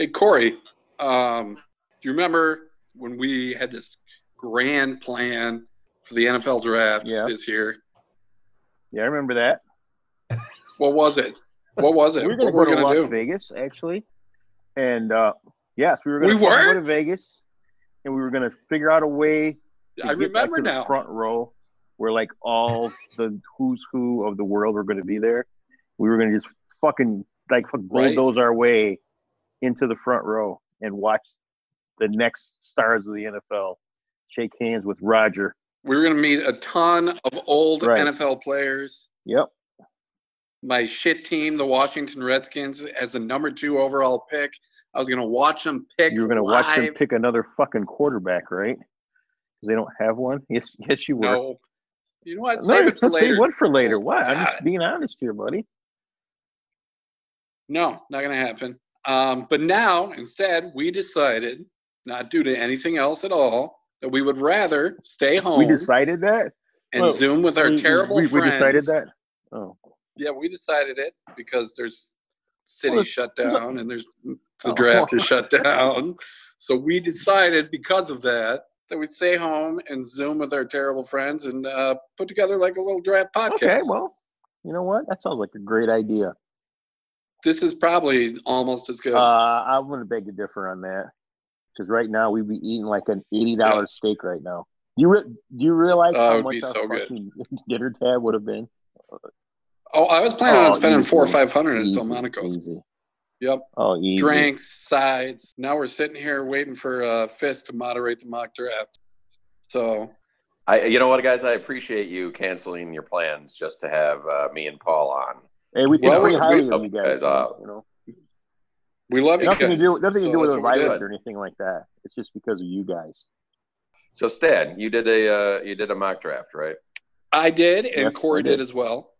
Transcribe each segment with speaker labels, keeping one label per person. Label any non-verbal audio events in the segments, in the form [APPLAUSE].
Speaker 1: Hey, Corey, um, do you remember when we had this grand plan for the NFL draft
Speaker 2: Yeah.
Speaker 1: this year?
Speaker 2: Yeah, I remember that.
Speaker 1: What was it? What was it?
Speaker 2: We were
Speaker 1: what
Speaker 2: going
Speaker 1: were
Speaker 2: to
Speaker 1: we
Speaker 2: go to Las
Speaker 1: gonna do?
Speaker 2: Vegas, actually. And uh, yes, we were going
Speaker 1: We
Speaker 2: to go
Speaker 1: were?
Speaker 2: to Vegas, and we were going to figure out a way. To
Speaker 1: I
Speaker 2: get back
Speaker 1: remember
Speaker 2: to the
Speaker 1: now.
Speaker 2: front row where like all the who's who of the world were going to be there. We were going to just fucking like fuck-
Speaker 1: Right.
Speaker 2: bulldoze our way into the front row and watch the next stars of the NFL shake hands with Roger.
Speaker 1: We were going to meet a ton of old
Speaker 2: Right.
Speaker 1: NFL players.
Speaker 2: Yep.
Speaker 1: My shit team, the Washington Redskins, as the number two overall pick. I was going to watch them pick.
Speaker 2: You were going to
Speaker 1: live.
Speaker 2: watch them pick another fucking quarterback, right? 'Cause they don't have one. Yes, yes, you were.
Speaker 1: No. You know what?
Speaker 2: No,
Speaker 1: Save it for
Speaker 2: let's [LAUGHS] save
Speaker 1: later.
Speaker 2: one for later. Why? I'm
Speaker 1: God.
Speaker 2: just being honest here, buddy.
Speaker 1: No, not going to happen. Um, but now, instead, we decided, not due to anything else at all, that we would rather stay home
Speaker 2: We decided that.
Speaker 1: and
Speaker 2: well,
Speaker 1: Zoom with our
Speaker 2: We-
Speaker 1: terrible
Speaker 2: we, we
Speaker 1: friends.
Speaker 2: decided that. Oh,
Speaker 1: Yeah, we decided it because there's city
Speaker 2: Well,
Speaker 1: shut down and
Speaker 2: [LAUGHS]
Speaker 1: there's the
Speaker 2: Oh.
Speaker 1: draft is shut down. So we decided because of that that we'd stay home and Zoom with our terrible friends and uh, put together like a little draft podcast.
Speaker 2: okay. Well, you know what? That sounds like a great idea.
Speaker 1: this is probably almost as good.
Speaker 2: Uh, I'm going to beg to differ on that because right now we'd be eating like an eighty dollar steak right now. You re- do you realize
Speaker 1: Oh, it
Speaker 2: how
Speaker 1: would
Speaker 2: much
Speaker 1: be
Speaker 2: our
Speaker 1: so good.
Speaker 2: fucking [LAUGHS] dinner tab would have been?
Speaker 1: oh, I was planning on
Speaker 2: oh,
Speaker 1: spending four or
Speaker 2: easy,
Speaker 1: five hundred
Speaker 2: Easy,
Speaker 1: until Monaco's.
Speaker 2: easy.
Speaker 1: Yep,
Speaker 2: Oh, easy.
Speaker 1: drinks, sides. Now we're sitting here waiting for uh, Fist to moderate the mock draft. So
Speaker 3: I, you know what, guys? I appreciate you canceling your plans just to have uh, me and Paul on.
Speaker 2: Hey, we think
Speaker 1: Well,
Speaker 2: pretty
Speaker 1: we-
Speaker 2: highly of
Speaker 3: we-
Speaker 2: you guys.
Speaker 3: uh,
Speaker 2: you know,
Speaker 1: we love you
Speaker 2: nothing
Speaker 1: guys.
Speaker 2: to do nothing
Speaker 1: So
Speaker 2: to do with
Speaker 1: that's
Speaker 2: a
Speaker 1: what we did.
Speaker 2: virus or anything like that. It's just because of you guys.
Speaker 3: So, Stan, you did a uh, you did a mock draft, right?
Speaker 1: I did, and
Speaker 2: Yes,
Speaker 1: Corey
Speaker 2: I
Speaker 1: did.
Speaker 2: did.
Speaker 1: as well.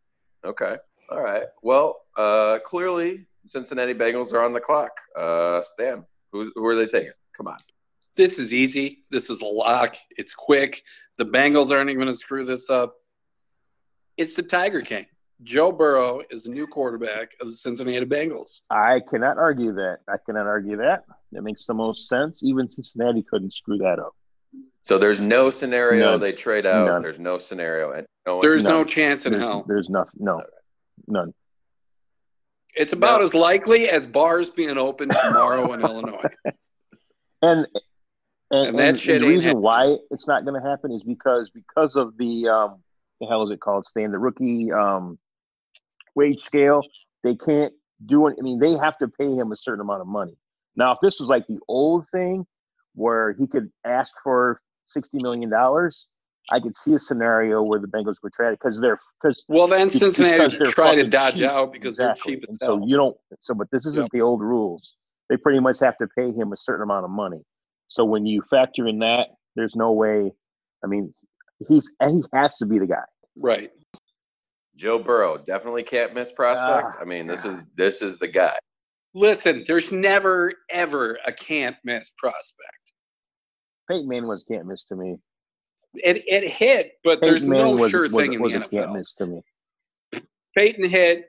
Speaker 3: Okay. All right. Well, uh, clearly, Cincinnati Bengals are on the clock. Uh, Stan, who's, who are they taking? Come on.
Speaker 1: This is easy. This is a lock. It's quick. The Bengals aren't even going to screw this up. It's the Tiger King. Joe Burrow is the new quarterback of the Cincinnati Bengals.
Speaker 2: I cannot argue that. I cannot argue that. That makes the most sense. Even Cincinnati couldn't screw that up.
Speaker 3: So there's no scenario
Speaker 2: None.
Speaker 3: they trade out.
Speaker 2: None.
Speaker 3: There's no scenario, and no one-
Speaker 1: There's no,
Speaker 2: No.
Speaker 1: chance in
Speaker 2: There's,
Speaker 1: hell.
Speaker 2: there's nothing. No, none.
Speaker 1: It's about as likely as bars being open tomorrow
Speaker 2: [LAUGHS]
Speaker 1: in Illinois.
Speaker 2: And and,
Speaker 1: And that
Speaker 2: and
Speaker 1: shit
Speaker 2: the
Speaker 1: ain't
Speaker 2: reason
Speaker 1: happening.
Speaker 2: why it's not going to happen is because because of the um the hell is it called? Stan the rookie um wage scale. They can't do it. I mean, they have to pay him a certain amount of money. Now, if this was like the old thing where he could ask for sixty million dollars, I could see a scenario where the Bengals would try it because they're because
Speaker 1: Well, then
Speaker 2: Be-
Speaker 1: Cincinnati
Speaker 2: because
Speaker 1: would
Speaker 2: they're
Speaker 1: try to
Speaker 2: fucking
Speaker 1: dodge
Speaker 2: cheap.
Speaker 1: out because
Speaker 2: Exactly.
Speaker 1: they're cheap as
Speaker 2: And
Speaker 1: hell.
Speaker 2: so you don't. So, but this isn't
Speaker 1: Yep.
Speaker 2: the old rules. They pretty much have to pay him a certain amount of money. So when you factor in that, there's no way. I mean, he's he has to be the guy.
Speaker 1: right.
Speaker 3: Joe Burrow definitely can't miss prospect.
Speaker 2: Ah.
Speaker 3: I mean, this is this is the guy.
Speaker 1: Listen, there's never, ever a can't miss prospect.
Speaker 2: Peyton Manning was can't miss to me.
Speaker 1: It, it hit, but there's
Speaker 2: Peyton Manning
Speaker 1: no
Speaker 2: was,
Speaker 1: sure
Speaker 2: was,
Speaker 1: thing in
Speaker 2: was
Speaker 1: the
Speaker 2: a can't
Speaker 1: NFL.
Speaker 2: miss to me.
Speaker 1: Peyton hit.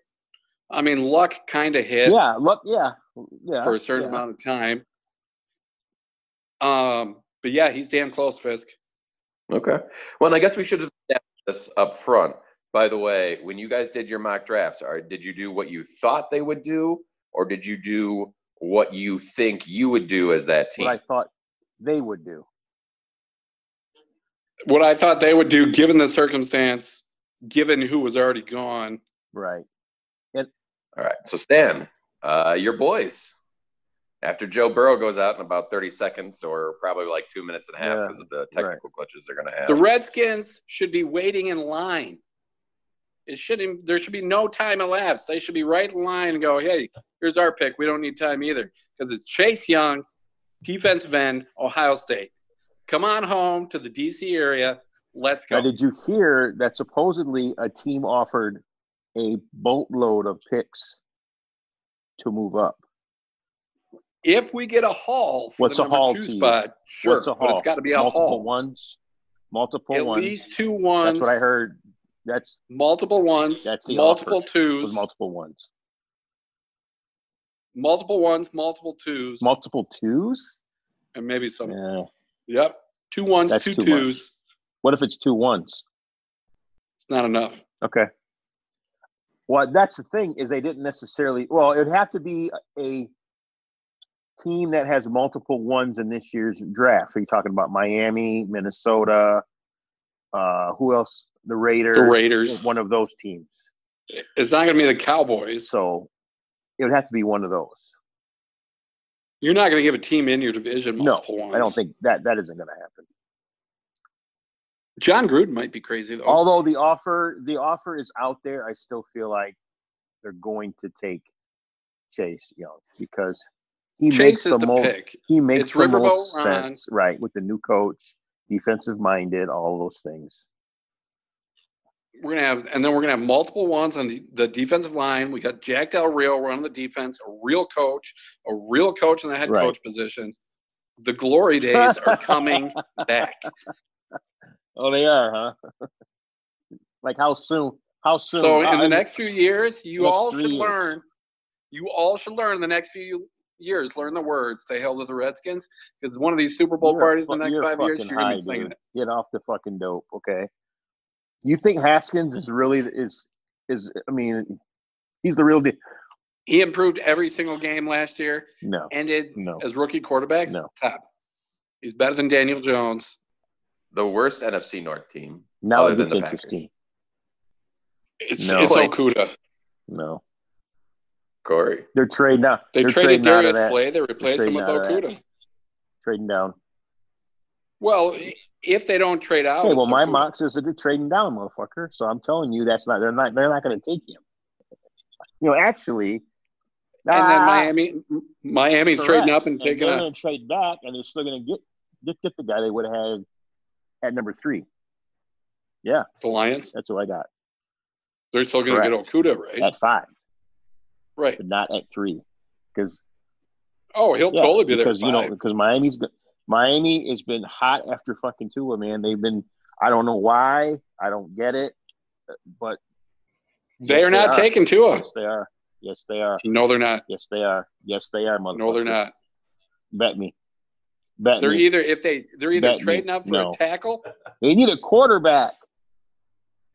Speaker 1: I mean, luck kind of hit
Speaker 2: Yeah, look, yeah, yeah.
Speaker 1: for a certain
Speaker 2: yeah.
Speaker 1: amount of time. Um, but yeah, he's damn close, Fisk.
Speaker 3: Okay. Well, and I guess we should have established this up front. By the way, when you guys did your mock drafts, are, did you do what you thought they would do, or did you do what you think you would do as that team?
Speaker 2: What I thought they would do.
Speaker 1: What I thought they would do, given the circumstance, given who was already gone,
Speaker 2: Right.
Speaker 3: All right. So, Stan, uh, your boys. After Joe Burrow goes out in about 30 seconds, or probably like two minutes and a half
Speaker 2: Yeah,
Speaker 3: because of the technical glitches they're going to have.
Speaker 1: the Redskins should be waiting in line. It shouldn't. There should be no time elapsed. They should be right in line and go, "Hey, here's our pick. We don't need time either because it's Chase Young, defensive end, Ohio State. Come on home to the D.C. area. Let's go."
Speaker 2: Now, did you hear that supposedly a team offered a boatload of picks to move up?
Speaker 1: If we get a haul for
Speaker 2: What's
Speaker 1: the
Speaker 2: a
Speaker 1: number
Speaker 2: haul
Speaker 1: two
Speaker 2: to you?
Speaker 1: spot, sure,
Speaker 2: What's a
Speaker 1: but it's
Speaker 2: haul?
Speaker 1: got to be a
Speaker 2: multiple
Speaker 1: haul.
Speaker 2: ones, multiple
Speaker 1: At
Speaker 2: ones.
Speaker 1: least two ones.
Speaker 2: That's what I heard. That's
Speaker 1: Multiple ones.
Speaker 2: That's the
Speaker 1: multiple
Speaker 2: offer.
Speaker 1: twos.
Speaker 2: was multiple ones.
Speaker 1: multiple ones, multiple twos,
Speaker 2: Multiple twos?
Speaker 1: and maybe some.
Speaker 2: Yeah.
Speaker 1: Yep, two ones,
Speaker 2: That's
Speaker 1: two
Speaker 2: too
Speaker 1: twos.
Speaker 2: much. What if it's two ones?
Speaker 1: It's not enough.
Speaker 2: Okay. Well, that's the thing is they didn't necessarily. Well, it'd have to be a team that has multiple ones in this year's draft. Are you talking about Miami, Minnesota? Uh, who else? The Raiders.
Speaker 1: The Raiders.
Speaker 2: One of those teams.
Speaker 1: It's not going to be the Cowboys.
Speaker 2: So it would have to be one of those.
Speaker 1: You're not going to give a team in your division
Speaker 2: No,
Speaker 1: multiple ones.
Speaker 2: I don't think that that isn't going to happen.
Speaker 1: John Gruden might be crazy though.
Speaker 2: Although the offer the offer is out there, I still feel like they're going to take Chase Young because he
Speaker 1: Chase
Speaker 2: makes
Speaker 1: is
Speaker 2: the,
Speaker 1: the
Speaker 2: most
Speaker 1: pick.
Speaker 2: he makes
Speaker 1: It's
Speaker 2: the most
Speaker 1: Riverboat Ron.
Speaker 2: sense, right? With the new coach, defensive minded, all those things.
Speaker 1: We're gonna have, and then we're gonna have multiple ones on the- the defensive line. We got Jack Del Rio running the defense, a real coach, a real coach in the head
Speaker 2: Right.
Speaker 1: coach position. The glory days
Speaker 2: [LAUGHS]
Speaker 1: are coming back.
Speaker 2: Oh, they are, huh? [LAUGHS] like how soon? How soon?
Speaker 1: So in
Speaker 2: Uh,
Speaker 1: the next few years, you
Speaker 2: next
Speaker 1: all
Speaker 2: three
Speaker 1: should
Speaker 2: years.
Speaker 1: learn. You all should learn in the next few years. Learn the words. Stay held with the Redskins because one of these Super Bowl
Speaker 2: you're a
Speaker 1: parties
Speaker 2: fu-
Speaker 1: in the next
Speaker 2: you're a
Speaker 1: five years,
Speaker 2: fucking
Speaker 1: you're gonna
Speaker 2: high,
Speaker 1: be singing
Speaker 2: dude.
Speaker 1: it.
Speaker 2: Get off the fucking dope, okay? You think Haskins is really is is? I mean, he's the real deal.
Speaker 1: He improved every single game last year.
Speaker 2: No,
Speaker 1: Ended
Speaker 2: no.
Speaker 1: as rookie quarterbacks
Speaker 2: No.
Speaker 1: top. He's better than Daniel Jones.
Speaker 3: The worst NFC North team.
Speaker 2: Now
Speaker 3: other
Speaker 2: it
Speaker 3: than
Speaker 2: gets
Speaker 3: the Packers.
Speaker 2: interesting.
Speaker 1: It's
Speaker 2: No.
Speaker 1: it's
Speaker 3: Like-
Speaker 1: Okuda.
Speaker 2: No,
Speaker 3: Corey.
Speaker 2: they're trading down.
Speaker 1: They
Speaker 2: They're
Speaker 1: traded
Speaker 2: trading out of
Speaker 1: Darius
Speaker 2: that.
Speaker 1: Slay. They replaced him
Speaker 2: trading
Speaker 1: with
Speaker 2: out of that.
Speaker 1: Okuda.
Speaker 2: Trading down.
Speaker 1: Well, i- if they don't trade out,
Speaker 2: Okay, well,
Speaker 1: it's
Speaker 2: my
Speaker 1: Okuda.
Speaker 2: mock says that they're trading down, motherfucker. So I'm telling you, that's not. They're not. They're not going to take him. You know, actually.
Speaker 1: and then
Speaker 2: ah,
Speaker 1: Miami, Miami's
Speaker 2: correct.
Speaker 1: trading up and
Speaker 2: And
Speaker 1: taking
Speaker 2: they're
Speaker 1: a
Speaker 2: going to trade back, and they're still going to get get get the guy they would have at number three.
Speaker 1: the Lions.
Speaker 2: That's what I got
Speaker 1: They're still going to get Okuda, right?
Speaker 2: at five,
Speaker 1: right.
Speaker 2: but not at three, because
Speaker 1: Oh, he'll
Speaker 2: Yeah,
Speaker 1: totally be there.
Speaker 2: because
Speaker 1: at
Speaker 2: you know
Speaker 1: five.
Speaker 2: because Miami's go- Miami has been hot after fucking Tua, man. They've been I don't know why I don't get it, but
Speaker 1: they
Speaker 2: yes,
Speaker 1: are not taking Tua.
Speaker 2: Yes, they are. Yes, they are.
Speaker 1: No, they're not.
Speaker 2: Yes, they are. Yes, they are. Motherfucker.
Speaker 1: No, they're not.
Speaker 2: Bet me. Bet
Speaker 1: They're
Speaker 2: me.
Speaker 1: either if they they're either
Speaker 2: That means-
Speaker 1: trading up for
Speaker 2: no.
Speaker 1: a tackle
Speaker 2: they need a quarterback.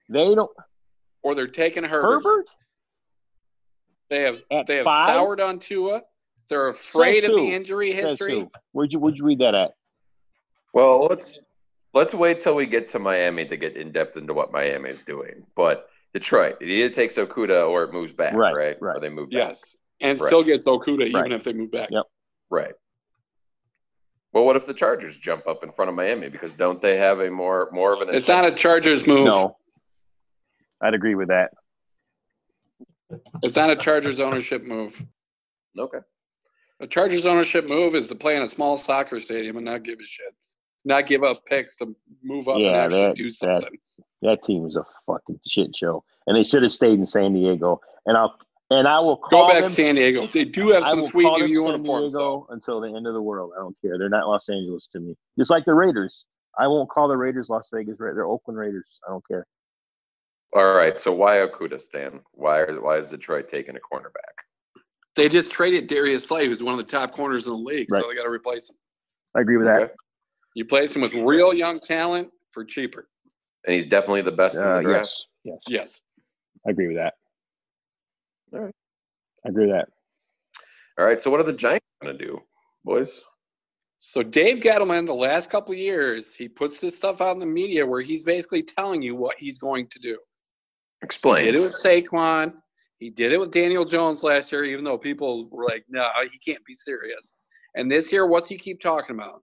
Speaker 2: They don't.
Speaker 1: or they're taking Herbert.
Speaker 2: Herbert,
Speaker 1: They have
Speaker 2: At
Speaker 1: they have
Speaker 2: five?
Speaker 1: soured on Tua. They're afraid of
Speaker 2: who?
Speaker 1: the injury
Speaker 2: Says
Speaker 1: history.
Speaker 2: who? Where'd you Where'd you read that at?
Speaker 3: Well, let's let's wait till we get to Miami to get in depth into what Miami's doing. But Detroit, it either takes Okuda or it moves back,
Speaker 2: Right,
Speaker 3: right? Right.
Speaker 2: right.
Speaker 3: Or they move back.
Speaker 1: Yes, and
Speaker 3: Right.
Speaker 1: still gets Okuda
Speaker 2: Right.
Speaker 1: even if they move back.
Speaker 2: Yep.
Speaker 3: Right. Well, what if the Chargers jump up in front of Miami? Because don't they have a more more of an
Speaker 1: It's not a Chargers move.
Speaker 2: No, I'd agree with that.
Speaker 1: It's not a Chargers ownership move.
Speaker 3: okay.
Speaker 1: A Chargers ownership move is to play in a small soccer stadium and not give a shit, not give up picks to move up and
Speaker 2: Yeah,
Speaker 1: actually
Speaker 2: that-
Speaker 1: do
Speaker 2: that-
Speaker 1: something.
Speaker 2: That team was a fucking shit show, and they should have stayed in San Diego. And I'll and I will
Speaker 1: Go
Speaker 2: call
Speaker 1: back to
Speaker 2: them
Speaker 1: San Diego. They do have
Speaker 2: I
Speaker 1: some
Speaker 2: will
Speaker 1: sweet
Speaker 2: call
Speaker 1: new
Speaker 2: them San
Speaker 1: uniforms. though.
Speaker 2: Diego until the end of the world. I don't care. They're not Los Angeles to me. Just like the Raiders. I won't call the Raiders Las Vegas Raiders. They're Oakland Raiders. I don't care.
Speaker 3: All right. So why Okuda, Stan? Why are, why is Detroit taking a cornerback?
Speaker 1: They just traded Darius Slay, who's one of the top corners in the league,
Speaker 2: Right.
Speaker 1: so they got to replace him.
Speaker 2: I agree with that.
Speaker 3: Okay.
Speaker 1: You place him with real young talent for cheaper.
Speaker 3: And he's definitely the best
Speaker 2: Uh,
Speaker 3: in the draft.
Speaker 2: yes. Yes.
Speaker 1: Yes.
Speaker 2: I agree with that.
Speaker 3: All right.
Speaker 2: I agree with that.
Speaker 3: All right. So what are the Giants going to do, boys?
Speaker 1: So Dave Gettleman, the last couple of years, he puts this stuff out in the media where he's basically telling you what he's going to do. He
Speaker 3: Explain.
Speaker 1: did it with Saquon. He did it with Daniel Jones last year, even though people were like, "No, he can't be serious." And this year, what's he keep talking about?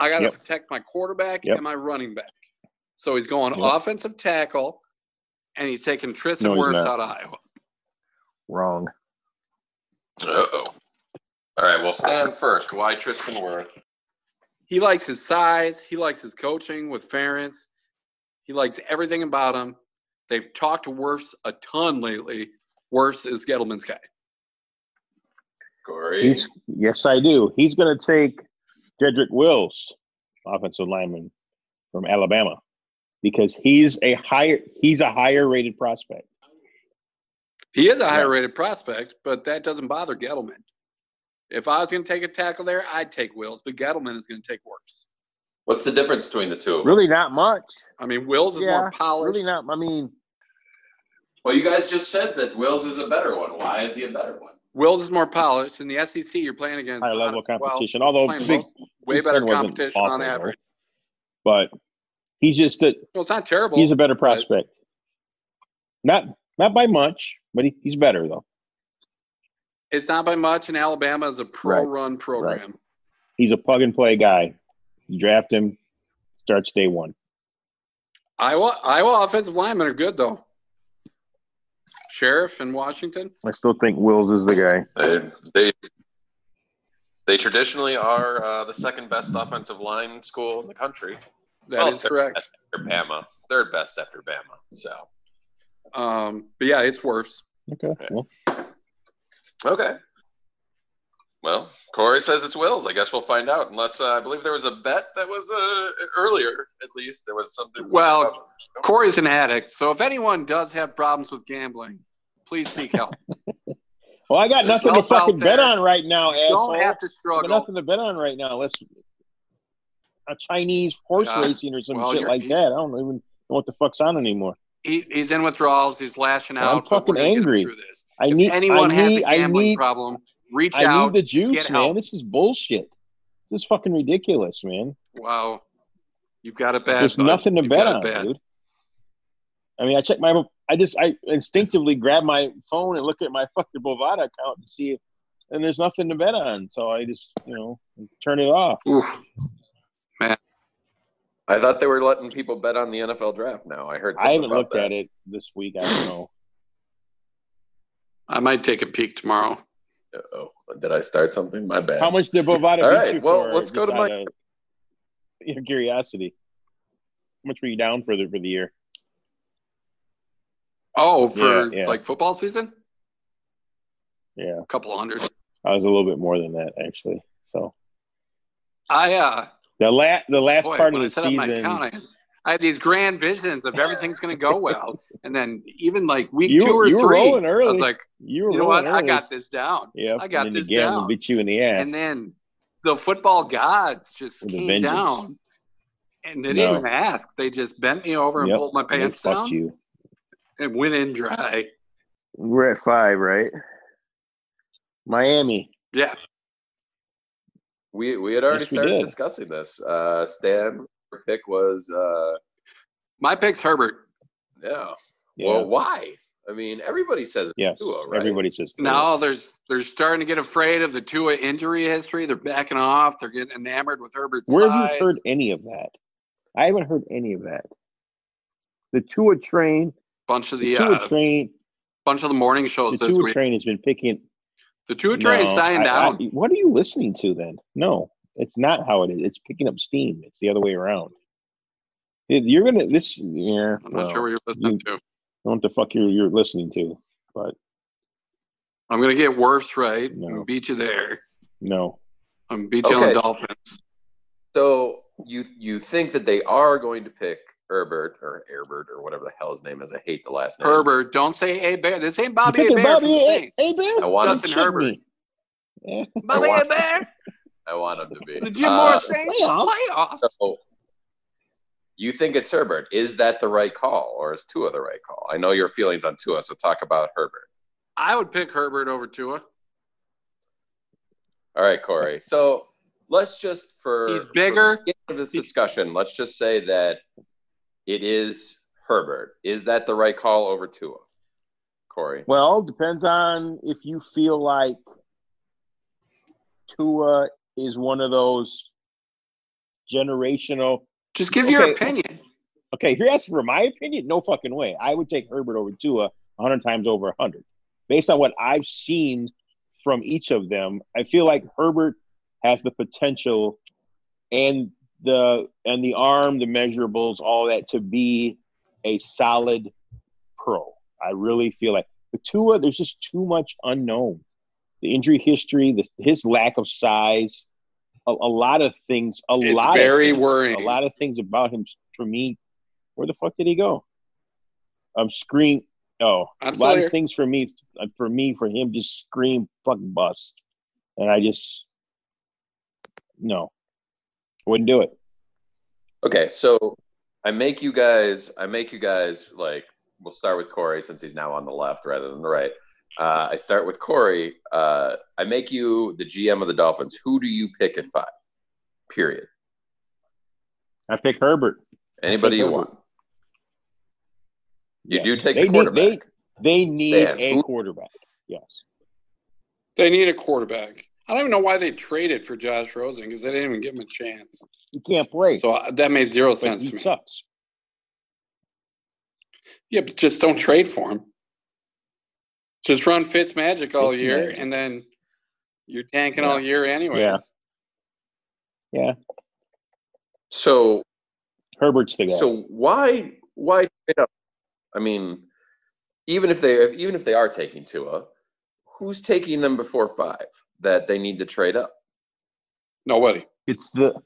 Speaker 1: I got to
Speaker 2: Yep.
Speaker 1: protect my quarterback
Speaker 2: Yep.
Speaker 1: and my running back. So he's going
Speaker 2: Yep.
Speaker 1: offensive tackle, and he's taking Tristan
Speaker 2: No, he's
Speaker 1: Wirfs out
Speaker 2: not.
Speaker 1: of Iowa.
Speaker 2: Wrong.
Speaker 3: Uh-oh. All right. Well, Stan first. Why Tristan Wirth?
Speaker 1: He likes his size. He likes his coaching with Ferentz. He likes everything about him. They've talked to Wirfs a ton lately. Wirfs is Gettleman's guy.
Speaker 3: Corey.
Speaker 2: He's, yes, I do. He's going to take Jedrick Wills, offensive lineman from Alabama, because he's a higher he's a higher rated prospect.
Speaker 1: He is a higher rated prospect, but that doesn't bother Gettleman. If I was going to take a tackle there, I'd take Wills, but Gettleman is going to take worse.
Speaker 3: What's the difference between the two?
Speaker 4: Really, not much.
Speaker 1: I mean, Wills is
Speaker 4: Yeah,
Speaker 1: more polished.
Speaker 4: Really, not. I mean,
Speaker 3: Well, you guys just said that Wills is a better one. Why is he a better one?
Speaker 1: Wills is more polished. In the SEC, you're playing against
Speaker 2: high level
Speaker 1: honestly, well,
Speaker 2: competition.
Speaker 1: playing
Speaker 2: Although big,
Speaker 1: Wills, way better
Speaker 2: Ten wasn't
Speaker 1: competition on
Speaker 2: awful, though.
Speaker 1: average.
Speaker 2: but he's just a
Speaker 1: Well, it's not terrible.
Speaker 2: he's a better prospect. Not not by much, but he, he's better though.
Speaker 1: it's not by much, and Alabama is a pro-run program.
Speaker 2: He's a plug and play guy. You draft him, starts day one.
Speaker 1: Iowa Iowa offensive linemen are good though. Sheriff in Washington.
Speaker 4: I still think Wills is the guy.
Speaker 3: They they, they traditionally are uh, the second best offensive line school in the country.
Speaker 1: That is
Speaker 3: Oh, they're-
Speaker 1: correct.
Speaker 3: After Bama, third best after Bama. So
Speaker 1: Um, but yeah, it's worse.
Speaker 2: Okay. Well,
Speaker 3: okay. Well, Corey says it's Wills. I guess we'll find out. Unless uh, I believe there was a bet that was uh, earlier. At least there was something.
Speaker 1: Well, Corey's an addict, so if anyone does have problems with gambling, please seek help.
Speaker 2: well I got
Speaker 1: There's
Speaker 2: nothing to
Speaker 1: help out
Speaker 2: fucking bet
Speaker 1: there.
Speaker 2: on right now, [LAUGHS] asshole.
Speaker 1: Don't have to
Speaker 2: I got
Speaker 1: struggle.
Speaker 2: nothing to bet on right now. Let's a Chinese horse
Speaker 1: Yeah.
Speaker 2: racing or some
Speaker 1: Well,
Speaker 2: shit
Speaker 1: you're-
Speaker 2: like that. I don't even know what the fuck's on anymore.
Speaker 1: He, he's in withdrawals. He's lashing
Speaker 2: I'm
Speaker 1: out. but
Speaker 2: fucking
Speaker 1: we're gonna get him
Speaker 2: angry.
Speaker 1: Through this.
Speaker 2: I
Speaker 1: If
Speaker 2: need
Speaker 1: anyone
Speaker 2: I
Speaker 1: has a
Speaker 2: need- I
Speaker 1: gambling
Speaker 2: need-
Speaker 1: problem, reach
Speaker 2: I
Speaker 1: out.
Speaker 2: need the juice,
Speaker 1: Get
Speaker 2: man.
Speaker 1: help.
Speaker 2: This is bullshit. This is fucking ridiculous, man.
Speaker 1: wow, you've got a bad.
Speaker 2: There's
Speaker 1: bud.
Speaker 2: nothing to
Speaker 1: You've
Speaker 2: bet
Speaker 1: got it
Speaker 2: on,
Speaker 1: bad.
Speaker 2: dude. I mean, I check my, I just, I instinctively grab my phone and look at my fucking Bovada account and see, if, and there's nothing to bet on. So I just, you know, turn it off.
Speaker 1: Oof.
Speaker 3: I thought they were letting people bet on the NFL draft. Now I heard.
Speaker 2: I haven't looked at it this week. I
Speaker 1: [LAUGHS]
Speaker 2: don't know.
Speaker 1: I might take a peek tomorrow.
Speaker 3: Oh, did I start something? My bad.
Speaker 2: How much did Bovada beat
Speaker 3: All right,
Speaker 2: you
Speaker 3: well,
Speaker 2: for?
Speaker 3: let's go to
Speaker 2: just
Speaker 3: my-
Speaker 2: out of your curiosity. How much were you down for the for the year?
Speaker 1: Oh, for
Speaker 2: Yeah, yeah.
Speaker 1: like football season,
Speaker 2: Yeah,
Speaker 1: a couple hundred.
Speaker 2: I was a little bit more than that actually. So
Speaker 1: I uh,
Speaker 2: the last the last
Speaker 1: boy,
Speaker 2: part
Speaker 1: when I
Speaker 2: of the
Speaker 1: set
Speaker 2: season,
Speaker 1: up my account, I, I had these grand visions of everything's going to go
Speaker 2: [LAUGHS]
Speaker 1: well, and then even like week
Speaker 2: you,
Speaker 1: two or
Speaker 2: you were
Speaker 1: three,
Speaker 2: rolling early.
Speaker 1: I was like,
Speaker 2: you were
Speaker 1: you know
Speaker 2: rolling
Speaker 1: what, I
Speaker 2: early.
Speaker 1: got this down.
Speaker 2: Yeah,
Speaker 1: I got
Speaker 2: and then
Speaker 1: this
Speaker 2: the gamble
Speaker 1: down.
Speaker 2: beat you in the ass.
Speaker 1: And then the football gods just
Speaker 2: With a
Speaker 1: came
Speaker 2: vengeance.
Speaker 1: down, and they didn't
Speaker 2: No.
Speaker 1: even ask. They just bent me over and
Speaker 2: Yep,
Speaker 1: pulled my
Speaker 2: they
Speaker 1: pants
Speaker 2: fucked
Speaker 1: down
Speaker 2: You.
Speaker 1: and went in dry.
Speaker 4: We're at five, right?
Speaker 2: Miami.
Speaker 1: Yeah,
Speaker 3: We we had already
Speaker 2: Yes, we
Speaker 3: started
Speaker 2: did.
Speaker 3: discussing this. Uh, Stan, your pick was uh,
Speaker 1: my pick's Herbert.
Speaker 3: yeah.
Speaker 2: Yeah.
Speaker 3: Well, why? I mean, everybody says it's
Speaker 2: yes.
Speaker 3: Tua, right?
Speaker 2: Everybody says Tua.
Speaker 1: Now there's they're starting to get afraid of the Tua injury history. They're backing off. They're getting enamored with Herbert's
Speaker 2: Where have
Speaker 1: size.
Speaker 2: you heard any of that? I haven't heard any of that. The Tua train,
Speaker 1: bunch of
Speaker 2: the
Speaker 1: the
Speaker 2: Tua
Speaker 1: uh,
Speaker 2: train,
Speaker 1: bunch of the morning
Speaker 2: the
Speaker 1: shows this
Speaker 2: Tua
Speaker 1: week.
Speaker 2: train has been picking.
Speaker 1: The Tua train's
Speaker 2: No,
Speaker 1: dying
Speaker 2: I-
Speaker 1: down.
Speaker 2: I- what are you listening to then? No, it's not how it is. It's picking up steam. It's the other way around. It- You're gonna this. Yeah,
Speaker 1: I'm not
Speaker 2: well,
Speaker 1: sure what you're listening to.
Speaker 2: I don't know what the fuck you're you're listening to.
Speaker 1: I'm gonna get worse right
Speaker 2: No.
Speaker 1: and beat you there.
Speaker 2: No,
Speaker 1: I'm gonna beat you on
Speaker 3: Okay,
Speaker 1: the
Speaker 3: so-
Speaker 1: Dolphins.
Speaker 3: So you you think that they are going to pick Herbert or Herbert or whatever the hell his name is? I hate the last name.
Speaker 1: Herbert, don't say A Bear. This ain't Bobby
Speaker 2: You're
Speaker 1: A
Speaker 2: picking
Speaker 1: Bear from the
Speaker 2: Bobby A-
Speaker 1: Saints.
Speaker 2: A. Bear.
Speaker 3: I want
Speaker 1: Justin Herbert. Bobby
Speaker 3: I
Speaker 1: A
Speaker 2: [LAUGHS]
Speaker 3: want-
Speaker 1: Bear,
Speaker 3: I want him to be
Speaker 1: the Jim
Speaker 3: Uh,
Speaker 1: Moore Saints
Speaker 2: playoffs?
Speaker 1: playoffs.
Speaker 3: So you think it's Herbert? Is that the right call, or is Tua the right call? I know your feelings on Tua, so talk about Herbert.
Speaker 1: I would pick Herbert over Tua.
Speaker 3: All right, Corey. So let's just for
Speaker 1: He's bigger.
Speaker 3: for the beginning of this discussion. Let's just say that it is Herbert. Is that the right call over Tua, Corey?
Speaker 4: Well, depends on if you feel like Tua is one of those
Speaker 2: Generational.
Speaker 1: Just give your
Speaker 2: Okay.
Speaker 1: opinion.
Speaker 2: Okay, if you're asking for my opinion, no fucking way. I would take Herbert over Tua 100 times over 100. Based on what I've seen from each of them, I feel like Herbert has the potential and the and the arm, the measurables, all that to be a solid pro. I really feel like with Tua, there's just too much unknown. The injury history, the, his lack of size, a, a lot of things. A
Speaker 1: It's
Speaker 2: lot
Speaker 1: very
Speaker 2: of things,
Speaker 1: worrying.
Speaker 2: A lot of things about him for me. Where the fuck did he go? Um, screen Oh,
Speaker 1: I'm
Speaker 2: a
Speaker 1: still
Speaker 2: lot
Speaker 1: here.
Speaker 2: of things for me, for me, for him, just scream fucking bust, and I just no, wouldn't do it.
Speaker 3: Okay, so I make you guys. I make you guys like. We'll start with Corey since he's now on the left rather than the right. Uh, I start with Corey. Uh, I make you the GM of the Dolphins. Who do you pick at five? Period.
Speaker 2: I pick Herbert.
Speaker 3: Anybody you
Speaker 2: Herbert.
Speaker 3: want. You
Speaker 2: Yes.
Speaker 3: do take
Speaker 2: They
Speaker 3: the
Speaker 2: need-
Speaker 3: quarterback.
Speaker 2: they- They need
Speaker 3: Stan,
Speaker 2: a
Speaker 3: who-
Speaker 2: quarterback. Yes,
Speaker 1: They need a quarterback. I don't even know why they traded for Josh Rosen because they didn't even give him a chance.
Speaker 2: he can't play,
Speaker 1: So uh, that made zero
Speaker 2: but
Speaker 1: sense to
Speaker 2: he
Speaker 1: me.
Speaker 2: sucks.
Speaker 1: Yeah, but just don't trade for him. Just run Fitz magic all
Speaker 2: Fitz
Speaker 1: year,
Speaker 2: magic.
Speaker 1: and then you're tanking
Speaker 3: Yeah.
Speaker 1: all year anyways.
Speaker 2: Yeah.
Speaker 3: So
Speaker 2: Herbert's the guy.
Speaker 3: So why why trade up? I mean, even if they even if they are taking Tua, who's taking them before five that they need to trade up?
Speaker 1: Nobody,
Speaker 2: it's the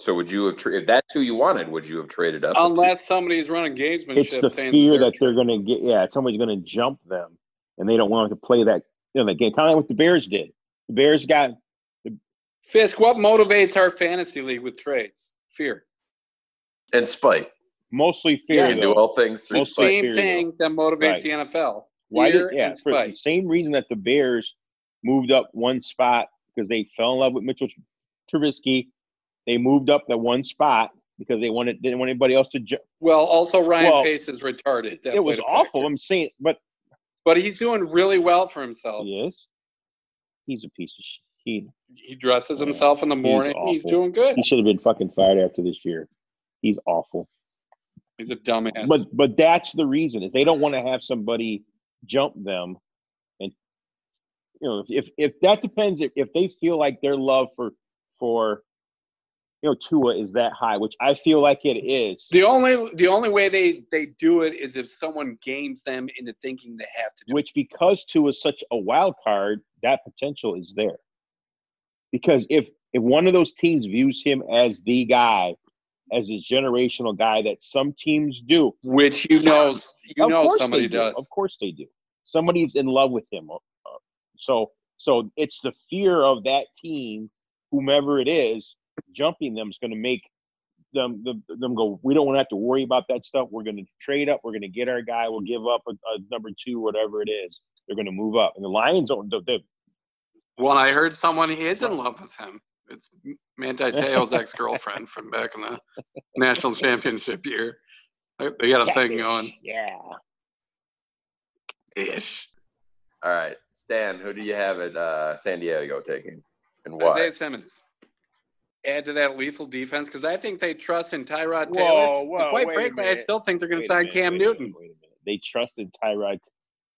Speaker 3: So would you have tra- if that's who you wanted? Would you have traded up?
Speaker 1: unless somebody's running
Speaker 2: it's
Speaker 1: gamesmanship
Speaker 2: the
Speaker 1: saying
Speaker 2: fear that
Speaker 1: they're-
Speaker 2: they're going to get. Yeah, somebody's going to jump them, and they don't want to play that. You know, that game kind of like what the Bears did. The Bears got
Speaker 1: Fisk. What motivates our fantasy league with trades? Fear.
Speaker 3: and spite.
Speaker 2: mostly
Speaker 1: Yeah,
Speaker 2: fear.
Speaker 3: You can
Speaker 2: though.
Speaker 3: do all things
Speaker 1: The
Speaker 3: through
Speaker 2: Most
Speaker 3: spite.
Speaker 1: same
Speaker 2: fear, though.
Speaker 1: thing that motivates
Speaker 2: Right.
Speaker 1: the NFL.
Speaker 2: Why
Speaker 1: fear
Speaker 2: did yeah?
Speaker 1: and
Speaker 2: for the
Speaker 1: spite.
Speaker 2: same reason that the Bears moved up one spot because they fell in love with Mitchell Trubisky. They moved up that one spot because they wanted didn't want anybody else to. Ju-
Speaker 1: Well, also Ryan
Speaker 2: Well,
Speaker 1: Pace is retarded. That
Speaker 2: it was
Speaker 1: played a factor.
Speaker 2: awful. I'm saying, but
Speaker 1: but he's doing really well for himself.
Speaker 2: he is. He's a piece of shit. He,
Speaker 1: He dresses
Speaker 2: Yeah.
Speaker 1: himself in the morning. He's,
Speaker 2: awful.
Speaker 1: doing good.
Speaker 2: he should have been fucking fired after this year. He's awful.
Speaker 1: He's a dumbass.
Speaker 2: But but that's the reason is they don't want to have somebody jump them, and you know if if, if that depends if, if they feel like their love for for you know Tua is that high, which I feel like it is.
Speaker 1: the only the only way they they do it is if someone games them into thinking they have to do.
Speaker 2: Which because Tua is such a wild card, that potential is there. Because if if one of those teams views him as the guy, as his generational guy that some teams do,
Speaker 1: it. Which you know you
Speaker 2: Of
Speaker 1: know
Speaker 2: course
Speaker 1: somebody
Speaker 2: they do.
Speaker 1: does.
Speaker 2: Of course they do. Somebody's in love with him. Uh, So so it's the fear of that team, whomever it is, jumping them is going to make them, them them go. We don't want to have to worry about that stuff. We're going to trade up. We're going to get our guy. We'll give up a, a number two, whatever it is. They're going to move up. And the Lions don't. They, they-
Speaker 1: Well, I heard someone is in love with him. It's Manti Teo's ex girlfriend from back in
Speaker 2: [LAUGHS]
Speaker 1: the national championship year. They they got a thing going.
Speaker 2: Yeah.
Speaker 1: Ish.
Speaker 3: All right, Stan, who do you have at uh, San Diego taking, and why?
Speaker 1: Isaiah Simmons. Add to that lethal defense because I think they trust in Tyrod Taylor.
Speaker 2: Whoa,
Speaker 1: And
Speaker 2: whoa.
Speaker 1: quite
Speaker 2: wait a
Speaker 1: frankly, I
Speaker 2: minute.
Speaker 1: still think they're going to
Speaker 2: Wait a
Speaker 1: sign
Speaker 2: minute,
Speaker 1: Cam
Speaker 2: wait a minute,
Speaker 1: Newton.
Speaker 2: wait a minute. They trusted Tyrod.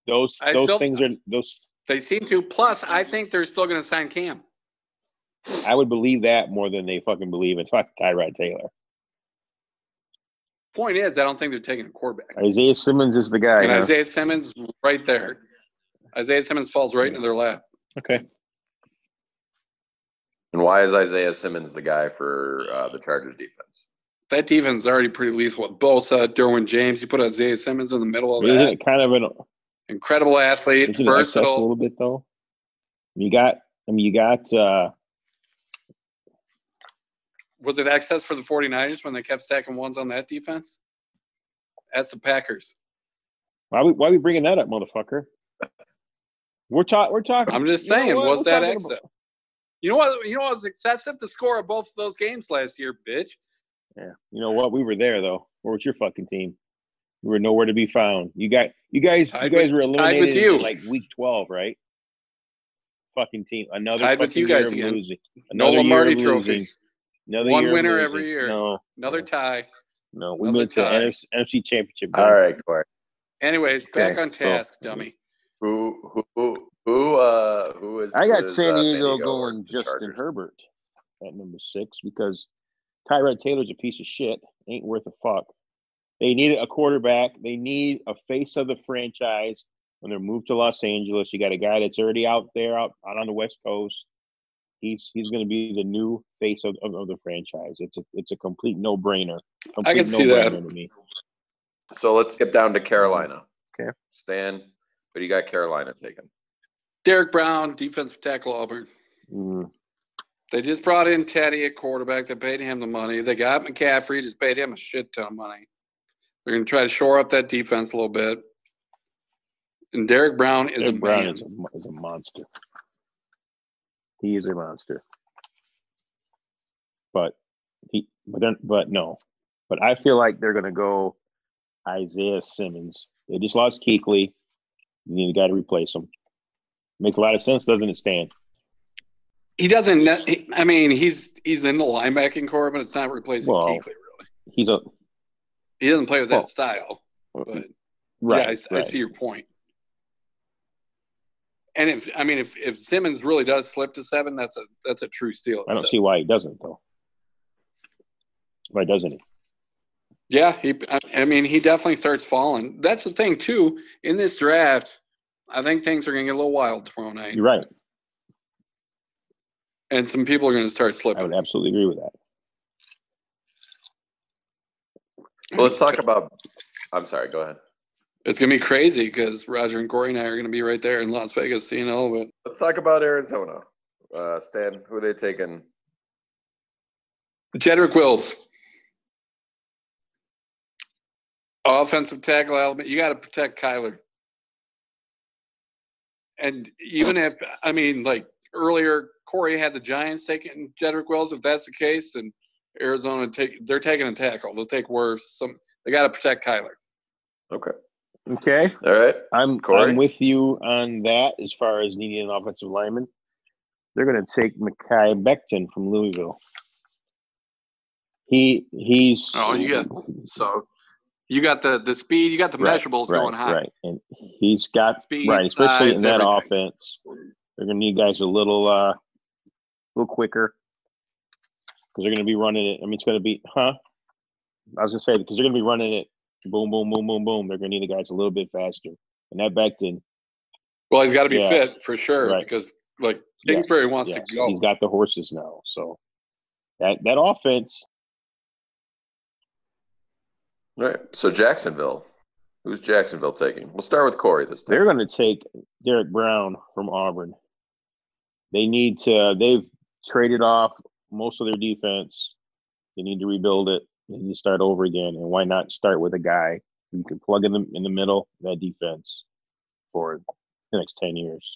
Speaker 2: Those
Speaker 1: I
Speaker 2: those
Speaker 1: still-
Speaker 2: things are those
Speaker 1: They seem to. Plus, I think they're still going to sign Cam.
Speaker 2: I would believe that more than they fucking believe in fuck Tyrod Taylor.
Speaker 1: Point is, I don't think they're taking a quarterback.
Speaker 2: Isaiah Simmons is the guy.
Speaker 1: and
Speaker 2: huh?
Speaker 1: Isaiah Simmons right there. Isaiah Simmons falls right into their lap.
Speaker 2: Okay.
Speaker 3: And why is Isaiah Simmons the guy for uh, the Chargers defense?
Speaker 1: That defense is already pretty lethal with Bosa, Derwin James. You put Isaiah Simmons in the middle of
Speaker 2: Isn't
Speaker 1: that.
Speaker 2: it kind of an
Speaker 1: Incredible athlete,
Speaker 2: isn't it excess a
Speaker 1: versatile.
Speaker 2: little bit though? You got I mean you got uh
Speaker 1: Was it excess for the 49ers when they kept stacking ones on that defense? That's the Packers.
Speaker 2: why we why we bringing that up, motherfucker? We're talking we're talking
Speaker 1: I'm just
Speaker 2: you know
Speaker 1: saying,
Speaker 2: what?
Speaker 1: was
Speaker 2: We're
Speaker 1: that
Speaker 2: talking
Speaker 1: excess? You know what? You know what was excessive? The score of both of those games last year, bitch.
Speaker 2: about- yeah. You know what? We were there though. Where was your fucking team? We were nowhere to be found. You got you guys you
Speaker 1: Tied
Speaker 2: guys were eliminated
Speaker 1: with you.
Speaker 2: in like week twelve, right? Fucking team. Another
Speaker 1: Tied with
Speaker 2: fucking
Speaker 1: you guys
Speaker 2: year of
Speaker 1: again.
Speaker 2: losing.
Speaker 1: No
Speaker 2: Another year
Speaker 1: Lombardi
Speaker 2: of
Speaker 1: Trophy.
Speaker 2: losing. Another
Speaker 1: One
Speaker 2: year of
Speaker 1: winner
Speaker 2: losing.
Speaker 1: every year.
Speaker 2: No,
Speaker 1: Another tie.
Speaker 2: no, we
Speaker 1: Another
Speaker 2: went to the
Speaker 1: tie.
Speaker 2: NFC, NFC Championship. game.
Speaker 3: All right, Corey.
Speaker 1: Anyways, back
Speaker 2: Okay,
Speaker 1: on
Speaker 2: so-
Speaker 1: task, dummy.
Speaker 3: Who who who who uh who is?
Speaker 2: I
Speaker 3: who
Speaker 2: got
Speaker 3: is,
Speaker 2: San
Speaker 3: uh,
Speaker 2: Diego
Speaker 3: or
Speaker 2: going
Speaker 3: the
Speaker 2: Justin
Speaker 3: Chargers?
Speaker 2: Herbert at number six because Tyrod Taylor's a piece of shit. Ain't worth a fuck. They need a quarterback. They need a face of the franchise when they're moved to Los Angeles. You got a guy that's already out there, out, out on the West Coast. He's he's going to be the new face of, of, of the franchise. It's a it's a complete no brainer.
Speaker 1: I can see that.
Speaker 2: To me.
Speaker 3: So let's skip down to Carolina.
Speaker 5: Okay.
Speaker 3: Stan, but you got Carolina taken.
Speaker 1: Derek Brown, defensive tackle, Auburn.
Speaker 2: Mm-hmm.
Speaker 5: Mm.
Speaker 1: They just brought in Teddy at quarterback. They paid him the money. They got McCaffrey, just paid him a shit ton of money. They're going to try to shore up that defense a little bit. And Derek Brown is
Speaker 2: Ed
Speaker 1: a
Speaker 2: Brown
Speaker 1: man.
Speaker 2: is a, mo- is a monster.
Speaker 5: He is a monster.
Speaker 2: But he, but then, but no,
Speaker 5: But I feel like they're gonna go.
Speaker 2: Isaiah Simmons. They just lost Keekly. You need a guy to replace him. Makes a lot of sense, doesn't it, Stan?
Speaker 1: he doesn't. ne- I mean, he's he's in the linebacking core, but it's not replacing
Speaker 2: Well,
Speaker 1: Keekly. Really,
Speaker 2: He's a
Speaker 1: he doesn't play with that
Speaker 2: well,
Speaker 1: style. But
Speaker 2: right.
Speaker 1: yeah, I s- I,
Speaker 2: right.
Speaker 1: see your point. And if I mean, if if Simmons really does slip to seven, that's a that's a true steal.
Speaker 2: I don't
Speaker 1: So-
Speaker 2: see why he doesn't though. Why doesn't he?
Speaker 1: Yeah, he. I- I mean, he definitely starts falling. That's the thing too. In this draft, I think things are going to get a little wild tomorrow night,
Speaker 2: You're right.
Speaker 1: and some people are going to start
Speaker 2: I
Speaker 1: slipping.
Speaker 2: would absolutely agree with that.
Speaker 3: Well, let's talk
Speaker 1: So
Speaker 3: about. I'm sorry. Go ahead.
Speaker 1: It's going to be crazy because Roger and Corey and I are going to be right there in Las Vegas seeing all of it.
Speaker 3: Let's talk about Arizona. Uh, Stan, who are they taking?
Speaker 1: Jedrick Wills, offensive tackle element. You got to protect Kyler. And even if I mean, like earlier, Corey had the Giants taking Jedrick Wills. If that's the case, then Arizona take they're taking a tackle. They'll take worse. Some they got to protect Kyler.
Speaker 3: Okay.
Speaker 5: Okay.
Speaker 3: All right.
Speaker 2: I'm
Speaker 3: Corey?
Speaker 2: I'm with you on that as far as needing an offensive lineman. They're going to take Mackay Becton from Louisville. He he's
Speaker 1: Oh, you got So you got the the speed. You got the
Speaker 2: Right,
Speaker 1: measurables
Speaker 2: right,
Speaker 1: going high.
Speaker 2: right, and he's got
Speaker 1: Speed,
Speaker 2: right, especially
Speaker 1: size,
Speaker 2: in that
Speaker 1: everything.
Speaker 2: offense. They're going to need guys a little uh,
Speaker 5: A little quicker.
Speaker 2: because they're going to be running it. I mean, it's going to be, huh? I was going to say because they're going to be running it. Boom, boom, boom, boom, boom. They're going to need the guys a little bit faster. And that Becton,
Speaker 1: Well, he's got to be
Speaker 2: Yeah.
Speaker 1: fit for sure
Speaker 2: Right.
Speaker 1: because like
Speaker 2: Yeah,
Speaker 1: Kingsbury wants
Speaker 2: yeah,
Speaker 1: to go.
Speaker 2: he's got the horses now. So that that offense,
Speaker 3: All right. So Jacksonville. Who's Jacksonville taking? We'll start with Corey this time.
Speaker 2: they're going to take Derek Brown from Auburn. They need to. They've traded off most of their defense. They need to rebuild it. They need to start over again. And why not start with a guy who you can plug in the in the middle of that defense for the next ten years?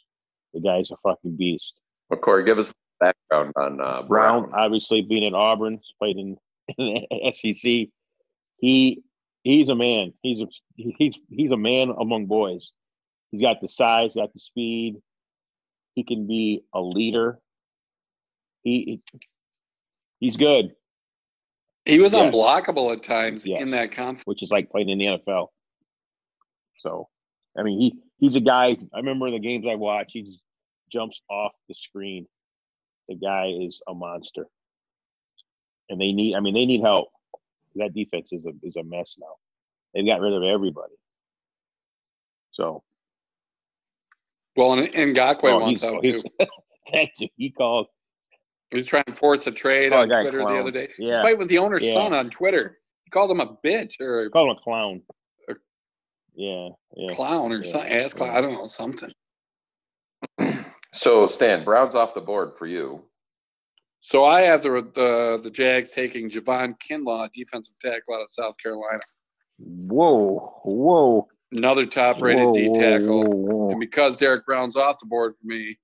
Speaker 2: The guy's a fucking beast.
Speaker 3: Well, Corey, give us background on uh, Brown.
Speaker 2: Brown, obviously being at Auburn, he's played in, [LAUGHS] in the SEC. He he's a man. He's a he's he's a man among boys. He's got the size, got the speed. He can be a leader. He he's good,
Speaker 1: He was
Speaker 2: Yes.
Speaker 1: unblockable at times
Speaker 2: Yes.
Speaker 1: in that conference.
Speaker 2: which is like playing in the NFL. So, I mean, he he's a guy. I remember in the games I watch, he just jumps off the screen. The guy is a monster, and they need. I mean, they need help. That defense is a is a mess now. They've got rid of everybody. So
Speaker 1: Well, and Ngakwe
Speaker 2: oh,
Speaker 1: wants
Speaker 2: he's- oh,
Speaker 1: out too.
Speaker 2: he's- [LAUGHS] that dude, he called.
Speaker 1: He was trying to force a trade
Speaker 5: Oh,
Speaker 1: on
Speaker 5: that guy
Speaker 1: Twitter the
Speaker 5: clown.
Speaker 1: other day. He's
Speaker 2: Yeah.
Speaker 1: fighting with the owner's
Speaker 2: Yeah.
Speaker 1: son on Twitter. He called him a bitch or a
Speaker 2: Call him a clown.
Speaker 1: A-
Speaker 2: Yeah, yeah.
Speaker 1: clown or
Speaker 2: Yeah.
Speaker 1: something. Ass clown. I don't know something.
Speaker 3: So Stan, Brown's off the board for you.
Speaker 1: So I have the the, the Jags taking Javon Kinlaw, defensive tackle out of South Carolina,
Speaker 5: Whoa, whoa,
Speaker 1: another top-rated
Speaker 5: whoa,
Speaker 1: D
Speaker 5: whoa,
Speaker 1: tackle.
Speaker 5: whoa, whoa.
Speaker 1: And because Derek Brown's off the board for me,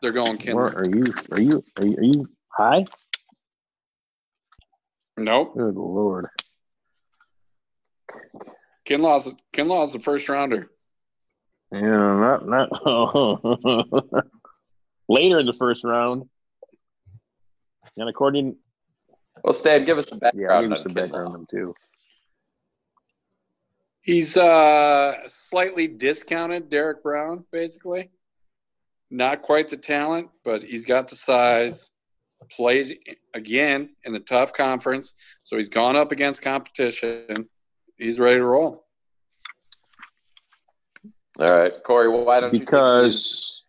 Speaker 1: they're going
Speaker 5: Where
Speaker 1: Kinlaw.
Speaker 5: are you? Are you? Are you? Are you high?
Speaker 1: Nope,
Speaker 5: Good lord.
Speaker 1: Kinlaw's Kinlaw's the first rounder.
Speaker 5: Yeah, not not. [LAUGHS]
Speaker 2: Later in the first round, and according
Speaker 3: Well, Stan, give us some
Speaker 5: Yeah, I'll give
Speaker 3: background
Speaker 5: you
Speaker 3: on
Speaker 5: some
Speaker 3: Kinlaw.
Speaker 5: background on them too.
Speaker 1: He's uh slightly discounted Derek Brown, basically. Not quite the talent, but he's got the size. Played again in the tough conference, so he's gone up against competition. He's ready to roll.
Speaker 3: All right, Corey. Well, why don't you? think he's
Speaker 5: Because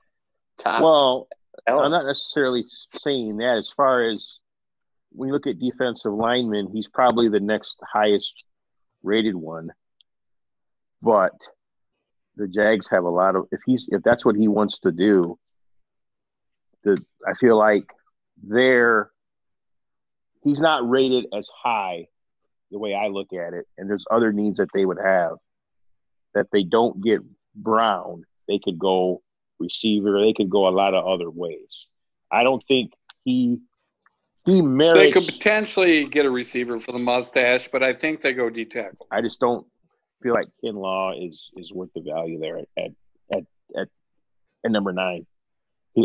Speaker 3: top
Speaker 5: well, I'm
Speaker 3: talent?
Speaker 5: not necessarily saying that. As far as when you look at defensive linemen, he's probably the next highest rated one. But
Speaker 2: the Jags have a lot of if he's if that's what he wants to do. The I feel like they're he's not rated as high the way I look at it, and there's other needs that they would have that they don't get Brown. They could go receiver. They could go a lot of other ways. I don't think he he merits.
Speaker 1: They could potentially get a receiver for the mustache, but I think they go D tackle.
Speaker 2: I just don't feel like
Speaker 6: Kinlaw is is worth the value there at at
Speaker 2: at at,
Speaker 6: at number nine.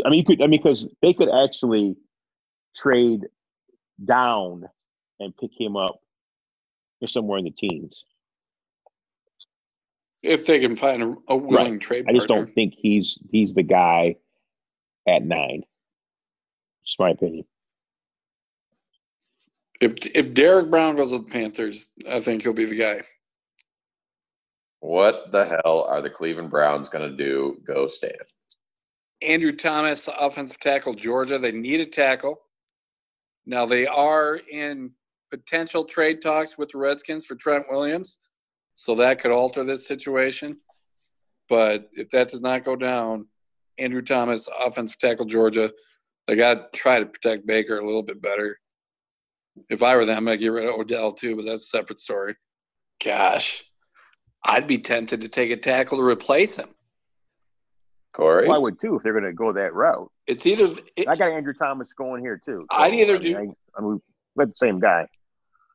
Speaker 2: I mean, you could I mean because they could actually trade down and pick him up
Speaker 6: somewhere in the teens.
Speaker 1: If they can find a, a willing
Speaker 6: Right.
Speaker 1: trade,
Speaker 6: I just
Speaker 1: partner.
Speaker 6: don't think he's he's the guy at nine. Just my opinion.
Speaker 1: If if Derek Brown goes with the Panthers, I think he'll be the guy.
Speaker 3: What the hell are the Cleveland Browns going to do? Go stand.
Speaker 1: Andrew Thomas, offensive tackle, Georgia. They need a tackle. Now they are in potential trade talks with the Redskins for Trent Williams, so that could alter this situation. But if that does not go down, Andrew Thomas, offensive tackle, Georgia. They got to try to protect Baker a little bit better. If I were them, I'd get rid of Odell too, but that's a separate story. Gosh, I'd be tempted to take a tackle to replace him.
Speaker 3: Corey?
Speaker 2: Well, I would too if they're going to go that route.
Speaker 1: It's either it,
Speaker 2: I got Andrew Thomas going here too. so,
Speaker 1: I'd either
Speaker 2: I mean,
Speaker 1: do-
Speaker 2: I, I mean, we're the same guy,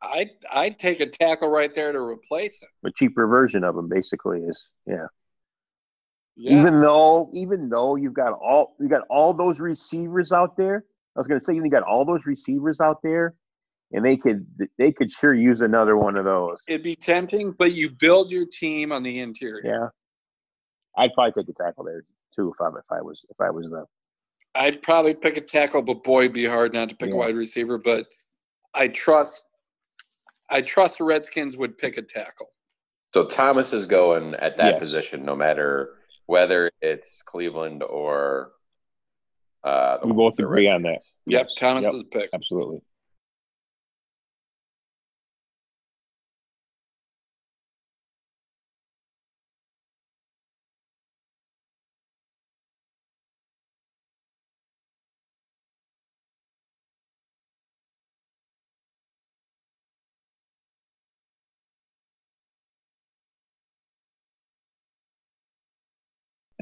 Speaker 1: I'd I'd take a tackle right there to replace him.
Speaker 2: a cheaper version of him, basically. Is yeah.
Speaker 1: Yeah.
Speaker 2: Even though, even though you've got all you got all those receivers out there, I was going to say you got all those receivers out there, and they could they could sure use another one of those.
Speaker 1: It'd be tempting, but you build your team on the interior.
Speaker 2: Yeah, I'd probably take a tackle there too if I if I was if I was the
Speaker 1: I'd probably pick a tackle, but boy, it'd be hard not to pick
Speaker 2: Yeah.
Speaker 1: a wide receiver. But I trust, I trust the Redskins would pick a tackle.
Speaker 3: So Thomas is going at that
Speaker 6: Yes.
Speaker 3: position, no matter whether it's Cleveland or. Uh,
Speaker 6: We both
Speaker 3: the
Speaker 6: agree on
Speaker 3: Redskins.
Speaker 1: Yep,
Speaker 6: Yes.
Speaker 1: Thomas
Speaker 6: Yep.
Speaker 1: is the pick.
Speaker 6: Absolutely.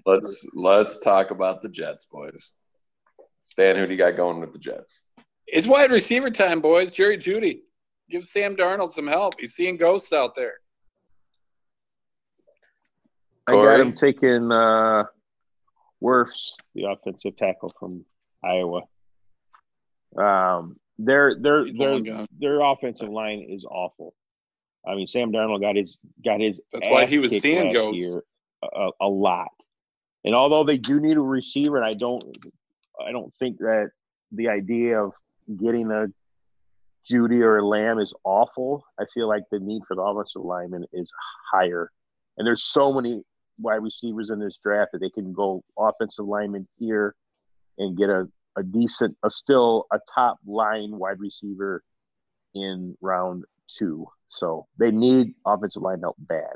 Speaker 3: Let's let's talk about the Jets, boys. Stan, who do you got going with the Jets?
Speaker 1: It's wide receiver time, boys. Jerry Judy, give Sam Darnold some help. He's seeing ghosts out there.
Speaker 2: I
Speaker 3: Corey?
Speaker 2: got him taking uh, Werfs
Speaker 6: The offensive tackle from Iowa.
Speaker 2: Um,
Speaker 6: Their their
Speaker 1: He's
Speaker 6: their
Speaker 1: long gone.
Speaker 6: their offensive line is awful. I mean, Sam Darnold got his got his
Speaker 1: That's why
Speaker 6: ass
Speaker 1: he was
Speaker 6: kicked
Speaker 1: seeing
Speaker 6: last
Speaker 1: ghosts.
Speaker 6: year a, a lot. And although they do need a receiver, and I don't
Speaker 2: I don't think that the idea of getting a Judy or a Lamb is awful. I feel like the need for the offensive lineman is higher, and there's so many wide receivers in this draft that they can go offensive lineman here and get a, a decent, a still a top line wide receiver in round two. So they need offensive line help bad.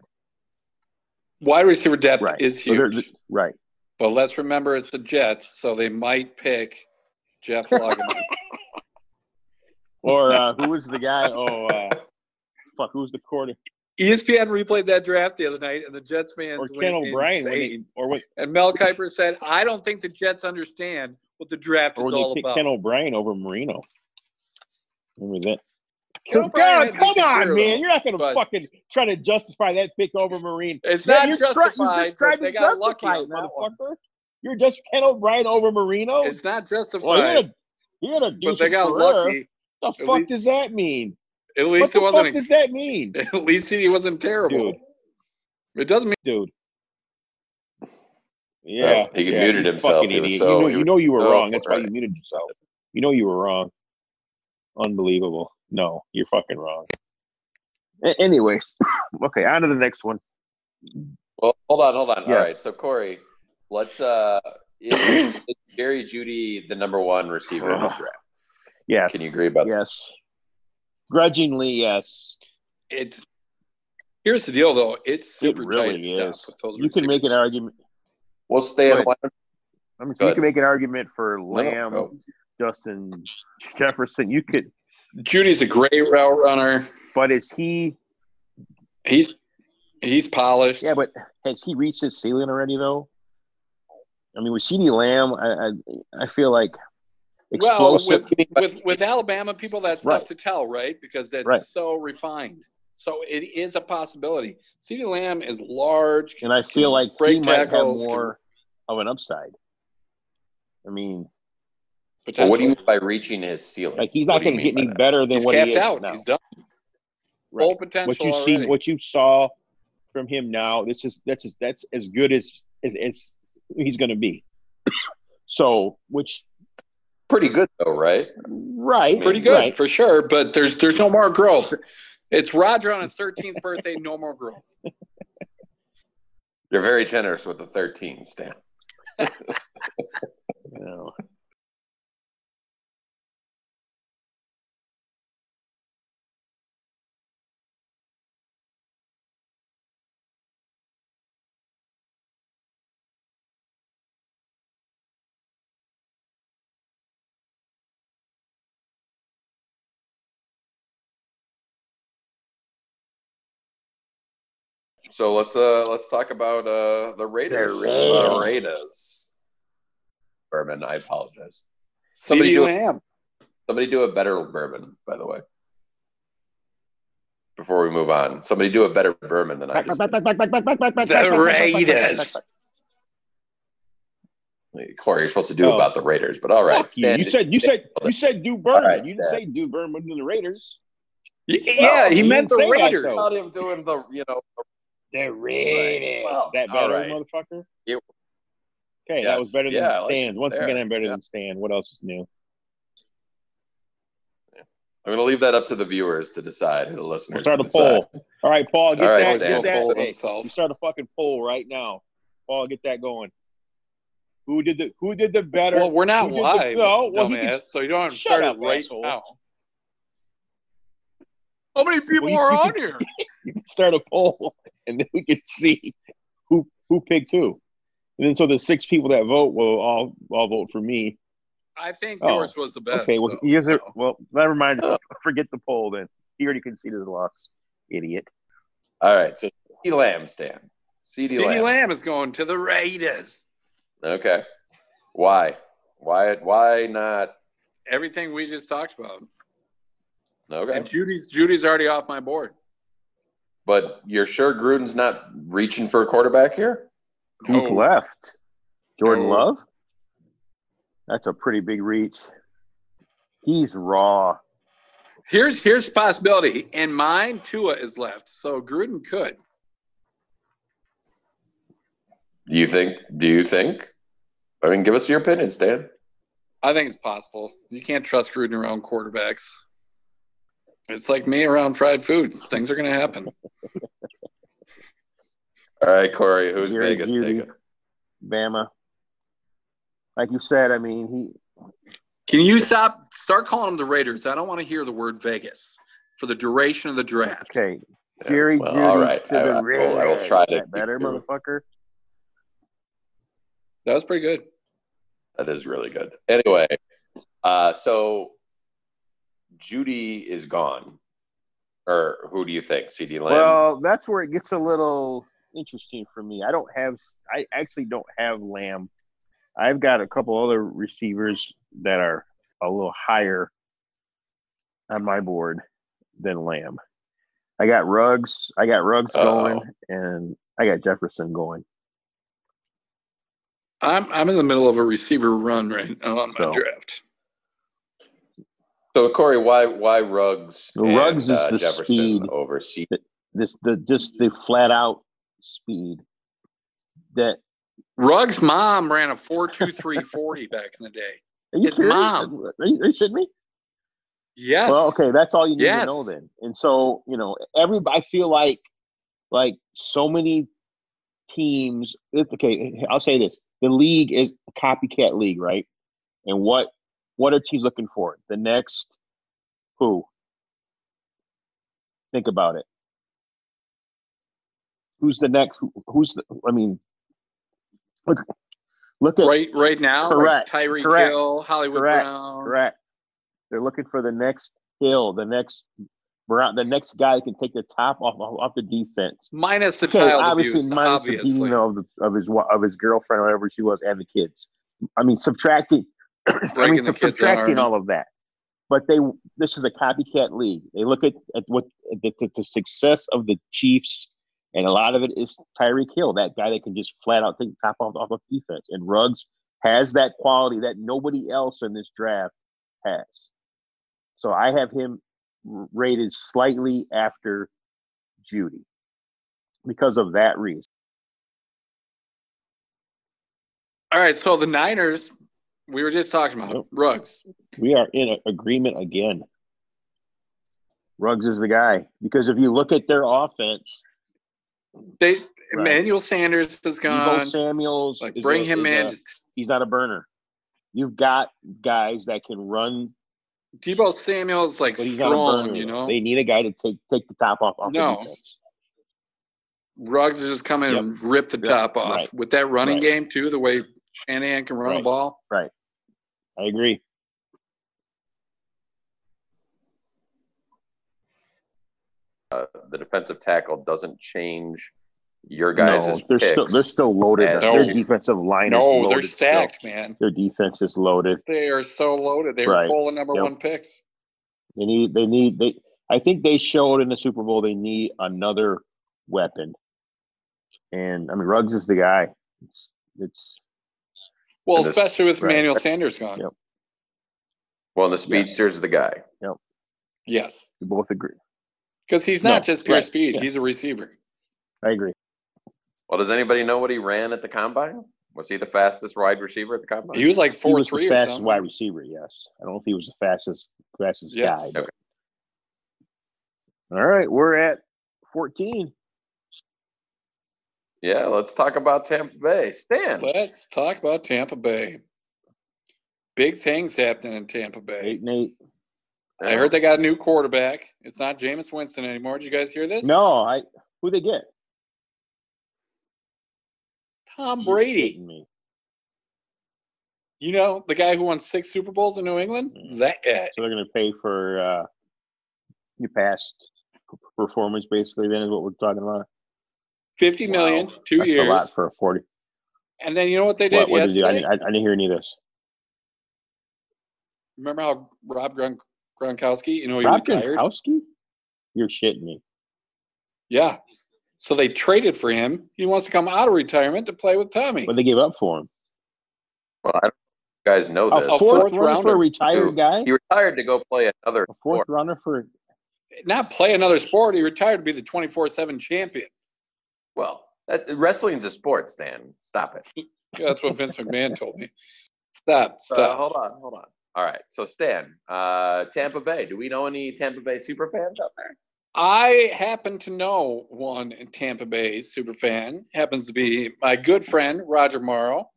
Speaker 1: Wide receiver depth
Speaker 2: Right.
Speaker 1: is
Speaker 2: So they're-
Speaker 1: huge,
Speaker 2: right.
Speaker 1: but let's remember it's the Jets, so they might pick
Speaker 2: [LAUGHS]
Speaker 1: Jeff Loggeman.
Speaker 2: Or [LAUGHS] uh, who was the guy?
Speaker 6: oh uh, fuck who's the quarter
Speaker 1: ESPN replayed that draft the other night, and the Jets
Speaker 6: or
Speaker 1: fans
Speaker 6: Ken
Speaker 1: went
Speaker 6: O'Brien when he,
Speaker 1: insane.
Speaker 6: or what
Speaker 1: And Mel Kiper said, "I don't think the Jets understand what the draft
Speaker 6: or
Speaker 1: is
Speaker 6: when they
Speaker 1: all
Speaker 6: picked
Speaker 1: about."
Speaker 6: Ken O'Brien over Marino. Remember that?
Speaker 1: Ken O'Brien
Speaker 6: God,
Speaker 1: had
Speaker 6: come
Speaker 1: decent
Speaker 6: on,
Speaker 1: career,
Speaker 6: man! You're not gonna
Speaker 1: but-
Speaker 6: fucking try to justify that pick over Marine.
Speaker 1: It's
Speaker 6: Yeah,
Speaker 1: not
Speaker 6: you're try- you
Speaker 1: justified.
Speaker 6: just
Speaker 1: but
Speaker 6: tried to
Speaker 1: they got lucky
Speaker 6: justify it,
Speaker 1: on that one.
Speaker 6: motherfucker. You're just Ken O'Brien over Marino.
Speaker 1: It's not justified,
Speaker 6: Well, he had a he had a
Speaker 1: but
Speaker 6: decent
Speaker 1: they got
Speaker 6: career.
Speaker 1: lucky.
Speaker 6: What the
Speaker 1: At
Speaker 6: fuck
Speaker 1: least-
Speaker 6: does that mean?
Speaker 1: At
Speaker 6: What
Speaker 1: least
Speaker 6: the
Speaker 1: it
Speaker 6: fuck
Speaker 1: wasn't.
Speaker 6: does that mean,
Speaker 1: [LAUGHS] at least he wasn't terrible.
Speaker 6: dude?
Speaker 1: It doesn't mean
Speaker 6: Dude. Yeah,
Speaker 3: he
Speaker 6: yeah,
Speaker 3: muted
Speaker 6: you
Speaker 3: himself.
Speaker 6: fucking
Speaker 3: He was
Speaker 6: idiot.
Speaker 3: so-
Speaker 6: you, knew,
Speaker 3: he
Speaker 6: you
Speaker 3: was
Speaker 6: know you were
Speaker 3: so
Speaker 6: wrong. That's why you
Speaker 3: right.
Speaker 6: muted yourself. You know you were wrong. Unbelievable. No, you're fucking wrong. [COUGHS]
Speaker 2: A- anyway, okay, on to the next one.
Speaker 3: Well, hold on, hold on. All
Speaker 2: Yes.
Speaker 3: right, so Corey, let's. uh is, is Jerry Judy the number one receiver in this
Speaker 2: Uh-huh.
Speaker 3: draft?
Speaker 2: Yes.
Speaker 3: Can you agree about
Speaker 2: Yes.
Speaker 6: Grudgingly, yes.
Speaker 1: it's Here's the deal, though. It's super
Speaker 6: really
Speaker 1: tight. At the top
Speaker 6: is.
Speaker 1: with those
Speaker 6: You can make an
Speaker 1: receivers.
Speaker 6: argument.
Speaker 3: We'll stay
Speaker 2: Right.
Speaker 3: at one.
Speaker 2: I mean,
Speaker 3: Go
Speaker 2: you
Speaker 3: ahead.
Speaker 2: can make an argument for
Speaker 3: No, no,
Speaker 2: Lamb,
Speaker 3: go.
Speaker 2: Justin Jefferson. You could,
Speaker 1: Judy's a great route runner.
Speaker 2: but is he?
Speaker 1: He's he's polished.
Speaker 2: Yeah, but has he reached his ceiling already? Though, I mean, with Ceedee Lamb, I I, I feel like
Speaker 1: well,
Speaker 2: explosive.
Speaker 1: with, with with Alabama people, that's
Speaker 2: Right.
Speaker 1: tough to tell, right? Because that's
Speaker 2: Right.
Speaker 1: so refined. So it is a possibility. CeeDee Lamb is large.
Speaker 2: and I feel like he
Speaker 1: break
Speaker 2: might have
Speaker 1: tackles,
Speaker 2: more of an upside. I mean,
Speaker 3: But what do you
Speaker 1: potentially.
Speaker 3: mean by reaching his ceiling?
Speaker 6: Like he's
Speaker 3: What
Speaker 6: not
Speaker 3: do you
Speaker 6: going to get
Speaker 3: mean by
Speaker 6: any
Speaker 3: that?
Speaker 6: better than
Speaker 1: He's
Speaker 6: what he
Speaker 1: capped
Speaker 6: is
Speaker 1: out.
Speaker 6: now.
Speaker 1: He's done.
Speaker 6: Right.
Speaker 1: Full potential
Speaker 6: what you
Speaker 1: already.
Speaker 6: see, what you saw from him now, this is that's as- that's as good as as, as he's going to be. so, which
Speaker 3: Pretty good though, right?
Speaker 6: right,
Speaker 1: Pretty good
Speaker 6: right.
Speaker 1: for sure, but there's there's no more growth. It's Roger on his 13th birthday. No more growth.
Speaker 3: You're very generous with the 13, Stan.
Speaker 6: You know.
Speaker 3: So let's uh let's talk about uh the Raiders.
Speaker 2: The Raiders.
Speaker 3: The Raiders. Bourbon, I apologize. Somebody
Speaker 1: CeeDee
Speaker 3: do,
Speaker 1: Lamb.
Speaker 3: somebody do a better bourbon, by the way. Before we move on, somebody do a better bourbon than I
Speaker 6: Back,
Speaker 3: just.
Speaker 6: back,
Speaker 3: did.
Speaker 6: back, back, back, back, back, back, back, back, back, back,
Speaker 1: The
Speaker 6: back, back, back, back, back,
Speaker 1: Raiders.
Speaker 6: back,
Speaker 3: Corey, you're supposed to do
Speaker 6: Oh.
Speaker 3: about the Raiders, but
Speaker 6: back.
Speaker 3: all right.
Speaker 6: Fuck you. You said you said you said do Berman.
Speaker 3: right,
Speaker 6: you didn't
Speaker 3: Stan.
Speaker 6: say do Berman to the Raiders.
Speaker 1: Y- Yeah, he
Speaker 6: you
Speaker 1: meant
Speaker 6: didn't
Speaker 1: the
Speaker 6: say that,
Speaker 1: Raiders.
Speaker 6: though.
Speaker 3: about him doing the you know
Speaker 6: The Raiders.
Speaker 3: Well,
Speaker 6: that
Speaker 3: all
Speaker 6: better,
Speaker 3: right.
Speaker 6: motherfucker.
Speaker 3: It-
Speaker 6: okay,
Speaker 3: Yes.
Speaker 6: that was better than
Speaker 3: Yeah, I like
Speaker 6: Stan's. Once
Speaker 3: there.
Speaker 6: again, I'm better
Speaker 3: Yeah.
Speaker 6: than Stan. What else is new?
Speaker 3: I'm gonna leave that up to the viewers to decide, and the
Speaker 6: We'll
Speaker 3: listeners.
Speaker 6: start a
Speaker 3: to decide.
Speaker 6: poll. All right, Paul, get
Speaker 3: All right,
Speaker 6: that.
Speaker 3: Stan.
Speaker 6: Get that.
Speaker 1: Folds
Speaker 6: Hey,
Speaker 1: himself.
Speaker 6: You start a fucking poll right now. Paul, get that going. Who did the Who did the better?
Speaker 1: Well, we're not
Speaker 6: Who did the-
Speaker 1: live,
Speaker 6: no, well, he
Speaker 1: dumbass,
Speaker 6: can-
Speaker 1: so you don't have to
Speaker 6: Shut
Speaker 1: start
Speaker 6: up,
Speaker 1: it right
Speaker 6: asshole.
Speaker 1: now. How many people
Speaker 6: Well, you-
Speaker 1: are
Speaker 6: you [LAUGHS]
Speaker 1: on here?
Speaker 6: you can [LAUGHS] start a poll, [LAUGHS] and then we can see who who picked who. And then so the six people that vote will all all vote for me.
Speaker 1: I think
Speaker 6: Oh,
Speaker 1: yours was the best.
Speaker 6: okay, well,
Speaker 1: though,
Speaker 2: he is.
Speaker 1: so.
Speaker 2: Well, never mind.
Speaker 3: Oh.
Speaker 2: Forget the poll. Then he already conceded the loss. Idiot.
Speaker 3: All right, so CD Lamb, Stan. CD
Speaker 1: CeeDee
Speaker 3: Lamb.
Speaker 1: Lamb. is going to the Raiders.
Speaker 3: Okay. Why? Why? Why not?
Speaker 1: Everything we just talked about.
Speaker 3: Okay.
Speaker 1: And Judy's Judy's already off my board.
Speaker 3: But you're sure Gruden's not reaching for a quarterback here?
Speaker 2: Who's
Speaker 3: Oh.
Speaker 1: No.
Speaker 2: left? Jordan
Speaker 1: No.
Speaker 2: Love? That's a pretty big reach. He's raw.
Speaker 1: Here's here's the possibility. In mine, Tua is left, so Gruden could.
Speaker 3: Do you think? Do you think? I mean, give us your opinion, Stan.
Speaker 1: I think it's possible. You can't trust Gruden around quarterbacks. It's like me around fried foods. Things are going to happen.
Speaker 3: All right, Corey. Who's
Speaker 2: Jerry
Speaker 3: Vegas
Speaker 2: Judy.
Speaker 3: taking?
Speaker 2: Bama. Like you said, I mean,
Speaker 1: Can you stop? Start calling them the Raiders. I don't want to hear the word Vegas for the duration of the
Speaker 2: he
Speaker 1: draft.
Speaker 2: okay. Jerry
Speaker 3: well,
Speaker 2: Judy
Speaker 3: all right.
Speaker 2: to
Speaker 3: I-
Speaker 2: the
Speaker 3: I will- I will
Speaker 2: Raiders.
Speaker 3: try
Speaker 2: Is
Speaker 3: to
Speaker 2: that better,
Speaker 3: keep you-
Speaker 2: motherfucker.
Speaker 1: That was pretty good.
Speaker 3: That is really good. Anyway, uh, so Judy is gone. Or who do you think? CD Lamb.
Speaker 2: Well, that's where it gets a little interesting for me. I don't have I actually don't have Lamb. I've got a couple other receivers that are a little higher on my board than Lamb. I got Ruggs, I got Ruggs
Speaker 3: Uh-oh.
Speaker 2: going and I got Jefferson going.
Speaker 1: I'm I'm in the middle of a receiver run right now on my
Speaker 2: So.
Speaker 1: draft.
Speaker 3: so Corey, why why Ruggs? and, uh,
Speaker 2: Ruggs is the
Speaker 3: Jefferson
Speaker 2: speed.
Speaker 3: over CD.
Speaker 2: This the just the flat out speed that
Speaker 1: Ruggs' mom ran a four two
Speaker 2: [LAUGHS]
Speaker 1: three forty back in the day.
Speaker 2: are you
Speaker 1: His
Speaker 2: serious?
Speaker 1: mom.
Speaker 2: Are you, are you shitting me?
Speaker 1: Yes.
Speaker 2: Well, okay, that's all you need
Speaker 1: Yes.
Speaker 2: to know then. And so, you know, every I feel like like so many teams. it- Okay, I'll say this: the league is a copycat league, right? And what what are teams looking for? The next who? Think about it. who's the next? Who, who's the? I mean, look, look at
Speaker 1: Right, right now, like
Speaker 2: Correct,
Speaker 1: Tyree
Speaker 2: correct,
Speaker 1: Kill, Hollywood
Speaker 2: correct,
Speaker 1: Brown.
Speaker 2: correct. They're looking for the next Hill, the next Brown, the next guy that can take the top off off, off the defense.
Speaker 1: Minus the
Speaker 2: Okay,
Speaker 1: child
Speaker 2: obviously,
Speaker 1: abuse,
Speaker 2: minus the
Speaker 1: obviously.
Speaker 2: beating of the, of his wa- of his girlfriend, whatever she was, and the kids. I mean, subtracting. I
Speaker 1: Breaking
Speaker 2: mean,
Speaker 1: the
Speaker 2: sub-
Speaker 1: kids' arms.
Speaker 2: subtracting all of that. But they, this is a copycat league. They look at, at what at the, the, the success of the Chiefs, and a lot of it is Tyreek Hill, that guy that can just flat out take the top off off of defense. And Ruggs has that quality that nobody else in this draft has. So I have him r- rated slightly after Judy because of that reason.
Speaker 1: All right, so the Niners, we were just talking about
Speaker 6: Yep.
Speaker 1: rugs.
Speaker 6: We are in a- agreement again.
Speaker 2: Ruggs is the guy because if you look at their offense,
Speaker 1: They
Speaker 2: Right.
Speaker 1: Emmanuel Sanders is
Speaker 2: Debo
Speaker 1: gone.
Speaker 2: Samuel's
Speaker 1: Like
Speaker 2: is
Speaker 1: bring
Speaker 2: a-
Speaker 1: him
Speaker 2: is
Speaker 1: in.
Speaker 2: a-
Speaker 1: Just
Speaker 2: he's not a burner. You've got guys that can run,
Speaker 1: Debo Samuel's like
Speaker 6: But he's not a
Speaker 1: strong,
Speaker 6: burner,
Speaker 1: you know.
Speaker 2: They need a guy to take take the top off off
Speaker 1: No.
Speaker 2: the defense.
Speaker 1: Ruggs is just come in and rip the
Speaker 2: Yep.
Speaker 1: top off
Speaker 6: Right.
Speaker 1: with that running
Speaker 6: Right.
Speaker 1: game too. The way Shanahan can run the
Speaker 6: Right.
Speaker 1: ball.
Speaker 6: I agree.
Speaker 3: Uh, the defensive tackle doesn't change your guys'
Speaker 2: no, they're still
Speaker 3: picks.
Speaker 2: they're still loaded.
Speaker 3: as-
Speaker 2: Their
Speaker 1: No.
Speaker 2: defensive line is
Speaker 1: No,
Speaker 2: loaded.
Speaker 1: they're
Speaker 2: still.
Speaker 1: stacked, man.
Speaker 2: Their defense is loaded.
Speaker 1: They are so loaded. They were
Speaker 2: Right.
Speaker 1: full of number
Speaker 2: Yep.
Speaker 1: one picks.
Speaker 2: They need they need they. I think they showed in the Super Bowl they need another weapon, and I mean Ruggs is the guy. It's, it's
Speaker 1: Well,
Speaker 3: And this-
Speaker 1: especially with
Speaker 2: right.
Speaker 1: Emmanuel Sanders gone.
Speaker 2: Yep.
Speaker 3: well, and the speedster's the guy.
Speaker 1: Yes,
Speaker 2: we both agree.
Speaker 1: because he's not
Speaker 2: No,
Speaker 1: just pure
Speaker 2: right.
Speaker 1: speed;
Speaker 2: Yeah.
Speaker 1: he's a receiver.
Speaker 2: I agree.
Speaker 3: Well, does anybody know what he ran at the combine? Was he the fastest wide receiver at the combine?
Speaker 1: He was like
Speaker 2: he
Speaker 1: four
Speaker 2: was
Speaker 1: three
Speaker 2: the
Speaker 1: or
Speaker 2: fastest
Speaker 1: something.
Speaker 2: wide receiver. Yes, I don't know if he was the fastest fastest
Speaker 1: Yes.
Speaker 2: guy. but- All right, we're at fourteen.
Speaker 3: yeah, let's talk about Tampa Bay. Stan,
Speaker 1: Let's talk about Tampa Bay. Big things happening in Tampa Bay.
Speaker 2: Eight and eight.
Speaker 1: I heard they got a new quarterback. It's not Jameis Winston anymore. Did you guys hear this?
Speaker 2: No, I who they get?
Speaker 1: Tom
Speaker 2: You
Speaker 1: Brady.
Speaker 2: [LAUGHS] kidding Me.
Speaker 1: You know, the guy who won six Super Bowls in New England?
Speaker 2: Mm.
Speaker 1: That guy.
Speaker 2: So they're going to pay for uh, your past p- performance, basically. Then is what we're talking about.
Speaker 1: 50 million,
Speaker 2: Wow.
Speaker 1: two
Speaker 2: That's a lot
Speaker 1: years.
Speaker 2: for a forty.
Speaker 1: And then you know what they did
Speaker 2: what, what did they do? I,
Speaker 1: yesterday?
Speaker 2: didn't- I, I didn't hear any of this.
Speaker 1: Remember how Rob Gron- Gronkowski, you know, he
Speaker 2: Rob
Speaker 1: retired?
Speaker 2: Gronkowski? You're shitting me.
Speaker 1: Yeah. So they traded for him. He wants to come out of retirement to play with Tommy.
Speaker 2: What they gave up for him?
Speaker 3: Well, I don't know if you guys know
Speaker 2: A
Speaker 3: this.
Speaker 1: A
Speaker 2: fourth,
Speaker 1: Oh, fourth
Speaker 2: rounder, for
Speaker 1: rounder.
Speaker 2: a retired
Speaker 3: Dude,
Speaker 2: guy.
Speaker 3: He retired to go play another
Speaker 2: A fourth
Speaker 3: sport.
Speaker 2: rounder for
Speaker 1: Not play another sport. He retired to be the 24 7 champion.
Speaker 3: Well, that, wrestling's a sport, Stan. Stop it.
Speaker 1: Yeah, That's what Vince McMahon told me. Stop,
Speaker 3: Uh,
Speaker 1: stop.
Speaker 3: hold on, hold on. All right, so Stan, uh, Tampa Bay. Do we know any Tampa Bay super fans out there?
Speaker 1: I happen to know one in Tampa Bay super fan. Happens to be my good friend Roger Morrow.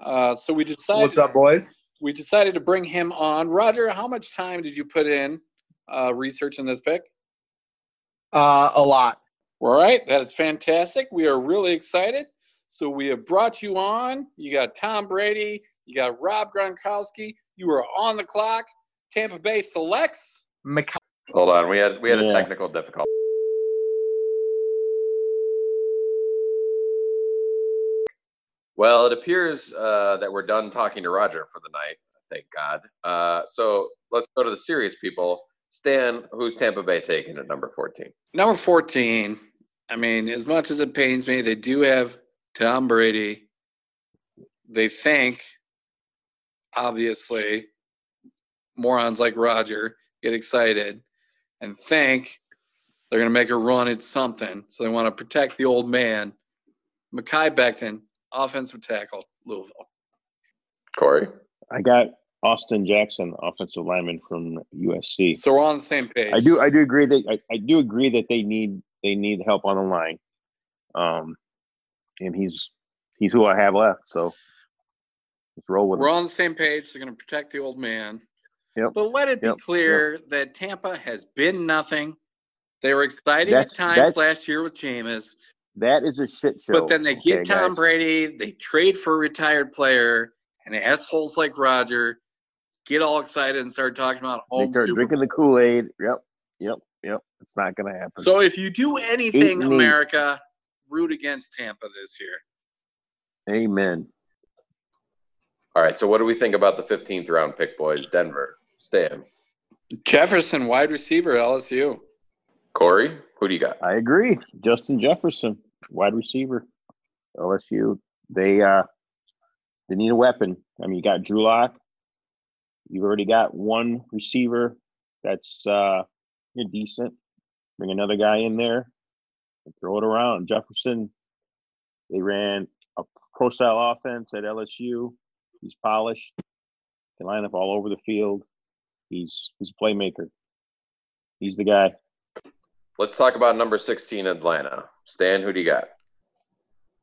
Speaker 1: Uh, so we decided.
Speaker 7: boys?
Speaker 1: We decided to bring him on. Roger, how much time did you put in uh, researching this pick?
Speaker 7: Uh, a lot.
Speaker 1: All right, that is fantastic. We are really excited. So we have brought you on. You got Tom Brady. You got Rob Gronkowski. You are on the clock. Tampa Bay selects.
Speaker 7: Mc-
Speaker 3: Hold on, we had we had a
Speaker 2: Yeah.
Speaker 3: technical difficulty. Well, it appears uh, that we're done talking to Roger for the night. Thank God. Uh, so let's go to the serious people. Stan, who's Tampa Bay taking at number fourteen?
Speaker 1: Number 14, I mean, as much as it pains me, they do have Tom Brady. They think, obviously, morons like Roger get excited and think they're going to make a run at something. So they want to protect the old man, Mackay Becton, offensive tackle, Louisville.
Speaker 3: Corey.
Speaker 6: I got Austin Jackson, offensive lineman from USC.
Speaker 1: So we're on the same page.
Speaker 2: I do. I do agree that I, I do agree that they need they need help on the line, um, and he's he's who I have left. So let's roll with
Speaker 1: We're
Speaker 2: it.
Speaker 1: on the same page. They're going to protect the old man.
Speaker 2: Yep.
Speaker 1: But let it be
Speaker 2: Yep.
Speaker 1: clear that Tampa has been nothing. They were exciting
Speaker 2: That's-
Speaker 1: at times
Speaker 2: that-
Speaker 1: last year with Jameis.
Speaker 8: That is a shit show.
Speaker 1: But then they get
Speaker 8: okay,
Speaker 1: Tom
Speaker 8: guys?
Speaker 1: Brady, they trade for a retired player, and assholes like Roger get all excited and start talking about
Speaker 8: They
Speaker 1: home
Speaker 8: start
Speaker 1: Super
Speaker 8: drinking the
Speaker 1: Bowls.
Speaker 8: Kool Aid. Yep, yep, yep. It's not gonna happen.
Speaker 1: So if you do anything,
Speaker 8: Eight and eight.
Speaker 1: America, root against Tampa this year.
Speaker 8: Amen.
Speaker 3: All right. So what do we think about the 15th round pick, boys? Denver, Stan,
Speaker 1: Jefferson, wide receiver, LSU.
Speaker 3: Corey. Who do you got?
Speaker 8: I agree.
Speaker 2: Justin Jefferson, wide receiver.
Speaker 8: LSU. They uh
Speaker 2: They need a weapon. I mean, you got Drew Lock. You've already got one receiver that's uh you're decent. Bring another guy in there and throw it around. Jefferson, they ran a pro style offense at LSU. He's polished. Can line up all over the field. He's he's a playmaker. He's the guy.
Speaker 3: Let's talk about number 16, Atlanta. Stan, who do you got?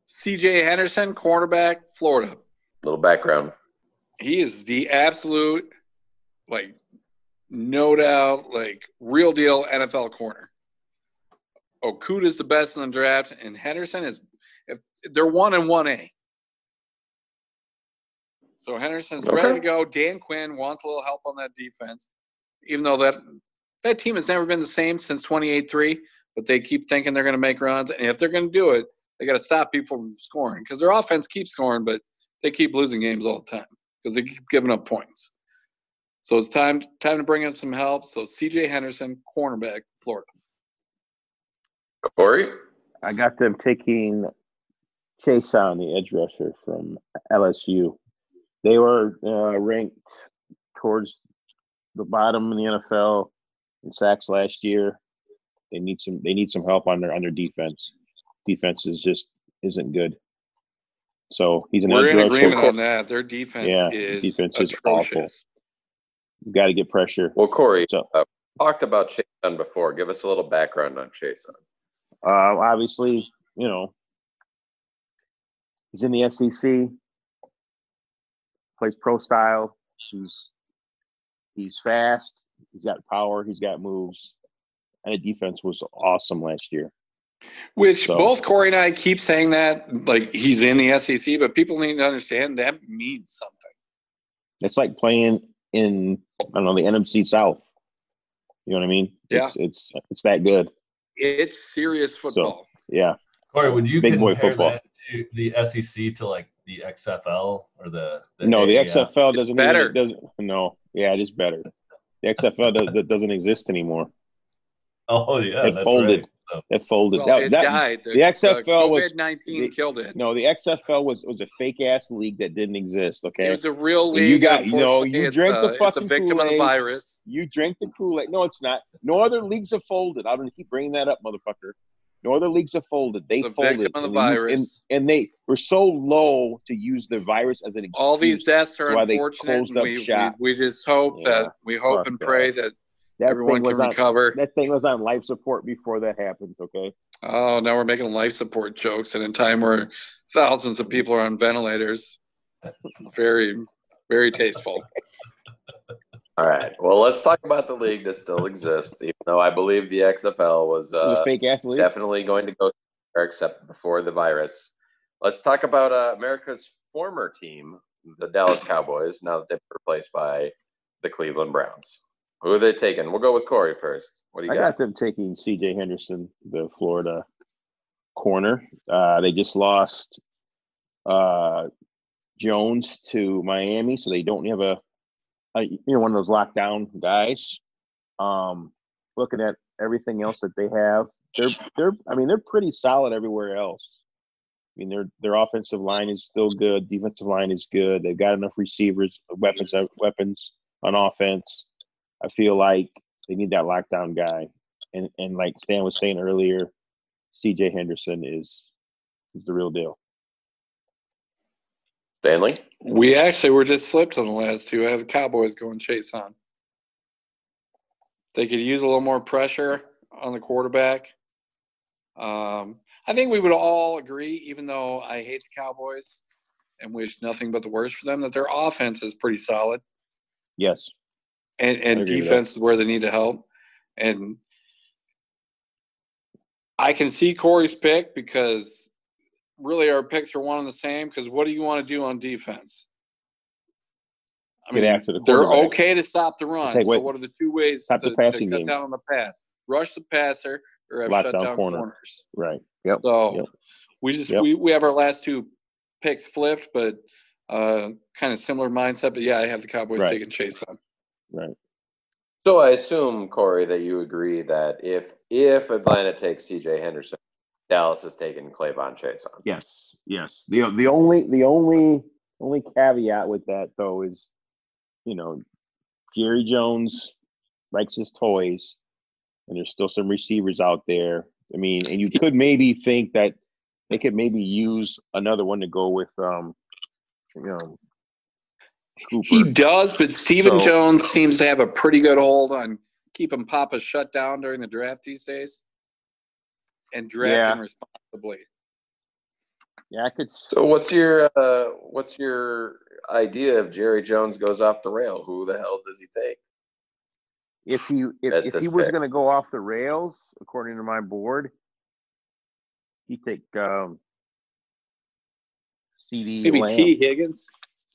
Speaker 1: CJ Henderson, cornerback, Florida.
Speaker 3: Little background.
Speaker 1: He is the absolute, like, no doubt, like, real deal NFL corner. Okuda's the best in the draft, and Henderson is, if they're one and one A. So Henderson's ready to
Speaker 3: Okay.
Speaker 1: go. Dan Quinn wants a little help on that defense, even though that that team has never been the same since 28-3, but they keep thinking they're going to make runs, and if they're going to do it, they got to stop people from scoring because their offense keeps scoring, but they keep losing games all the time because they keep giving up points. So it's time time to bring in some help. So C.J. Henderson, cornerback, Florida.
Speaker 3: Corey?
Speaker 2: I got them taking Chase on the edge rusher from LSU. They were uh, ranked towards the bottom in the NFL in sacks last year. They need some. They need some help on their on their defense. Defense is just isn't good. So he's an
Speaker 1: We're
Speaker 2: edge
Speaker 1: in
Speaker 2: rusher.
Speaker 1: agreement on that. Their defense
Speaker 2: Yeah,
Speaker 1: is
Speaker 2: defense is
Speaker 1: atrocious.
Speaker 2: You got to get pressure.
Speaker 3: Well, Corey,
Speaker 2: So-
Speaker 3: uh, talked about Chase Young before. Give us a little background on Chase Young.
Speaker 2: Uh, obviously, you know, he's in the SEC, plays pro style. He's he's fast. He's got power. He's got moves. And the defense was awesome last year.
Speaker 1: Which
Speaker 2: So-
Speaker 1: both Corey and I keep saying that, like he's in the SEC, but people need to understand that means something.
Speaker 2: It's like playing in I don't know the NFC South. You know what I mean?
Speaker 1: Yeah.
Speaker 2: It's it's, it's that good.
Speaker 1: It's serious football.
Speaker 2: Yeah.
Speaker 9: Corey, would you
Speaker 2: Big boy
Speaker 9: compare
Speaker 2: football.
Speaker 9: that to the SEC to like the XFL or the,
Speaker 2: no, the
Speaker 9: AAF?
Speaker 2: XFL doesn't even-
Speaker 1: better.
Speaker 2: doesn't no. Yeah, it is better. The XFL does, that doesn't exist anymore.
Speaker 9: [LAUGHS] Oh [LAUGHS] yeah,
Speaker 2: It
Speaker 9: that's
Speaker 2: folded.
Speaker 9: right.
Speaker 2: It folded.
Speaker 1: well,
Speaker 2: That-
Speaker 1: it
Speaker 2: that-
Speaker 1: died. The,
Speaker 2: XFL was-
Speaker 1: COVID nineteen
Speaker 2: the-
Speaker 1: killed it.
Speaker 2: No, the XFL was was a fake ass league that didn't exist.
Speaker 1: It
Speaker 2: Okay,
Speaker 1: was a real
Speaker 2: You
Speaker 1: league.
Speaker 2: got- you know, you
Speaker 1: unfortunately, it's,
Speaker 2: drank the
Speaker 1: uh, It's a
Speaker 2: fucking
Speaker 1: victim of the
Speaker 2: Kool-Aid.
Speaker 1: virus.
Speaker 2: you drank the Kool Aid. No, it's not. No other leagues have folded. I'm gonna keep bringing that up, motherfucker. No other leagues have folded. They
Speaker 1: It's a
Speaker 2: folded.
Speaker 1: victim of the
Speaker 2: and they used-
Speaker 1: virus.
Speaker 2: and, and they were so low to use the virus as an excuse.
Speaker 1: All these deaths are
Speaker 2: why they
Speaker 1: unfortunate.
Speaker 2: closed up
Speaker 1: We, we
Speaker 2: shop.
Speaker 1: we just hope
Speaker 2: Yeah,
Speaker 1: that we hope
Speaker 2: fuck
Speaker 1: and
Speaker 2: that.
Speaker 1: pray that
Speaker 2: that
Speaker 1: everyone
Speaker 2: thing
Speaker 1: can
Speaker 2: was on,
Speaker 1: recover.
Speaker 2: That thing was on life support before that happened. Okay,
Speaker 1: Oh, now we're making life support jokes, and in time where thousands of people are on ventilators, very, very tasteful.
Speaker 3: All right. Well, let's talk about the league that still exists, even though I believe the XFL was,
Speaker 2: it was
Speaker 3: uh,
Speaker 2: a fake ass league.
Speaker 3: definitely going to go somewhere except before the virus. Let's talk about uh, America's former team, the Dallas Cowboys, now that they've been replaced by the Cleveland Browns. Who are they taking? We'll go with Corey first. What do you
Speaker 2: I
Speaker 3: got?
Speaker 2: got them taking C.J. Henderson, the Florida corner. Uh, they just lost uh, Jones to Miami, so they don't have a, a you know one of those lockdown guys. Um, looking at everything else that they have, they're they're I mean they're pretty solid everywhere else. I mean their their offensive line is still good, defensive line is good. They've got enough receivers, weapons uh, weapons on offense. I feel like they need that lockdown guy. And and like Stan was saying earlier, CJ Henderson is is the real deal.
Speaker 3: Stanley?
Speaker 1: We actually were just flipped on the last two. I have the Cowboys going chase on. They could use a little more pressure on the quarterback. Um, I think we would all agree, even though I hate the Cowboys and wish nothing but the worst for them, that their offense is pretty solid.
Speaker 2: Yes.
Speaker 1: and, and
Speaker 2: agree with that.
Speaker 1: defense is where they need to help. And I can see Corey's pick because really our picks are one and the same. Because what do you want to do on defense? I
Speaker 2: Get
Speaker 1: mean,
Speaker 2: after the
Speaker 1: they're
Speaker 2: quarterback.
Speaker 1: okay to stop the run.
Speaker 2: Take away-
Speaker 1: so what are the two ways
Speaker 2: stop
Speaker 1: to,
Speaker 2: the
Speaker 1: to
Speaker 2: passing
Speaker 1: cut
Speaker 2: game.
Speaker 1: down on the pass? Rush the passer or have
Speaker 2: Lock
Speaker 1: shut
Speaker 2: down
Speaker 1: down,
Speaker 2: corner.
Speaker 1: corners.
Speaker 2: Right. Yep.
Speaker 1: So
Speaker 2: Yep.
Speaker 1: we just
Speaker 2: Yep.
Speaker 1: we, we have our last two picks flipped, but uh, kind of similar mindset. But yeah, I have the Cowboys
Speaker 2: Right.
Speaker 1: taking Chase on.
Speaker 3: So I assume Corey that you agree that if if Atlanta takes C.J. Henderson, Dallas is taking Clayvon Chase on.
Speaker 10: Yes. Yes.
Speaker 2: The the only the only only caveat with that though is, you know, Jerry Jones likes his toys, and there's still some receivers out there. I mean, and you could maybe think that they could maybe use another one to go with, um, you know, Cooper.
Speaker 1: He does, but Steven
Speaker 2: So-
Speaker 1: Jones seems to have a pretty good hold on keeping Papa shut down during the draft these days and drafting responsibly.
Speaker 2: yeah, I could.
Speaker 3: So what's your uh, what's your idea if Jerry Jones goes off the rail? Who the hell does he take?
Speaker 10: If he
Speaker 3: At
Speaker 10: if, if
Speaker 3: this
Speaker 10: he was
Speaker 3: pick.
Speaker 10: going to go off the rails, according to my board, he'd take um, CD
Speaker 1: Maybe
Speaker 10: Lamb.
Speaker 1: T. Higgins.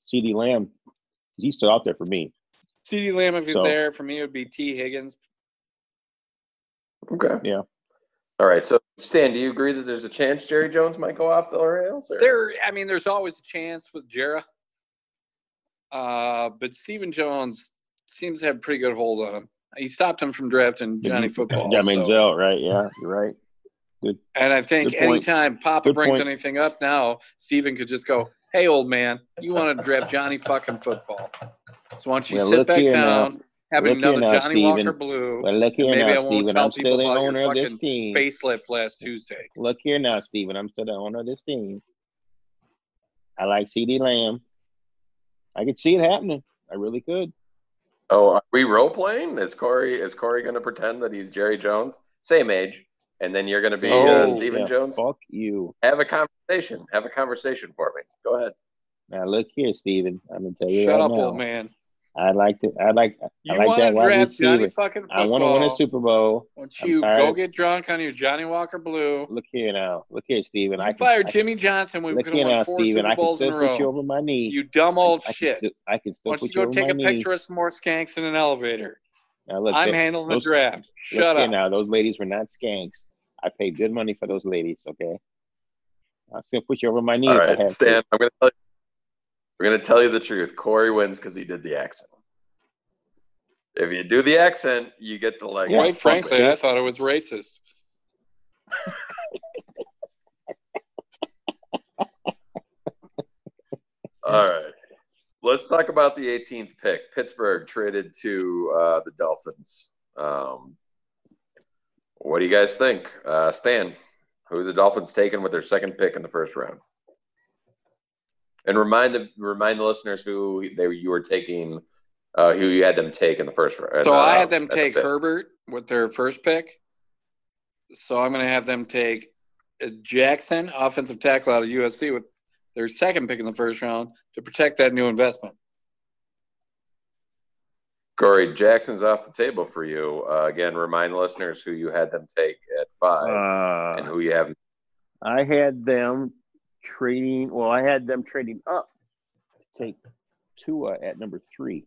Speaker 2: CD Lamb, he's still out there for me.
Speaker 1: C.D. Lamb, if he's
Speaker 2: So-
Speaker 1: there, for me, it would be T. Higgins.
Speaker 3: Okay.
Speaker 2: Yeah.
Speaker 3: All right. So Stan, do you agree that there's a chance Jerry Jones might go off the rails? Or?
Speaker 1: There, I mean, there's always a chance with Jarrah. Uh, but Steven Jones seems to have a pretty good hold on him. He stopped him from drafting Johnny Football.
Speaker 2: Yeah,
Speaker 1: so-
Speaker 2: Manziel, right? Yeah, you're right.
Speaker 1: And I think
Speaker 2: Good point.
Speaker 1: anytime Papa
Speaker 2: Good
Speaker 1: brings
Speaker 2: point.
Speaker 1: anything up now, Steven could just go, Hey, old man, you want to draft Johnny fucking football. So why don't you
Speaker 2: Well,
Speaker 1: sit
Speaker 2: look
Speaker 1: back
Speaker 2: here now.
Speaker 1: down, have
Speaker 2: Look here
Speaker 1: another
Speaker 2: now,
Speaker 1: Johnny Walker
Speaker 2: Steven.
Speaker 1: Blue
Speaker 2: Well, look here
Speaker 1: Maybe I
Speaker 2: now,
Speaker 1: won't
Speaker 2: Steven.
Speaker 1: tell
Speaker 2: I'm still
Speaker 1: people
Speaker 2: the
Speaker 1: about your
Speaker 2: owner of this
Speaker 1: fucking
Speaker 2: team.
Speaker 1: facelift last Tuesday.
Speaker 2: Look here now, Steven. I'm still the owner of this team. I like CD Lamb. I could see it happening. I really could.
Speaker 3: Oh, are we role playing? Is Corey is Corey going to pretend that he's Jerry Jones, same age, and then you're going to be uh,
Speaker 1: Oh,
Speaker 3: Stephen
Speaker 2: yeah,
Speaker 3: Jones?
Speaker 2: Fuck you.
Speaker 3: Have a conversation. Have a conversation for me. Go ahead.
Speaker 2: Now look here, Steven. I'm gonna tell you.
Speaker 1: Shut
Speaker 2: right
Speaker 1: up,
Speaker 2: now.
Speaker 1: old man.
Speaker 2: I'd like to. I'd like.
Speaker 1: You
Speaker 2: like
Speaker 1: want
Speaker 2: that
Speaker 1: to
Speaker 2: wide
Speaker 1: draft Johnny
Speaker 2: receiver.
Speaker 1: fucking football.
Speaker 2: I want to win a Super Bowl.
Speaker 1: Won't
Speaker 2: I'm
Speaker 1: you go
Speaker 2: tired.
Speaker 1: get drunk on your Johnny Walker Blue?
Speaker 2: Look here now. Look here, Steven. I
Speaker 1: You
Speaker 2: can,
Speaker 1: fired
Speaker 2: I can-
Speaker 1: Jimmy Johnson. We
Speaker 2: Look
Speaker 1: could
Speaker 2: here
Speaker 1: have
Speaker 2: now,
Speaker 1: won four
Speaker 2: Steven. I
Speaker 1: Super
Speaker 2: can
Speaker 1: Bowls in
Speaker 2: still
Speaker 1: a
Speaker 2: put you
Speaker 1: row.
Speaker 2: over my knee.
Speaker 1: You dumb
Speaker 2: I-
Speaker 1: old
Speaker 2: I can
Speaker 1: shit.
Speaker 2: still- I can still
Speaker 1: Why don't
Speaker 2: put
Speaker 1: you
Speaker 2: you
Speaker 1: go
Speaker 2: over
Speaker 1: take
Speaker 2: my
Speaker 1: a
Speaker 2: knee.
Speaker 1: picture of some more skanks in an elevator?
Speaker 2: Now look,
Speaker 1: I'm
Speaker 2: that-
Speaker 1: handling the
Speaker 2: those-
Speaker 1: draft. Shut
Speaker 2: Look
Speaker 1: up.
Speaker 2: here Now those ladies were not skanks. I paid good money for those ladies. Okay, I'll still put you over my knee.
Speaker 3: All
Speaker 2: if I
Speaker 3: right,
Speaker 2: have to.
Speaker 3: Stan. I'm going to tell you. We're going to tell you the truth. Corey wins because he did the accent. If you do the accent, you get the like.
Speaker 1: Quite frankly, I thought it was racist.
Speaker 3: All right. Let's talk about the 18th pick. Pittsburgh traded to uh, the Dolphins. Um, what do you guys think, uh, Stan? Who are the Dolphins taking with their second pick in the first round? And remind the remind the listeners who they you were taking, uh, who you had them take in the first round.
Speaker 1: So
Speaker 3: uh,
Speaker 1: I had them
Speaker 3: at the
Speaker 1: take
Speaker 3: fifth.
Speaker 1: Herbert with their first pick. So I'm going to have them take uh, Jackson, offensive tackle out of USC, with their second pick in the first round to protect that new investment.
Speaker 3: Corey Jackson's off the table for you uh, again. Remind listeners who you had them take at five and
Speaker 10: Uh,
Speaker 3: who you have.
Speaker 10: I had them trading. Well, I had them trading up
Speaker 2: to take Tua at number three.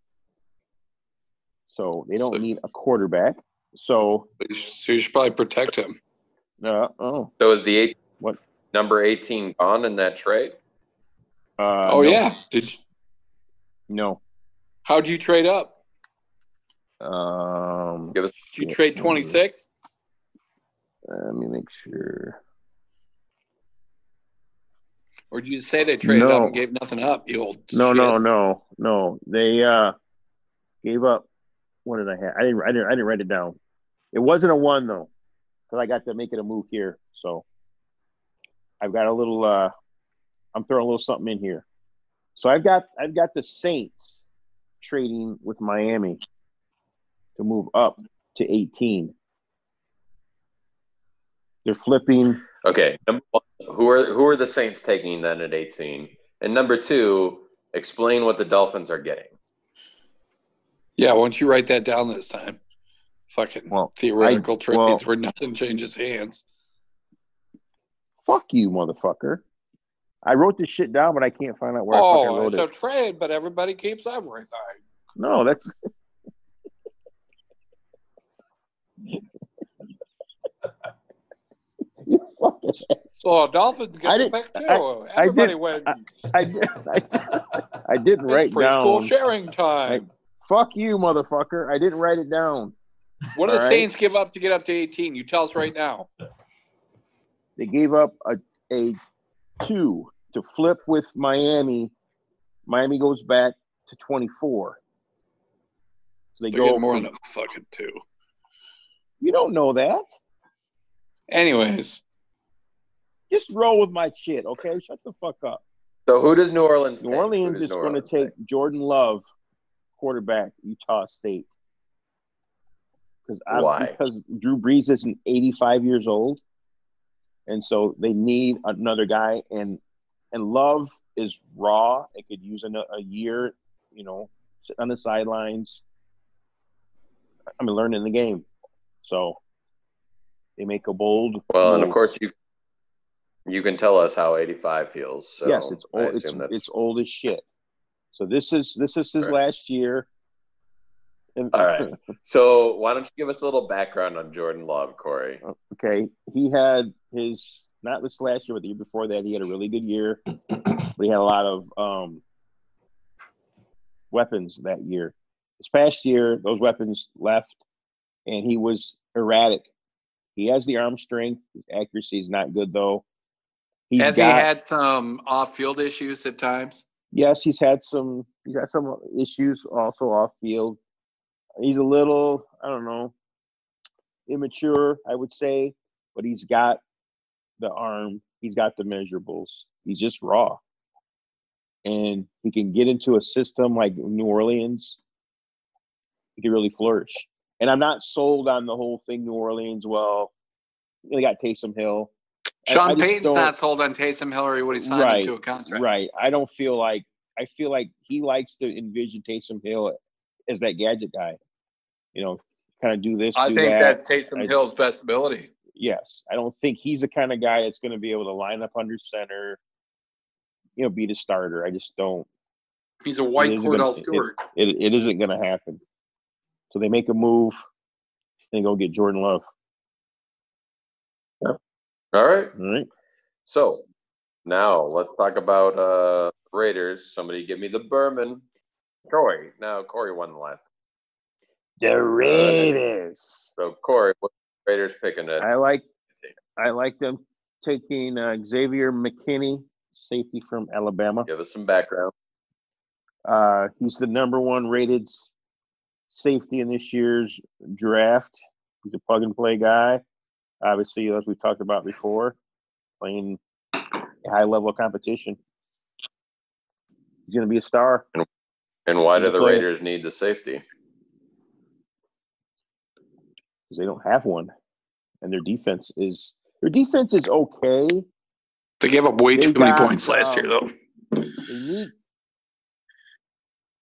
Speaker 2: So they don't
Speaker 1: So-
Speaker 2: need a quarterback. So
Speaker 1: So you should probably protect him.
Speaker 2: uh, oh,
Speaker 3: So is the eight
Speaker 2: What?
Speaker 3: number eighteen gone in that trade?
Speaker 2: uh,
Speaker 1: oh
Speaker 2: no,
Speaker 1: yeah. Did you,
Speaker 2: no.
Speaker 1: how'd you trade up?
Speaker 2: Um,
Speaker 3: Give us
Speaker 1: Did you
Speaker 2: Yeah.
Speaker 1: trade 26?
Speaker 2: let me make sure.
Speaker 1: Or did you say they traded up
Speaker 10: No.
Speaker 1: and gave nothing up? You old
Speaker 10: No,
Speaker 1: shit.
Speaker 10: no, no, no. They uh gave up. What did I have? I didn't. I didn't. I didn't write it down. It wasn't a one though.
Speaker 2: Because I got to make it a move here. So I've got a little. uh I'm throwing a little something in here. So I've got I've got the Saints trading with Miami to move up to 18. They're flipping.
Speaker 3: okay. Number one, who are who are the Saints taking then at eighteen? And number two, explain what the Dolphins are getting.
Speaker 1: Yeah, why don't you write that down this time? Fucking
Speaker 10: Well,
Speaker 1: theoretical
Speaker 10: well-
Speaker 1: trades where nothing changes hands.
Speaker 2: Fuck you, motherfucker. I wrote this shit down, but I can't find out where I fucking
Speaker 1: Oh,
Speaker 2: wrote
Speaker 1: it's
Speaker 2: it.
Speaker 1: a trade, but everybody keeps everything.
Speaker 2: No, that's you fucking
Speaker 1: So Dolphins get
Speaker 2: I
Speaker 1: the
Speaker 2: didn't-
Speaker 1: pick too.
Speaker 2: I- I did-
Speaker 1: everybody wins.
Speaker 2: I [LAUGHS] did. I, did- I didn't write
Speaker 1: it's preschool
Speaker 2: down.
Speaker 1: sharing time.
Speaker 2: Fuck you, motherfucker! I didn't write it down.
Speaker 1: what do the
Speaker 2: all right.
Speaker 1: Saints give up to get up to 18? You tell us right now.
Speaker 2: They gave up a a two to flip with Miami. Miami goes back to twenty four. So they
Speaker 1: They're
Speaker 2: go
Speaker 1: getting more
Speaker 2: from-
Speaker 1: than a fucking two.
Speaker 2: You don't know that.
Speaker 1: Anyways,
Speaker 2: Just roll with my shit, okay? Shut the fuck up.
Speaker 3: So who does New Orleans?
Speaker 2: New
Speaker 3: take? Who
Speaker 2: Orleans
Speaker 3: does
Speaker 2: is
Speaker 3: New
Speaker 2: going to
Speaker 3: Orleans
Speaker 2: take Jordan Love, quarterback, Utah State. Because
Speaker 3: Why?
Speaker 2: Because Drew Brees isn't 85 years old, and so they need another guy. And and Love is raw. It could use an, a year, you know, sitting on the sidelines. I mean, learning the game. So they make a bold.
Speaker 3: Well, and of
Speaker 2: move.
Speaker 3: course you you can tell us how 85 feels. So
Speaker 2: yes, it's
Speaker 3: I
Speaker 2: old. It's,
Speaker 3: assume that's
Speaker 2: it's old as shit. So this is this is his
Speaker 3: Right.
Speaker 2: last year. And-
Speaker 3: All right. so. Why don't you give us a little background on Jordan Love, Corey?
Speaker 2: [LAUGHS] Oh. Okay. He had his not this last year, but the year before that, he had a really good
Speaker 3: [CLEARS THROAT]
Speaker 2: year. But he had a lot of um, weapons that year. This past year, those weapons left, and he was erratic. He has the arm strength. His accuracy is not good though. He's
Speaker 1: has
Speaker 2: got-
Speaker 1: he had some off-field issues at times?
Speaker 2: yes, he's had some he's had some issues also off field. He's a little, I don't know, immature, I would say, but he's got the arm, he's got the measurables. He's just raw. And he can get into a system like New Orleans. He can really flourish. And I'm not sold on the whole thing, New Orleans. Well, they got Taysom Hill. I- I
Speaker 1: Sean
Speaker 2: just
Speaker 1: Payton's
Speaker 2: don't-
Speaker 1: not sold on Taysom Hill or he would he signed
Speaker 2: Right,
Speaker 1: him to a contract?
Speaker 2: Right. I don't feel like I feel like he likes to envision Taysom Hill as that gadget guy. You know, kind of do this.
Speaker 1: I
Speaker 2: do
Speaker 1: think
Speaker 2: that.
Speaker 1: that's Taysom
Speaker 2: I-
Speaker 1: Hill's best ability.
Speaker 2: yes. I don't think he's the kind of guy that's going to be able to line up under center. You know, be the starter. I just don't.
Speaker 1: He's a white
Speaker 2: isn't gonna-
Speaker 1: Cordell
Speaker 2: it-
Speaker 1: Stewart.
Speaker 2: It it isn't going to happen. So they make a move and go get Jordan Love.
Speaker 3: All right.
Speaker 2: All right.
Speaker 3: So now let's talk about uh Raiders. Somebody give me the Berman. Corey. Now Corey won the last.
Speaker 2: The Raiders.
Speaker 3: So Corey, what Raiders picking it?
Speaker 2: I like I like them taking uh, Xavier McKinney, safety from Alabama.
Speaker 3: Give us some background.
Speaker 2: Uh, he's the number one rated s- safety in this year's draft. He's a plug and play guy. Obviously, as we've talked about before, playing high level of competition. He's going to be a star.
Speaker 3: And why do
Speaker 2: Good
Speaker 3: the
Speaker 2: player.
Speaker 3: Raiders need the safety?
Speaker 2: 'cause they don't have one, and their defense is their defense is okay.
Speaker 1: They gave up way
Speaker 2: They
Speaker 1: too many
Speaker 2: got,
Speaker 1: points last
Speaker 2: um,
Speaker 1: year, though.
Speaker 2: They need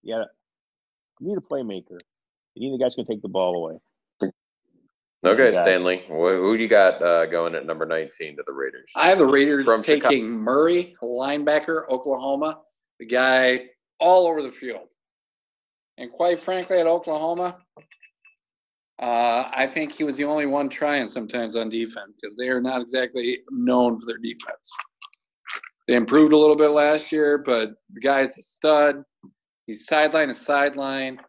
Speaker 2: yeah, they need a playmaker. They need a guy that's going to take the ball away.
Speaker 3: Okay,
Speaker 2: Yeah.
Speaker 3: Stanley. Wh- who do you got uh, going at number 19 to the Raiders?
Speaker 1: I have the Raiders
Speaker 3: From
Speaker 1: taking
Speaker 3: Chicago.
Speaker 1: Murray, linebacker, Oklahoma, the guy all over the field. And quite frankly, at Oklahoma, uh, I think he was the only one trying sometimes on defense because they are not exactly known for their defense. They improved a little bit last year, but the guy's a stud. He's sideline to sideline.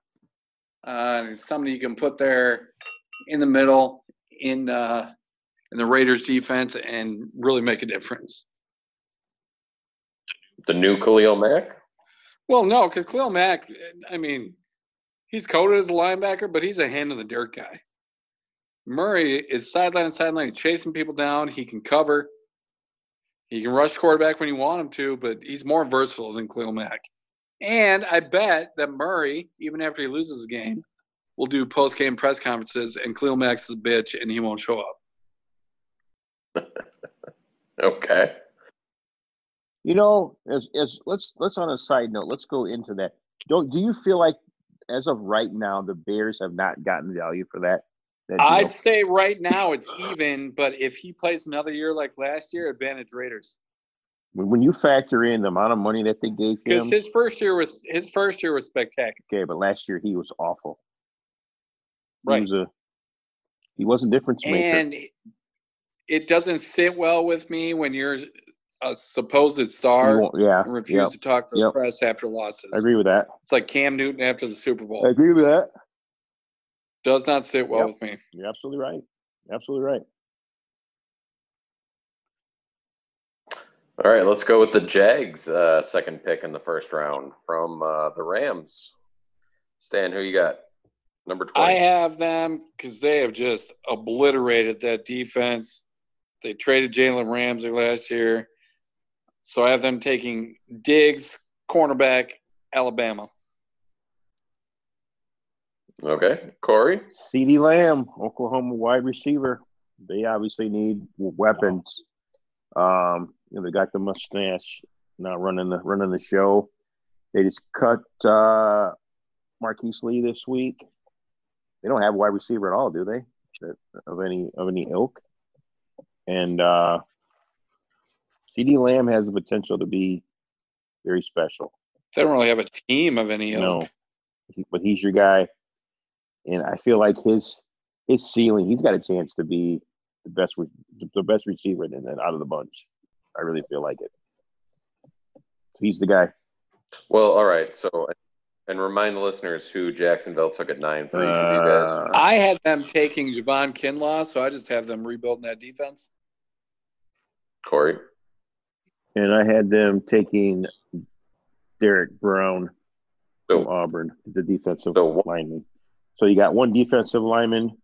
Speaker 1: Uh, he's somebody you can put there in the middle in uh, in the Raiders defense and really make a difference.
Speaker 3: the new Khalil Mack?
Speaker 1: Well, no, because Khalil Mack, I mean, he's coded as a linebacker, but he's a hand in the dirt guy. Murray is sideline to sideline, chasing people down. He can cover. He can rush quarterback when you want him to, but he's more versatile than Khalil Mack. And I bet that Murray, even after he loses the game, will do post game press conferences, and Khalil Mack's a bitch, and he won't show up.
Speaker 3: Okay.
Speaker 2: You know, as as let's let's on a side note, let's go into that. Don't do you feel like as of right now the Bears have not gotten value for that? That, you know,
Speaker 1: I'd say right now it's even, but if he plays another year like last year, advantage Raiders
Speaker 2: when when you factor in the amount of money that they gave
Speaker 1: because
Speaker 2: him,
Speaker 1: his first year was his first year was spectacular.
Speaker 2: okay, but last year he was awful.
Speaker 1: Right.
Speaker 2: He was a he was a difference maker.
Speaker 1: and it- it doesn't sit well with me when you're a supposed
Speaker 2: He
Speaker 1: star
Speaker 2: won't- yeah,
Speaker 1: and refuse
Speaker 2: yeah.
Speaker 1: to talk for the
Speaker 2: Yep.
Speaker 1: press after
Speaker 2: I
Speaker 1: losses.
Speaker 2: agree with that.
Speaker 1: It's like Cam Newton after the Super Bowl.
Speaker 2: I agree with that.
Speaker 1: Does not sit well
Speaker 2: Yep.
Speaker 1: with me.
Speaker 2: You're absolutely right. Absolutely right.
Speaker 3: All right, let's go with the Jags' uh, second pick in the first round from uh, the Rams. Stan, who you got? Number
Speaker 1: I
Speaker 3: 20.
Speaker 1: have them because they have just obliterated that defense. They traded Jalen Ramsey last year. So I have them taking Diggs, cornerback, Alabama.
Speaker 3: okay, Corey.
Speaker 2: CeeDee Lamb, Oklahoma wide receiver. They obviously need weapons. Um, you know, they got the mustache not running the running the show. They just cut uh Marquise Lee this week. They don't have a wide receiver at all, do they? That- Of any of any ilk. And uh CD Lamb has the potential to be very special.
Speaker 1: They don't really have a team of any ilk.
Speaker 2: No, He- but he's your guy, and I feel like his his ceiling. He's got a chance to be the best re- the best receiver in that out of the bunch. I really feel like it. So he's the guy.
Speaker 3: Well, all right. So, and remind the listeners who Jacksonville took at nine for each of you guys.
Speaker 2: Uh,
Speaker 1: I had them taking Javon Kinlaw, so I just have them rebuilding that defense.
Speaker 3: Corey.
Speaker 2: and I had them taking Derek Brown from
Speaker 3: So-
Speaker 2: Auburn, the defensive
Speaker 3: So what-
Speaker 2: lineman. So you got one defensive lineman.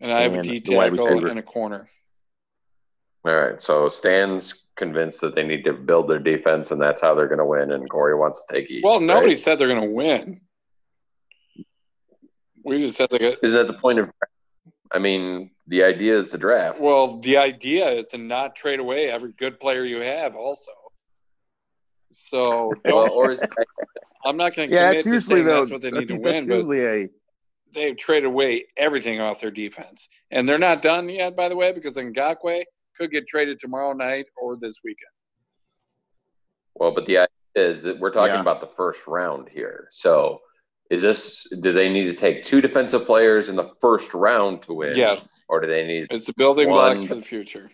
Speaker 1: And I have a
Speaker 2: And
Speaker 1: D
Speaker 2: the wide
Speaker 1: tackle
Speaker 2: receiver.
Speaker 1: and a corner.
Speaker 3: All right. So Stan's convinced that they need to build their defense, and that's how they're going to win. And Corey wants to take each.
Speaker 1: Well, nobody
Speaker 3: right?
Speaker 1: said they're going to win. We just said they got.
Speaker 3: Isn't that the point of? I mean, the idea is the draft.
Speaker 1: Well, the idea is to not trade away every good player you have, also. So
Speaker 3: Well,
Speaker 1: don't,
Speaker 3: or is,
Speaker 1: I'm not going to commit to saying that's what they need to win, but
Speaker 2: usually
Speaker 1: they've traded away everything off their defense, and they're not done yet, by the way, because Ngakwe could get traded tomorrow night or this weekend.
Speaker 3: well, but the idea is that we're talking
Speaker 2: Yeah.
Speaker 3: about the first round here. So, is this? Do they need to take two defensive players in the first round to win?
Speaker 1: Yes,
Speaker 3: Or do they need a
Speaker 1: it's the building
Speaker 3: One-
Speaker 1: blocks for the future.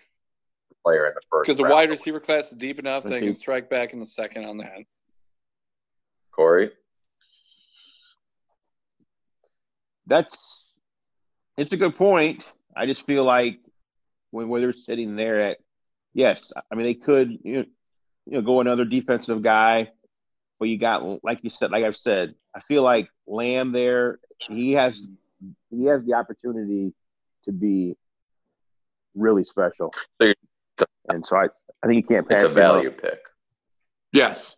Speaker 3: player in the first?
Speaker 1: Because the
Speaker 3: round?
Speaker 1: wide receiver class is deep enough, they can
Speaker 2: Mhm.
Speaker 1: strike back in the second on that.
Speaker 3: Corey.
Speaker 2: that's it's a good point. I just feel like when where they're sitting there at yes, I mean they could you know, you know go another defensive guy, but you got like you said, like I've said, I feel like Lamb there he has he has the opportunity to be really special.
Speaker 3: So you're-
Speaker 2: and so I, I think you can't pass
Speaker 3: It's a
Speaker 2: him up.
Speaker 3: value pick.
Speaker 1: Yes,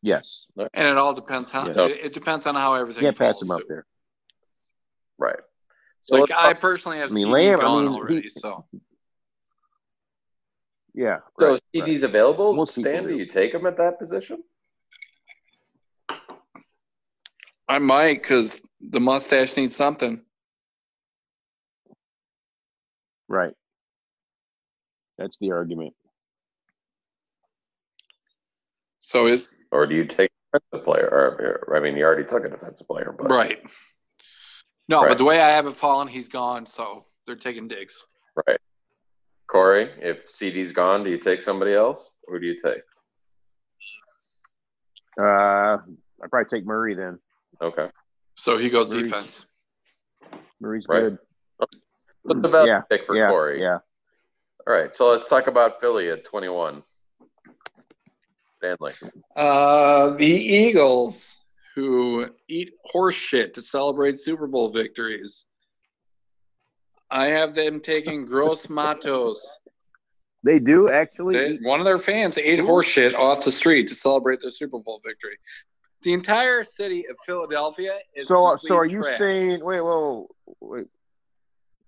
Speaker 2: Yes,
Speaker 1: and it all depends how
Speaker 3: Yeah.
Speaker 1: it, it depends on how
Speaker 2: you
Speaker 1: everything.
Speaker 2: can't pass
Speaker 1: falls,
Speaker 2: him up
Speaker 1: too.
Speaker 2: there.
Speaker 3: Right. So
Speaker 1: Like
Speaker 3: let's
Speaker 1: I
Speaker 3: talk-
Speaker 1: personally have
Speaker 2: I mean,
Speaker 1: CD
Speaker 2: Lamb, I
Speaker 1: gone
Speaker 2: mean, he-
Speaker 1: already, so
Speaker 2: Yeah.
Speaker 3: so
Speaker 2: right, right.
Speaker 3: CD's available.
Speaker 2: Most people
Speaker 3: Stan, do
Speaker 2: do.
Speaker 3: you take him at that position?
Speaker 1: I might because the mustache needs something.
Speaker 2: Right. That's the argument.
Speaker 1: So it's
Speaker 3: Or do you take the player? Or, or- I mean, you already took a defensive player, but
Speaker 1: right. No,
Speaker 3: Right.
Speaker 1: but the way I have it fallen, he's gone. So they're taking digs.
Speaker 3: Corey, if CD's gone, do you take somebody else? Who do you take?
Speaker 2: Uh, I'd probably take Murray then.
Speaker 3: Okay.
Speaker 1: So he goes
Speaker 2: Agreed.
Speaker 1: defense.
Speaker 2: Murray's
Speaker 3: Right.
Speaker 2: good.
Speaker 3: What's the value
Speaker 2: Mm, Yeah,
Speaker 3: pick for
Speaker 2: yeah,
Speaker 3: Corey?
Speaker 2: yeah.
Speaker 3: All right. So let's talk about Philly at 21. Stanley.
Speaker 1: Uh, the Eagles, who eat horse shit to celebrate Super Bowl victories. I have them [LAUGHS] taking Gross Matos.
Speaker 2: They do actually.
Speaker 1: They, one of their fans ate horse shit off the street to celebrate their Super Bowl victory. The entire city of Philadelphia is
Speaker 2: so, uh, so are
Speaker 1: complete
Speaker 2: you
Speaker 1: trash.
Speaker 2: saying? Wait, whoa, wait.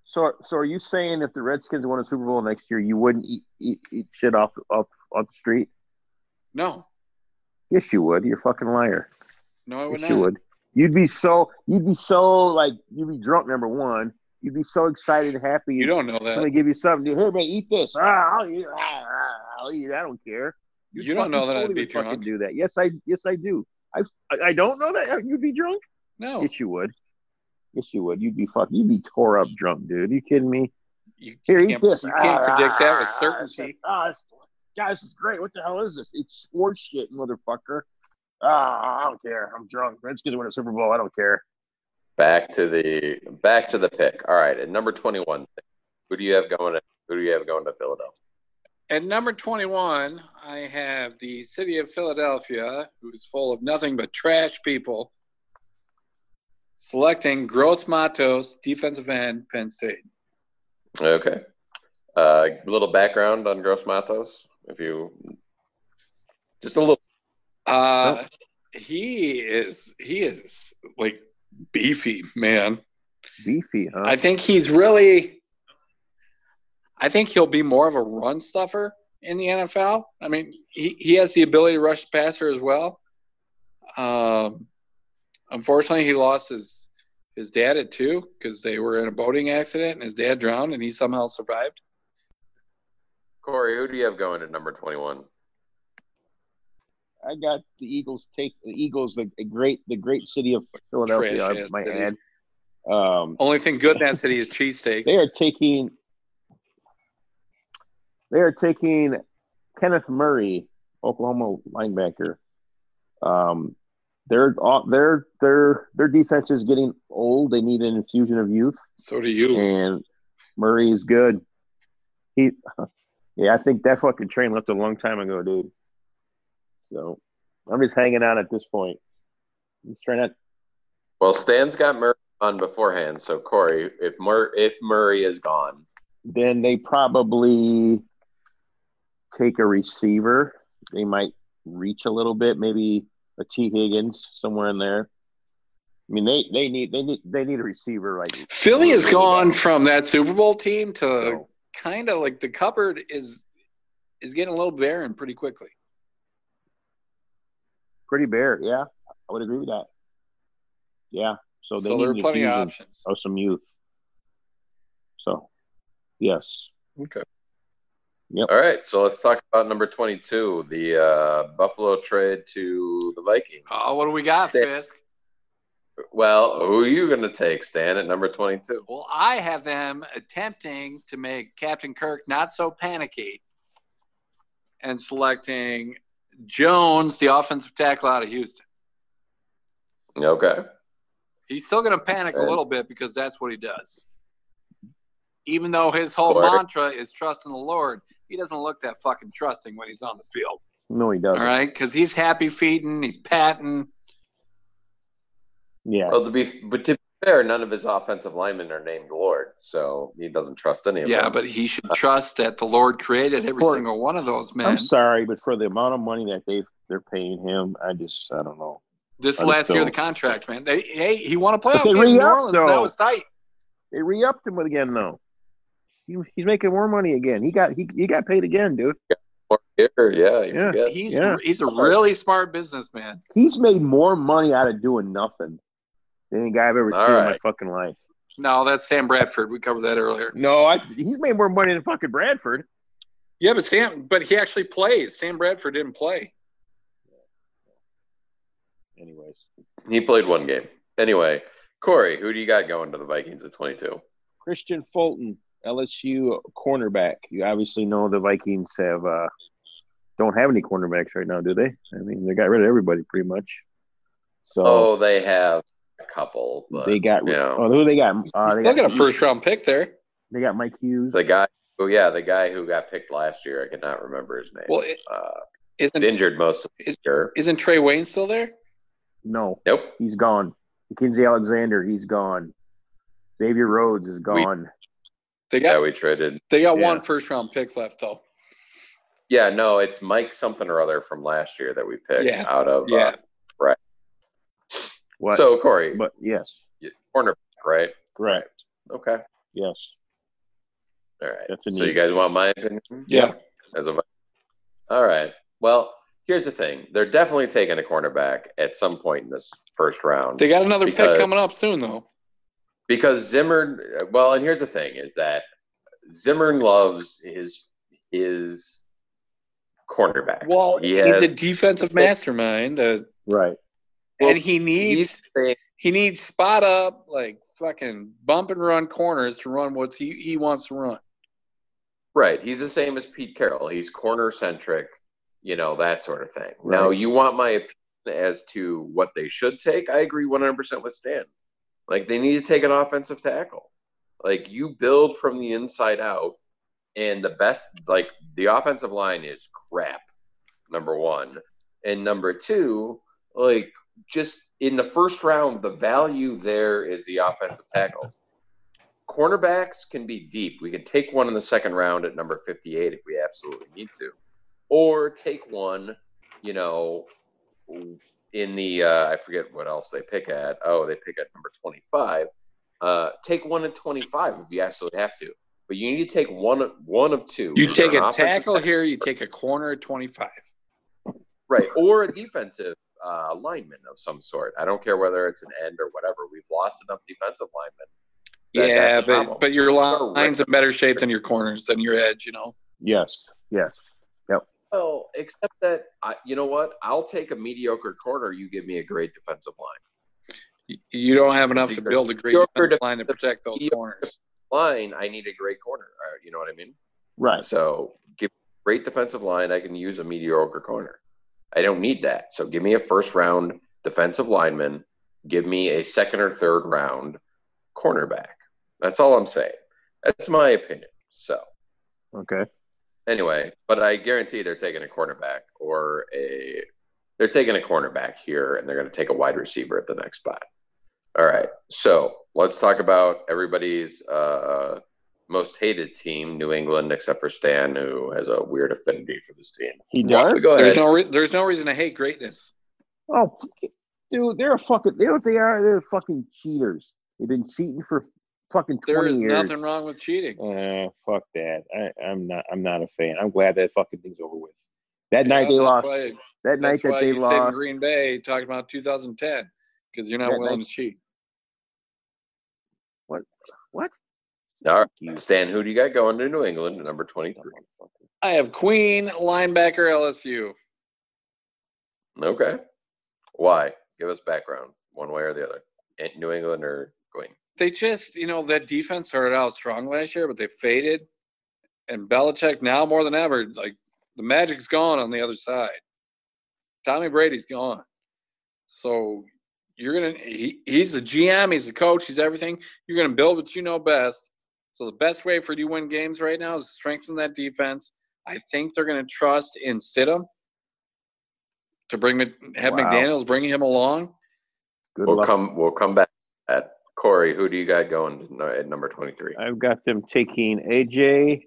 Speaker 2: So, so are you saying if the Redskins won a Super Bowl next year, you wouldn't eat, eat, eat shit off up off the street?
Speaker 1: no?
Speaker 2: Yes, you would. You're a fucking liar.
Speaker 1: No, I would
Speaker 2: yes,
Speaker 1: not.
Speaker 2: you would. You'd be so. You'd be so like. You'd be drunk. Number one. You'd be so excited and happy.
Speaker 1: You don't know
Speaker 2: I'm gonna
Speaker 1: that.
Speaker 2: give you something. Here, man, eat this. Ah, I'll eat. Ah, ah, I'll eat. I don't care. You'd
Speaker 1: You don't know
Speaker 2: fucking
Speaker 1: that I'd
Speaker 2: totally
Speaker 1: be
Speaker 2: fucking
Speaker 1: drunk.
Speaker 2: Do that? Yes, I. Yes, I do. I. I- I don't know that you'd be drunk.
Speaker 1: No,
Speaker 2: Yes, you would. Yes, you would. You'd be fucking. You'd be tore up drunk, dude. you kidding me?
Speaker 1: you
Speaker 2: Here,
Speaker 1: can't,
Speaker 2: eat this.
Speaker 1: you can't
Speaker 2: Ah,
Speaker 1: predict that with
Speaker 2: ah,
Speaker 1: certainty.
Speaker 2: Ah, this- guys, this is great. What the hell is this? It's sports shit, motherfucker. Ah, I don't care. I'm drunk. Redskins win a Super Bowl. I don't care.
Speaker 3: Back to the back to the pick. All right, at number twenty-one, who do you have going? To, who do you have going to Philadelphia?
Speaker 1: At number 21, I have the city of Philadelphia, who is full of nothing but trash people, selecting Gross Matos, defensive end, Penn State.
Speaker 3: Okay. A uh, little background on Gross Matos, if you just a little.
Speaker 1: Uh, He is he is like beefy man.
Speaker 2: Beefy, huh?
Speaker 1: I think he's really. I think he'll be more of a run stuffer in the NFL. I mean, he, he has the ability to rush the passer as well. Um, unfortunately, he lost his his dad at two because they were in a boating accident and his dad drowned and he somehow survived.
Speaker 3: Corey, who do you have going at number twenty-one?
Speaker 6: I got the Eagles take the Eagles, the great the great city of
Speaker 2: Philadelphia, I
Speaker 1: Trash-ass
Speaker 2: might
Speaker 1: city. Oh,
Speaker 2: add.
Speaker 6: um
Speaker 1: Only thing good in that city is cheesesteaks.
Speaker 6: they are taking
Speaker 2: They are taking Kenneth Murray, Oklahoma linebacker. Um, their their their their defense is getting old. They need an infusion of youth,
Speaker 1: So do you.
Speaker 2: and Murray is good. He, [LAUGHS] yeah, I think that fucking train left a long time ago, dude. So I'm just hanging out at this point. I'm trying not.
Speaker 3: Well, Stan's got Murray on beforehand, so Corey, if Mur- if Murray is gone,
Speaker 2: Then they probably take a receiver. They might reach a little bit, maybe a T Higgins somewhere in there. I mean, they they need they need they need a receiver like
Speaker 1: Philly has gone from that Super Bowl team to
Speaker 2: so.
Speaker 1: kind of like the cupboard is is getting a little barren pretty quickly.
Speaker 2: pretty bare. Yeah, I would agree with that. Yeah, so
Speaker 1: So,
Speaker 2: they
Speaker 1: there are
Speaker 2: need an
Speaker 1: plenty of
Speaker 2: infusion
Speaker 1: options.
Speaker 2: of some youth. So, yes,
Speaker 1: Okay.
Speaker 3: all right. So let's talk about number twenty-two, the uh, Buffalo trade to the Vikings.
Speaker 1: Oh, what do we got,
Speaker 3: Stan.
Speaker 1: Fisk?
Speaker 3: Well, who are you going to take, Stan, at number twenty-two?
Speaker 1: Well, I have them attempting to make Captain Kirk not so panicky and selecting Jones, the offensive tackle out of Houston.
Speaker 3: Okay.
Speaker 1: He's still going to panic a
Speaker 3: Okay.
Speaker 1: little bit because that's what he does. Even though his whole
Speaker 3: Corey.
Speaker 1: mantra is trust in the Lord, he doesn't look that fucking trusting when he's on the field.
Speaker 2: no, he doesn't.
Speaker 1: All right. Because he's happy feeding, he's patting.
Speaker 2: Yeah,
Speaker 3: Well, to be but to be fair, none of his offensive linemen are named Lord, so he doesn't trust any of
Speaker 1: Yeah,
Speaker 3: them.
Speaker 1: but he should trust that the Lord created every
Speaker 2: Corey.
Speaker 1: single one of those men.
Speaker 2: I'm sorry, but for the amount of money that they they're paying him, I just I don't know.
Speaker 1: This
Speaker 2: I just
Speaker 1: last year of the
Speaker 2: don't.
Speaker 1: contract, man. They hey, he won a playoff
Speaker 2: they
Speaker 1: game in New
Speaker 2: re-upped,
Speaker 1: Orleans. and That
Speaker 2: though.
Speaker 1: was tight.
Speaker 2: They re-upped him again though. He, he's making more money again. He got he, he got paid again, dude.
Speaker 3: Yeah, yeah, you
Speaker 2: Yeah.
Speaker 3: forget.
Speaker 1: He's
Speaker 2: Yeah.
Speaker 1: he's a really smart businessman.
Speaker 2: He's made more money out of doing nothing than any guy I've ever
Speaker 3: All
Speaker 2: seen in my
Speaker 3: right.
Speaker 2: fucking life.
Speaker 1: No, that's Sam Bradford. We covered that earlier.
Speaker 2: No, I, he's made more money than fucking Bradford.
Speaker 1: Yeah, but Sam, but he actually plays. Sam Bradford didn't play.
Speaker 2: Anyways,
Speaker 3: He played one game. Anyway, Corey, who do you got going to the Vikings at 22?
Speaker 6: Christian Fulton, LSU cornerback.
Speaker 2: you obviously know the Vikings have uh don't have any cornerbacks right now, do they? I mean, they got rid of everybody pretty much. So
Speaker 3: Oh, they have a couple, but
Speaker 2: they got
Speaker 3: you know,
Speaker 2: oh, who they got? Uh, they
Speaker 1: Still
Speaker 2: got,
Speaker 1: got a first round pick there.
Speaker 2: they got Mike Hughes.
Speaker 3: the guy. Oh yeah, the guy who got picked last year. I cannot remember his name.
Speaker 1: Well, it-
Speaker 3: uh, was
Speaker 1: Isn't
Speaker 3: injured most of the
Speaker 1: Is-
Speaker 3: year.
Speaker 1: isn't Trey Wayne still there?
Speaker 2: no,
Speaker 3: Nope.
Speaker 2: He's gone. Mackenzie Alexander, he's gone. Xavier Rhodes is gone.
Speaker 1: They
Speaker 3: Yeah,
Speaker 1: got
Speaker 3: we traded.
Speaker 1: they got
Speaker 3: yeah.
Speaker 1: one first round pick left though.
Speaker 3: Yeah, no, it's Mike something or other from last year that we picked
Speaker 1: Yeah.
Speaker 3: out of.
Speaker 1: Yeah.
Speaker 3: Uh,
Speaker 2: What?
Speaker 3: so Corey,
Speaker 2: but yes,
Speaker 3: cornerback, right?
Speaker 6: Correct.
Speaker 3: Okay.
Speaker 2: yes.
Speaker 3: All right.
Speaker 2: That's a
Speaker 3: So you
Speaker 2: need.
Speaker 3: guys want my opinion?
Speaker 1: Yeah.
Speaker 3: As a, all right. Well, here's the thing: they're definitely taking a cornerback at some point in this first round
Speaker 1: They got another pick
Speaker 3: Because-
Speaker 1: coming up soon though.
Speaker 3: because Zimmer. Well, and here's the thing: is that Zimmer loves his his cornerbacks.
Speaker 1: Well,
Speaker 3: he
Speaker 1: he's
Speaker 3: has,
Speaker 1: a defensive mastermind, uh,
Speaker 2: Right.
Speaker 1: and he needs
Speaker 3: he's-
Speaker 1: he needs spot up like fucking bump and run corners to run what he, he wants to run.
Speaker 3: right. He's the same as Pete Carroll. He's corner centric, you know that sort of thing.
Speaker 2: Right.
Speaker 3: Now, you want my opinion as to what they should take? I agree 100 percent with Stan. Like they need to take an offensive tackle. Like you build from the inside out, and the best like the offensive line is crap. Number one, and number two, like just in the first round, the value there is the offensive tackles. Cornerbacks can be deep. We can take one in the second round at number 58 if we absolutely need to, or take one, you know, in the uh, I forget what else they pick at. Oh, they pick at number 25. Uh, take one at 25 if you absolutely have to, but you need to take one one of two.
Speaker 1: You take
Speaker 3: An
Speaker 1: a
Speaker 3: offensive
Speaker 1: tackle here, you take a corner at twenty five.
Speaker 3: Right, or a defensive uh, lineman of some sort. I don't care whether it's an end or whatever. We've lost enough defensive linemen. That-
Speaker 1: yeah,
Speaker 3: that's a
Speaker 1: but
Speaker 3: problem.
Speaker 1: but your
Speaker 3: Or
Speaker 1: line's in better shape than your corners than your edge. You know,
Speaker 2: Yes. Yes.
Speaker 3: Well, except that I, you know what? I'll take a mediocre corner. You give me a great defensive line.
Speaker 1: you, you don't have enough to build a great
Speaker 3: Your
Speaker 1: defensive line to
Speaker 3: defensive-
Speaker 1: protect those
Speaker 3: your-
Speaker 1: corners.
Speaker 3: Line, I need a great corner. Uh, You know what I mean?
Speaker 2: Right.
Speaker 3: So give me a great defensive line. I can use a mediocre corner. I don't need that. So give me a first round defensive lineman. Give me a second or third round cornerback. That's all I'm saying. That's my opinion. So.
Speaker 2: Okay.
Speaker 3: anyway, but I guarantee they're taking a cornerback or a they're taking a cornerback here and they're going to take a wide receiver at the next spot. All right. So, let's talk about everybody's uh most hated team, New England, except for Stan, who has a weird affinity for this team.
Speaker 2: He does.
Speaker 3: Go ahead.
Speaker 1: There's no re- there's no reason to hate greatness.
Speaker 2: Oh, fuck- dude, they're a fucking. They know what they are. They're fucking cheaters. They've been cheating for fucking
Speaker 1: There
Speaker 2: twenty
Speaker 1: is
Speaker 2: years.
Speaker 1: nothing wrong with cheating.
Speaker 6: Uh, fuck that. I, I'm not. I'm not a fan. I'm glad that fucking thing's over with. That night
Speaker 1: Yeah,
Speaker 2: they
Speaker 1: that's
Speaker 2: lost.
Speaker 1: why-
Speaker 2: that night
Speaker 1: That's
Speaker 2: that
Speaker 1: why
Speaker 2: they
Speaker 1: you sit in
Speaker 2: lost.
Speaker 1: Green Bay talking about 2010 because you're not
Speaker 2: That
Speaker 1: willing
Speaker 2: night-
Speaker 1: to cheat.
Speaker 2: What?
Speaker 3: All
Speaker 2: You
Speaker 3: right. Stan, who do you got going to New England at number 23?
Speaker 1: I have Queen linebacker LSU.
Speaker 3: Okay. Why? Give us background one way or the other. Eh, New England or Queen?
Speaker 1: They just, you know, that defense started out strong last year, but they faded. And Belichick now more than ever, like the magic's gone on the other side. Tommy Brady's gone. So you're gonna he, he's the GM, he's the coach, he's everything. You're gonna build what you know best. So the best way for you to win games right now is to strengthen that defense. I think they're gonna trust in Stidham to bring Mc- have
Speaker 2: Wow.
Speaker 1: McDaniels bring him along.
Speaker 2: Good
Speaker 3: We'll
Speaker 2: luck.
Speaker 3: come. We'll come back at Corey. Who do you got going to- at number twenty three?
Speaker 1: Uh,
Speaker 6: I've got them taking AJ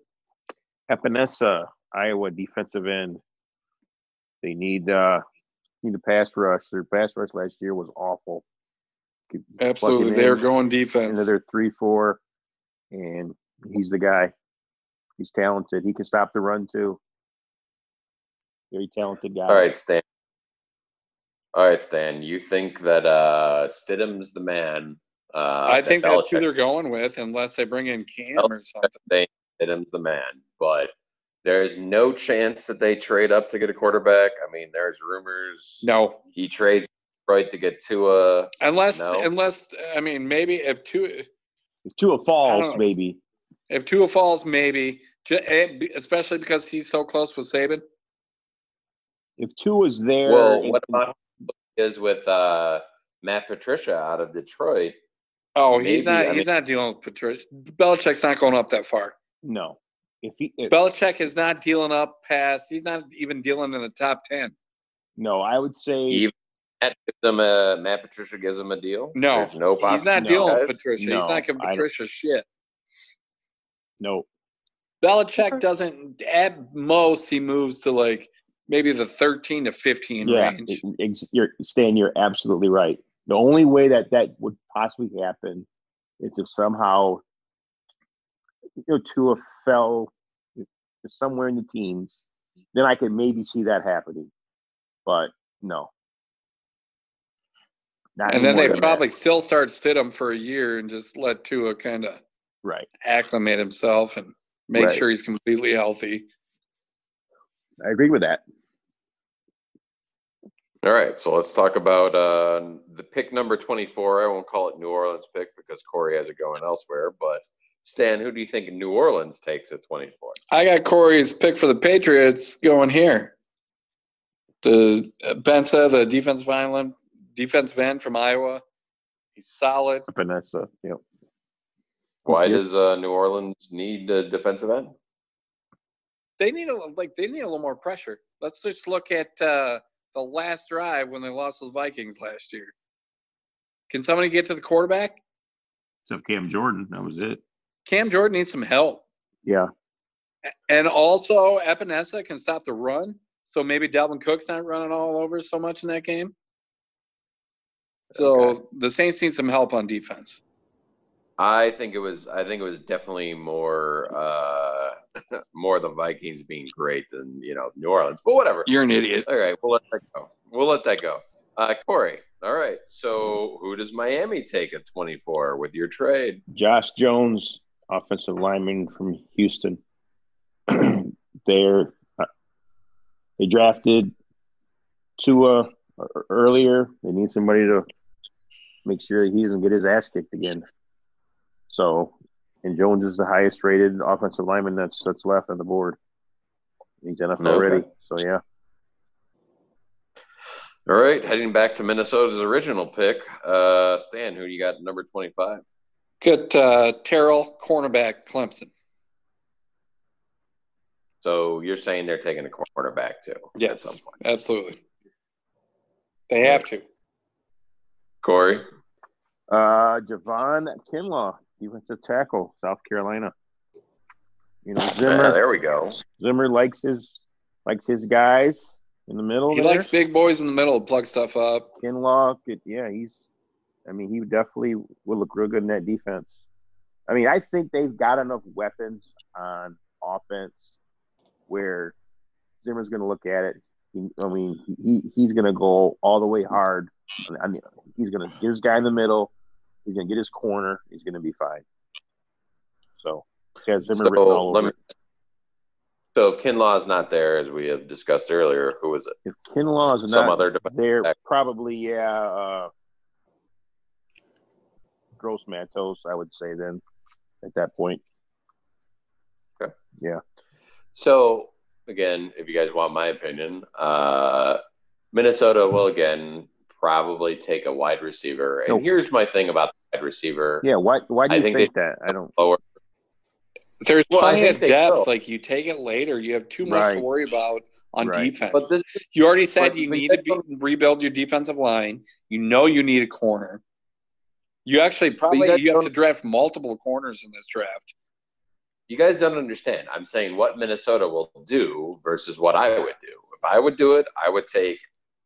Speaker 6: Epinesa, Iowa defensive end. They need uh need a pass rush. Their pass rush last year was awful.
Speaker 1: Absolutely.
Speaker 2: in.
Speaker 1: They're going defense.
Speaker 2: Another three four, and he's the guy. He's talented. He can stop the run too.
Speaker 6: Very talented guy.
Speaker 3: All right, Stan. All right, Stan. You think that uh, Stidham's the man? Uh,
Speaker 1: I think that's who
Speaker 3: Belichick's-
Speaker 1: they're going with, unless they bring in Cam or something.
Speaker 3: They Stidham's the man, but there's no chance that they trade up to get a quarterback. I mean, there's rumors.
Speaker 1: No,
Speaker 3: he trades right to get Tua.
Speaker 1: unless
Speaker 3: No.
Speaker 1: unless I mean maybe if two
Speaker 6: If Tua
Speaker 1: I
Speaker 6: falls,
Speaker 1: don't-
Speaker 6: maybe.
Speaker 1: if Tua falls maybe ju- eh, be- especially because he's so close with Saban.
Speaker 6: If Tua's there,
Speaker 3: Well,
Speaker 6: and-
Speaker 3: what about is with uh, Matt Patricia out of Detroit?
Speaker 1: Oh, he's
Speaker 3: Maybe,
Speaker 1: not.
Speaker 3: I
Speaker 1: he's not dealing with Patricia. Belichick's not going up that far.
Speaker 6: no. If he if,
Speaker 1: Belichick is not dealing up past. He's not even dealing in the top ten.
Speaker 6: no, I would say
Speaker 3: Even Matt gives them a Matt Patricia gives them a deal.
Speaker 1: No.
Speaker 3: There's no
Speaker 1: he's
Speaker 3: possibility.
Speaker 1: not
Speaker 6: no,
Speaker 1: dealing with
Speaker 3: guys.
Speaker 1: Patricia.
Speaker 6: No,
Speaker 1: he's not giving
Speaker 6: I don't-
Speaker 1: Patricia shit.
Speaker 6: no.
Speaker 1: Belichick doesn't. At most, he moves to like maybe the thirteen to fifteen
Speaker 6: Yeah,
Speaker 1: range.
Speaker 6: it- ex- you're, Stan, you're absolutely right. The only way that that would possibly happen is if somehow, you know, Tua fell somewhere in the teens. Then I could maybe see that happening, but no.
Speaker 2: Not
Speaker 1: And then
Speaker 2: anymore
Speaker 1: they
Speaker 2: than that.
Speaker 1: probably still start Stidham for a year and just let Tua kind of
Speaker 2: right.
Speaker 1: acclimate himself and make
Speaker 3: Right.
Speaker 1: sure he's completely healthy.
Speaker 2: I agree with that.
Speaker 3: All right, so let's talk about uh, the pick number 24. I won't call it New Orleans pick because Corey has it going elsewhere. But Stan, who do you think New Orleans takes at 24?
Speaker 1: I got Corey's pick for the Patriots going here. The uh, Benza, the defensive lineman, defensive end from Iowa. He's solid.
Speaker 2: Up in that stuff. Yep.
Speaker 3: Why
Speaker 2: Yep.
Speaker 3: does uh, New Orleans need a defensive end?
Speaker 1: They need a like they need a little more pressure. Let's just look at uh, the last drive when they lost to the Vikings last year. Can somebody get to the quarterback?
Speaker 2: Except Cam Jordan. That was it.
Speaker 1: Cam Jordan needs some help.
Speaker 2: Yeah.
Speaker 1: And also, Epinesa can stop the run. So maybe Dalvin Cook's not running all over so much in that game. So
Speaker 3: Okay.
Speaker 1: the Saints need some help on defense.
Speaker 3: I think it was. I think it was definitely more uh, [LAUGHS] more the Vikings being great than you know New Orleans. But whatever.
Speaker 1: You're an idiot.
Speaker 3: All right, we'll let that go. We'll let that go. Uh, Corey. All right. So who does Miami take at 24 with your trade?
Speaker 6: Josh Jones, offensive lineman from
Speaker 2: [CLEARS THROAT]
Speaker 6: Houston. They're uh, they drafted Tua ear- earlier.
Speaker 2: e-, They need somebody to make sure he doesn't get his ass kicked again. So, and Jones is the highest rated offensive lineman that's that's left on the board. He's NFL
Speaker 3: Okay.
Speaker 2: ready. So yeah,
Speaker 3: All right, heading back to Minnesota's original pick. Uh, Stan, who do you got at number 25?
Speaker 1: Get uh, Terrell, cornerback, Clemson.
Speaker 3: So you're saying they're taking a cornerback too? at some
Speaker 1: Yes,
Speaker 3: point.
Speaker 1: absolutely. They have to.
Speaker 3: Corey.
Speaker 2: uh, Javon Kinlaw, defensive tackle, South Carolina. You know
Speaker 3: Yeah,
Speaker 2: Zimmer.
Speaker 3: Uh, there we go.
Speaker 2: Zimmer likes his likes his guys in the middle.
Speaker 1: He
Speaker 2: there.
Speaker 1: likes big boys in the middle to plug stuff up.
Speaker 2: Kinlaw, could, yeah, he's. I mean, he definitely will look real good in that defense. I mean, I think they've got enough weapons on offense where Zimmer's going to look at it. He, I mean, he, he's going to go all the way hard. I mean, he's going to get his guy in the middle. He's going to get his corner. He's going to be fine. So, yeah, Zimmer written
Speaker 3: So,
Speaker 2: all
Speaker 3: let
Speaker 2: over.
Speaker 3: me,
Speaker 2: it.
Speaker 3: so if Kinlaw's not there, as we have discussed earlier, who is it?
Speaker 2: If Kinlaw is
Speaker 3: Some
Speaker 2: not
Speaker 3: other defensive
Speaker 2: there,
Speaker 3: back.
Speaker 2: probably yeah. Uh, Gross Matos, I would say then at that point.
Speaker 3: So again, if you guys want my opinion, uh, Minnesota will again probably take a wide receiver. And
Speaker 2: Nope.
Speaker 3: here's my thing about the wide receiver.
Speaker 2: Yeah, why? Why do
Speaker 3: I
Speaker 2: you
Speaker 3: think
Speaker 2: think, that? I don't.
Speaker 3: Lower.
Speaker 1: There's
Speaker 3: Well, I
Speaker 1: plenty
Speaker 3: think
Speaker 1: of
Speaker 3: they
Speaker 1: depth.
Speaker 3: will.
Speaker 1: Like you take it later. You have too much to
Speaker 2: Right.
Speaker 1: worry about on
Speaker 2: Right.
Speaker 1: defense.
Speaker 3: But this
Speaker 1: You already said
Speaker 3: But
Speaker 1: you
Speaker 3: we
Speaker 1: need
Speaker 3: said
Speaker 1: to be, rebuild your defensive line. You know you need a corner. You actually probably you,
Speaker 3: guys
Speaker 1: have
Speaker 3: don't-
Speaker 1: to draft multiple corners in this draft.
Speaker 3: you guys don't understand. I'm saying what Minnesota will do versus what I would do. If I would do it, I would take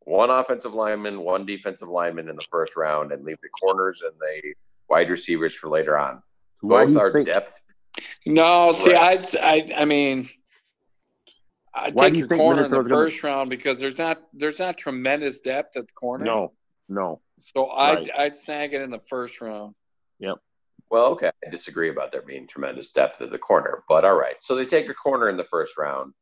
Speaker 3: one offensive lineman, one defensive lineman in the first round and leave the corners and the wide receivers for later on.
Speaker 2: Why do
Speaker 3: Both
Speaker 2: you
Speaker 3: are
Speaker 2: think?
Speaker 3: depth.
Speaker 1: No, see,
Speaker 3: Right.
Speaker 1: I'd, I I mean, I
Speaker 2: Why
Speaker 1: take
Speaker 2: do you
Speaker 1: your
Speaker 2: think
Speaker 1: corner in the
Speaker 2: Minnesota's gonna-
Speaker 1: 1st round because there's not there's not tremendous depth at the corner.
Speaker 2: No, no.
Speaker 1: so I'd
Speaker 2: right.
Speaker 1: I'd snag it in the first round.
Speaker 3: Well, okay. I disagree about there being tremendous depth at the corner, but all right. So they take a corner in the first round,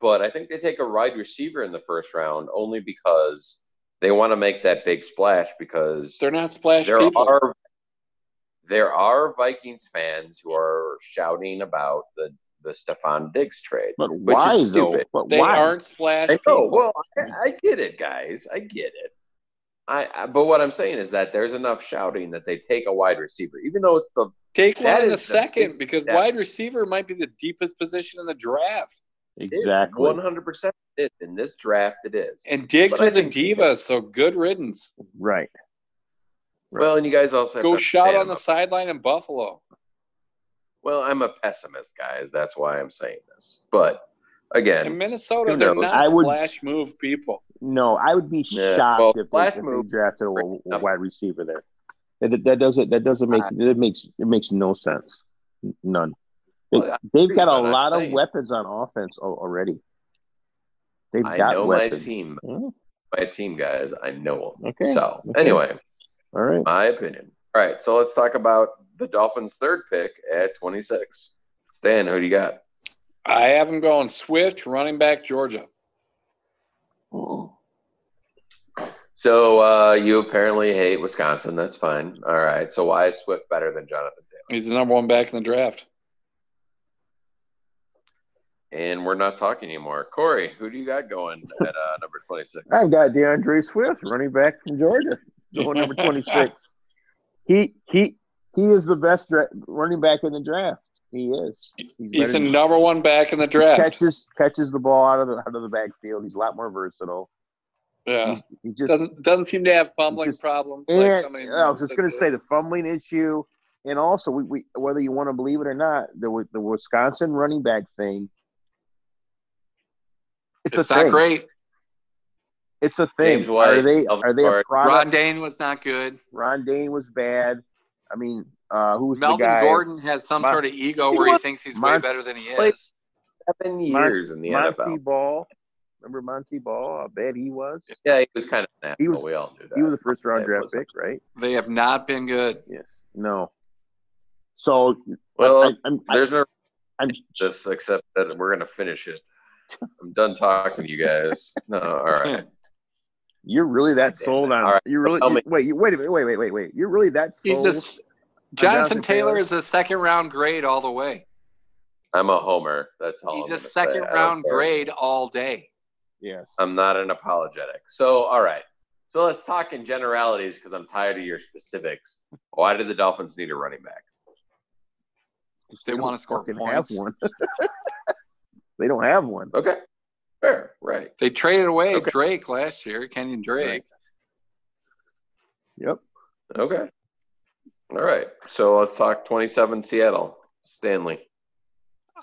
Speaker 3: but I think they take a wide receiver in the first round only because they want to make that big splash because
Speaker 1: They're not splash
Speaker 3: there
Speaker 1: people.
Speaker 3: are there are Vikings fans who are shouting about the the Stefan Diggs trade.
Speaker 2: But
Speaker 3: Which
Speaker 2: why
Speaker 3: is
Speaker 2: though?
Speaker 3: stupid.
Speaker 2: But
Speaker 1: they
Speaker 2: why?
Speaker 1: aren't splash
Speaker 3: I know.
Speaker 1: people.
Speaker 3: Oh, Well, I, I get it, guys. I get it. I, I but what I'm saying is that there's enough shouting that they take a wide receiver, even though it's the
Speaker 1: take
Speaker 3: that
Speaker 1: one in the
Speaker 3: is the big
Speaker 1: second because
Speaker 3: depth.
Speaker 1: wide receiver might be the deepest position in the draft.
Speaker 2: exactly.
Speaker 3: 100 percent in this draft. It is.
Speaker 1: And Diggs
Speaker 3: But I
Speaker 1: was a
Speaker 3: think they
Speaker 1: diva, so good riddance.
Speaker 2: Right.
Speaker 3: Well, and you guys also have
Speaker 1: Go
Speaker 3: to
Speaker 1: shot
Speaker 3: understand
Speaker 1: on the
Speaker 3: I'm a-
Speaker 1: sideline in Buffalo.
Speaker 3: Well, I'm a pessimist, guys. That's why I'm saying this. But again,
Speaker 1: In Minnesota,
Speaker 3: who
Speaker 1: they're
Speaker 3: knows?
Speaker 1: not
Speaker 2: I would-
Speaker 1: splash move people.
Speaker 2: No, I would be
Speaker 3: Yeah,
Speaker 2: shocked
Speaker 3: well,
Speaker 2: if, they,
Speaker 3: flash
Speaker 2: if they
Speaker 3: move.
Speaker 2: drafted a, a wide receiver there. That, that doesn't. That doesn't make. That makes. It makes no sense. None. They,
Speaker 3: Well, I
Speaker 2: they've got
Speaker 3: but
Speaker 2: a
Speaker 3: I'm
Speaker 2: lot of
Speaker 3: saying-
Speaker 2: weapons on offense al- already. They've
Speaker 3: I
Speaker 2: got
Speaker 3: know my
Speaker 2: weapons.
Speaker 3: team.
Speaker 2: Hmm,
Speaker 3: my team guys. I know them.
Speaker 2: Okay.
Speaker 3: So
Speaker 2: Okay.
Speaker 3: anyway,
Speaker 2: All right.
Speaker 3: My opinion. All right, so let's talk about the Dolphins' third pick at 26. Stan, who do you got?
Speaker 1: I have him going Swift, running back, Georgia.
Speaker 3: Uh, So uh, you apparently hate Wisconsin. That's fine. All right. So why is Swift better than Jonathan Taylor?
Speaker 1: He's the number one back in the draft.
Speaker 3: And we're not talking anymore. Corey, who do you got going at uh, number 26?
Speaker 2: I've got DeAndre Swift, running back from Georgia, going
Speaker 3: [LAUGHS]
Speaker 2: number 26. He he he is the best dra- running back in the draft. He is.
Speaker 1: He's
Speaker 2: better
Speaker 1: the
Speaker 2: than-
Speaker 1: number one back in the draft.
Speaker 2: Catches catches the ball out of the out of the backfield. He's a lot more versatile.
Speaker 1: Yeah,
Speaker 2: He just
Speaker 1: doesn't doesn't seem to have fumbling
Speaker 2: Just-
Speaker 1: problems.
Speaker 2: and,
Speaker 1: so many
Speaker 2: I was just
Speaker 1: said
Speaker 2: going to
Speaker 1: there.
Speaker 2: say the fumbling issue, and also we, we whether you want to believe it or not, the Wi- the Wisconsin running back thing. It's,
Speaker 1: it's
Speaker 2: a
Speaker 1: not
Speaker 2: thing.
Speaker 1: great.
Speaker 2: It's a thing.
Speaker 3: James White,
Speaker 2: are they
Speaker 3: Elvin
Speaker 2: are they a
Speaker 3: Kamara.
Speaker 1: Ron
Speaker 2: product?
Speaker 1: Dane was not good.
Speaker 2: Ron Dane was bad. I mean, uh, who was the
Speaker 1: Melvin
Speaker 2: guy?
Speaker 1: Gordon has some
Speaker 2: Mon-
Speaker 1: sort of ego
Speaker 2: You
Speaker 1: where
Speaker 2: know
Speaker 1: he
Speaker 2: what?
Speaker 1: thinks he's way
Speaker 2: Mon-
Speaker 1: better than he
Speaker 3: Wait.
Speaker 1: is.
Speaker 3: Seven
Speaker 2: Mon-
Speaker 3: years in the
Speaker 2: Monty
Speaker 3: NFL.
Speaker 2: Ball. Remember Monty Ball? I bet he was.
Speaker 3: Yeah, he was kind of an
Speaker 2: He
Speaker 3: asshole.
Speaker 2: was-
Speaker 3: we all knew that.
Speaker 2: He was a first round
Speaker 3: It
Speaker 2: draft
Speaker 3: wasn't.
Speaker 2: pick, right?
Speaker 1: They have not been good.
Speaker 2: No. So
Speaker 3: well,
Speaker 2: I, I'm, I,
Speaker 3: there's no
Speaker 2: I'm
Speaker 3: just except that we're going to finish it. I'm done talking to you guys. No,
Speaker 1: [LAUGHS]
Speaker 3: all right.
Speaker 2: You're really that
Speaker 3: Damn
Speaker 2: sold
Speaker 3: it.
Speaker 2: on?
Speaker 3: All right.
Speaker 2: You're really
Speaker 3: Tell me.
Speaker 2: you- wait. You, wait a minute. Wait. Wait. Wait. Wait. You're really that sold?
Speaker 1: He's just
Speaker 2: Jonathan
Speaker 1: Jonathan Taylor
Speaker 2: Taylor?
Speaker 1: is a second round grade all the way.
Speaker 3: I'm a homer. That's all.
Speaker 1: He's a
Speaker 3: I'm gonna say.
Speaker 1: second
Speaker 3: I don't
Speaker 1: round
Speaker 3: care.
Speaker 1: grade all day.
Speaker 2: yes.
Speaker 1: uh,
Speaker 3: I'm not an apologetic. So, all right. So let's talk in generalities because I'm tired of your specifics. Why do the Dolphins need a running back?
Speaker 1: They
Speaker 2: don't
Speaker 1: want to score
Speaker 2: fucking
Speaker 1: points. [LAUGHS]
Speaker 2: Have one. they don't have one.
Speaker 3: Okay. Fair. Right.
Speaker 1: They traded away
Speaker 3: Okay.
Speaker 1: Drake last year, Kenyon Drake.
Speaker 2: Yep.
Speaker 3: Okay. All right. So let's talk 27 Seattle. Stanley.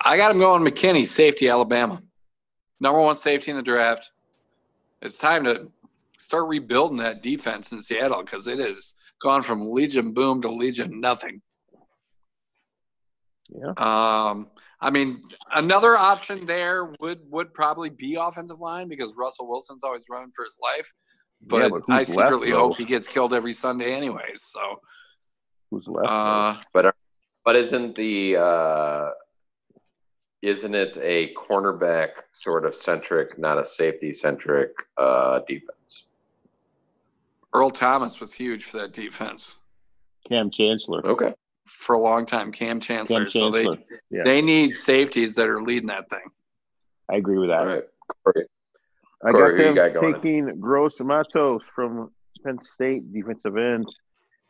Speaker 1: I got him going McKinney, safety, Alabama. Number one safety in the draft. It's time to start rebuilding that defense in Seattle because it has gone from Legion boom to Legion nothing.
Speaker 2: Yeah.
Speaker 1: Um, I mean, another option there would would probably be offensive line because Russell Wilson's always running for his life. But,
Speaker 2: Yeah, but who's
Speaker 1: I
Speaker 2: left,
Speaker 1: secretly
Speaker 2: though?
Speaker 1: hope he gets killed every Sunday, anyways. So,
Speaker 2: Who's left? [LAUGHS]
Speaker 1: uh,
Speaker 3: But isn't the uh, isn't it a cornerback sort of centric, not a safety centric uh, defense?
Speaker 1: Earl Thomas was huge for that defense.
Speaker 2: Cam Chancellor.
Speaker 3: Okay.
Speaker 1: for a long time, Cam Chancellor.
Speaker 2: Cam
Speaker 1: So they
Speaker 2: Chancellor. Yeah.
Speaker 1: they need safeties that are leading that thing.
Speaker 2: I agree with that.
Speaker 3: All right.
Speaker 2: I
Speaker 3: Corey,
Speaker 2: got
Speaker 3: who you
Speaker 2: them
Speaker 3: got going?
Speaker 2: taking Gross Matos from Penn State defensive end.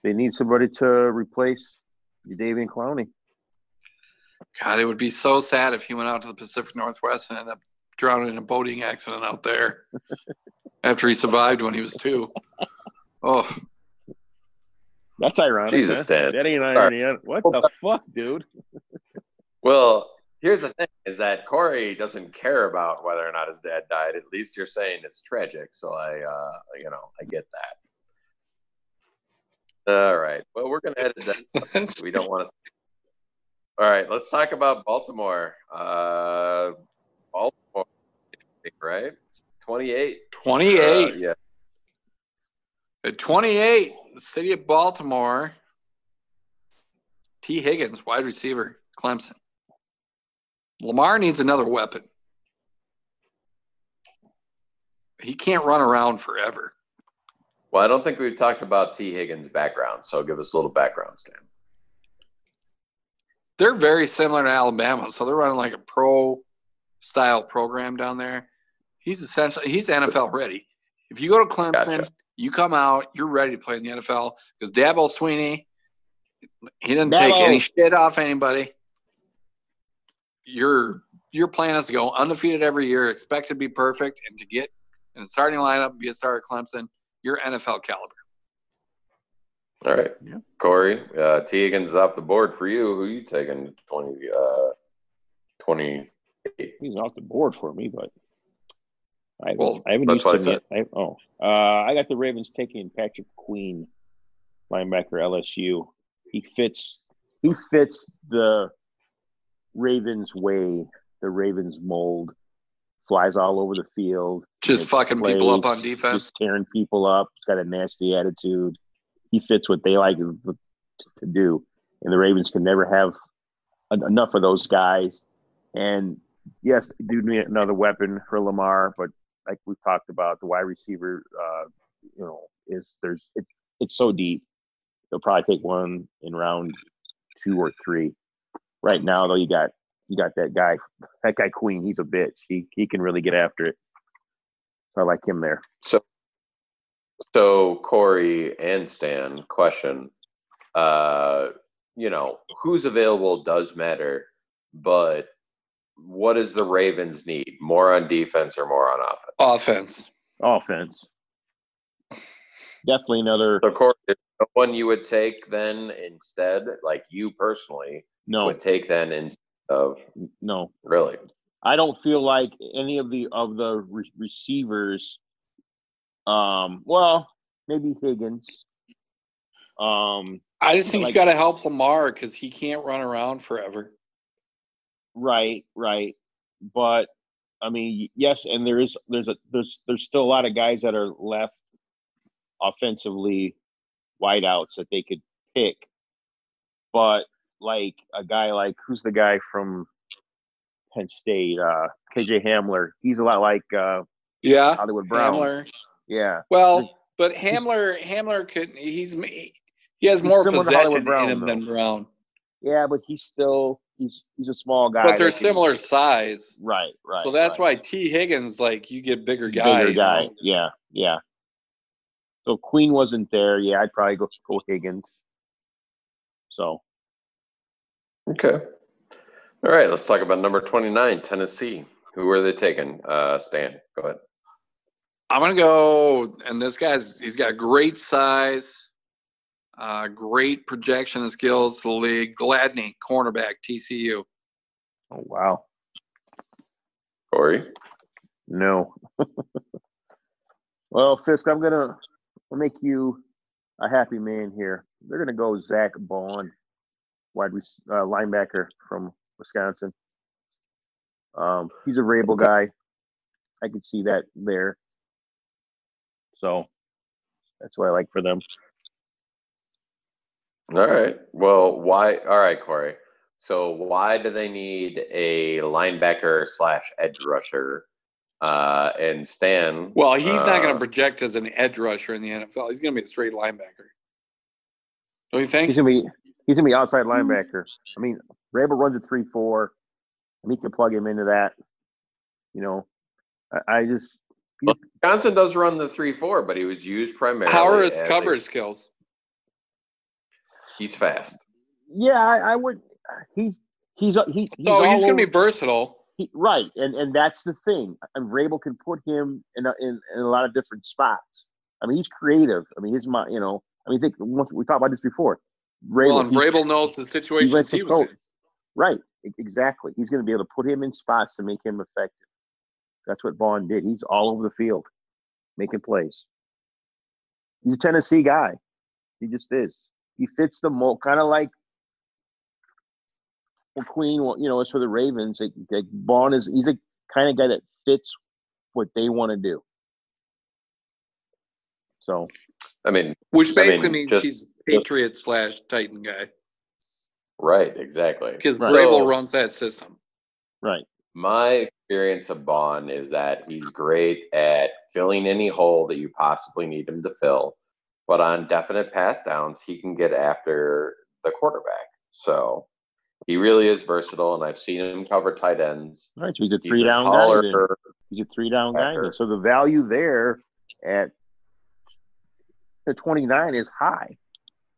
Speaker 2: They need somebody to replace Davian Clowney.
Speaker 1: God, it would be so sad if he went out to the Pacific Northwest and ended up drowning in a boating accident out
Speaker 2: [LAUGHS]
Speaker 1: there after he survived when he was two. Oh, [LAUGHS]
Speaker 2: That's ironic.
Speaker 3: Jesus,
Speaker 2: huh?
Speaker 3: Stan.
Speaker 2: That ain't
Speaker 3: right.
Speaker 2: ironic. What the fuck, dude?
Speaker 3: Well, here's the thing: is that Corey doesn't care about whether or not his dad died. At least you're saying it's tragic, so I, uh, you know, I get that. All right. Well, we're gonna edit that.
Speaker 2: [LAUGHS]
Speaker 3: We don't want to. All right. Let's talk about Baltimore. Uh, Baltimore, right? Twenty-eight. Uh,
Speaker 1: 28.
Speaker 3: yeah.
Speaker 1: At 28, the city of Baltimore, T. Higgins, wide receiver, Clemson. Lamar needs another weapon. He can't run around forever.
Speaker 3: Well, I don't think we've talked about T. Higgins' background, so give us a little background, Stan.
Speaker 1: They're very similar to Alabama, so they're running like a pro style program down there. He's essentially he's NFL ready. If you go to Clemson,
Speaker 3: Gotcha.
Speaker 1: you come out, you're ready to play in the NFL because Dabo Sweeney, he didn't take
Speaker 2: Dabo.
Speaker 1: any shit off anybody. Your your plan is to go undefeated every year, expect to be perfect, and to get in the starting lineup, be a star at Clemson. You're NFL caliber.
Speaker 3: All right. Corey, uh, T. Higgins is off the board for you. Who you taking? 20, uh, 20.
Speaker 6: He's off the board for me, but I haven't,
Speaker 1: Well,
Speaker 6: I haven't
Speaker 3: that's
Speaker 6: used
Speaker 3: what
Speaker 6: him
Speaker 3: I
Speaker 6: yet. I, oh, uh, I got the Ravens taking Patrick Queen, linebacker LSU. He fits.
Speaker 2: he fits the Ravens way, the Ravens mold. Flies all over the field,
Speaker 1: Just fucking people up
Speaker 2: plays,
Speaker 1: on defense.
Speaker 2: just tearing people up. He's got a nasty attitude. he fits what they like to to do, and the Ravens can never have en- enough of those guys. And yes, they do need another weapon for Lamar, but like we've talked about, the wide receiver, uh, you know, is there's it, it's so deep. They'll probably take one in round two or three. Right now, though, you got you got that guy, that guy Queen. He's a bitch. He he can really get after it. So I like him there.
Speaker 3: So Corey and Stan, question. Uh, you know, who's available does matter, but what does the Ravens need? More on defense or more on offense?
Speaker 1: Offense.
Speaker 2: Offense, definitely another
Speaker 3: So Corey, there's no one you would take then instead, like you personally
Speaker 2: no,
Speaker 3: would take then instead of
Speaker 2: no.
Speaker 3: really.
Speaker 2: I don't feel like any of the of the re- receivers. Um, well, maybe Higgins. Um,
Speaker 1: I just think
Speaker 2: Like-
Speaker 1: you got to help Lamar because he can't run around forever.
Speaker 2: right, right, but I mean, yes, and there is there's a there's there's still a lot of guys that are left offensively wideouts that they could pick, but like a guy like who's the guy from Penn State, uh, KJ Hamler, he's a lot like uh,
Speaker 1: Yeah.
Speaker 2: Hollywood Brown.
Speaker 1: Hamler.
Speaker 2: Yeah,
Speaker 1: Well, but Hamler, Hamler could he's he has
Speaker 2: He's
Speaker 1: more
Speaker 2: similar to
Speaker 1: possession
Speaker 2: Hollywood Brown,
Speaker 1: in him than Brown,
Speaker 2: yeah, but he's still he's he's a small guy.
Speaker 1: but they're
Speaker 2: that can-
Speaker 1: similar size.
Speaker 2: right? Right.
Speaker 1: so that's
Speaker 2: right.
Speaker 1: why T. Higgins, like, you get bigger
Speaker 2: Bigger
Speaker 1: guy. you
Speaker 2: guy.
Speaker 1: know?
Speaker 2: Yeah, yeah. So Queen wasn't there. Yeah, I'd probably go go Higgins. So
Speaker 3: Okay. All right, let's talk about number 29, Tennessee. Who are they taking? Uh, Stan, go ahead.
Speaker 1: I'm gonna go, and this guy's he's got great size, uh, great projection and skills to the league. Gladney, cornerback, TCU.
Speaker 2: oh wow,
Speaker 3: Corey.
Speaker 2: no. [LAUGHS] well, Fisk, I'm gonna I'll make you a happy man here. They're gonna go Zach Bond, wide rec- uh, linebacker from Wisconsin. Um, he's a Rabel guy. I could see that there. So that's what I like for them.
Speaker 3: All right. Well, why? All right, Corey. So, why do they need a linebacker slash edge rusher? Uh, and Stan.
Speaker 1: Well, he's not
Speaker 3: uh,
Speaker 1: gonna project as an edge rusher in the NFL. He's gonna be a straight linebacker. Don't you think?
Speaker 2: He's gonna be he's gonna be outside linebacker. I mean, Rabel runs a three four, and he can plug him into that. You know, I, I just
Speaker 3: Johnson does run the three four, but he was used primarily.
Speaker 1: Power is
Speaker 3: as a-
Speaker 1: cover skills.
Speaker 3: he's fast.
Speaker 2: yeah, I, I would. He's he's he, he's,
Speaker 1: So Oh, he's
Speaker 2: all
Speaker 1: gonna be
Speaker 2: over-
Speaker 1: versatile.
Speaker 2: he- right, and and that's the thing. And Rabel can put him in a, in, in a lot of different spots. I mean, he's creative. I mean, his mind. You know, I mean, think once we talked about this before. Rabel,
Speaker 1: well, and
Speaker 2: he's-
Speaker 1: Vrabel knows the
Speaker 2: he
Speaker 1: situations
Speaker 2: lets
Speaker 1: he,
Speaker 2: the
Speaker 1: was
Speaker 2: coach.
Speaker 1: in.
Speaker 2: Right, e- exactly. He's going to be able to put him in spots to make him effective. That's what Vaughn did. He's all over the field, making plays. He's a Tennessee guy. He just is. He fits the mold, kind of like well, Queen. Well, you know, it's for the Ravens. Like, like Vaughn is. He's a kind of guy that fits what they want to do. So
Speaker 3: I mean,
Speaker 1: Which
Speaker 3: I mean,
Speaker 1: basically means
Speaker 3: just-
Speaker 1: he's Patriot slash Titan guy
Speaker 3: right, exactly.
Speaker 1: because
Speaker 2: Right.
Speaker 1: Vrabel
Speaker 3: So-
Speaker 1: runs that system.
Speaker 2: right,
Speaker 3: My experience of Bond is that he's great at filling any hole that you possibly need him to fill, but on definite pass downs, he can get after the quarterback. So he really is versatile, and I've seen him cover tight ends.
Speaker 2: all right. So he's a
Speaker 3: He's
Speaker 2: three
Speaker 3: a
Speaker 2: down guy.
Speaker 3: taller.
Speaker 2: then. He's a three down guy.
Speaker 3: Packer.
Speaker 2: So the value there at the 29 is high,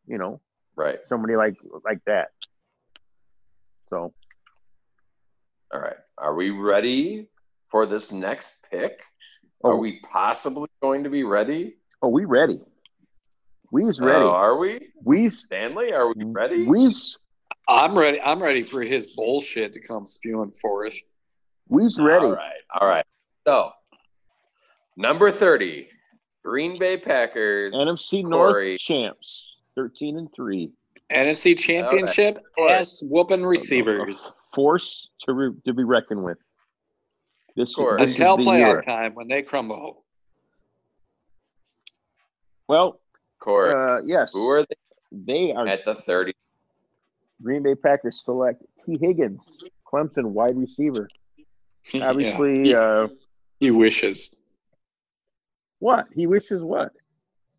Speaker 2: you know,
Speaker 3: Right.
Speaker 2: somebody like like that. So
Speaker 3: All right. Are we ready for this next pick?
Speaker 2: oh,
Speaker 3: Are we possibly going to be ready?
Speaker 2: oh we ready. We's ready.
Speaker 3: Oh, are we?
Speaker 2: we's
Speaker 3: Stanley, are we ready?
Speaker 2: We's
Speaker 1: I'm ready. I'm ready for his bullshit to come spewing forth.
Speaker 2: we's ready.
Speaker 3: All right. All right. So, number 30, Green Bay Packers.
Speaker 2: NFC
Speaker 3: Corey.
Speaker 2: North champs, 13 and 3.
Speaker 1: NFC Championship
Speaker 3: All right.
Speaker 1: ass whooping receivers
Speaker 2: A force to re- to be reckoned with. This,
Speaker 3: Corey.
Speaker 2: this is
Speaker 1: until
Speaker 2: the
Speaker 1: playoff
Speaker 2: year.
Speaker 1: time when they crumble.
Speaker 2: Well,
Speaker 3: Corey,
Speaker 2: Uh, yes.
Speaker 3: who are
Speaker 6: They
Speaker 3: they
Speaker 6: are
Speaker 3: at the 30?
Speaker 2: Green Bay Packers select T. Higgins, Clemson wide receiver.
Speaker 1: Yeah.
Speaker 2: Obviously, uh,
Speaker 1: He wishes.
Speaker 2: what he wishes what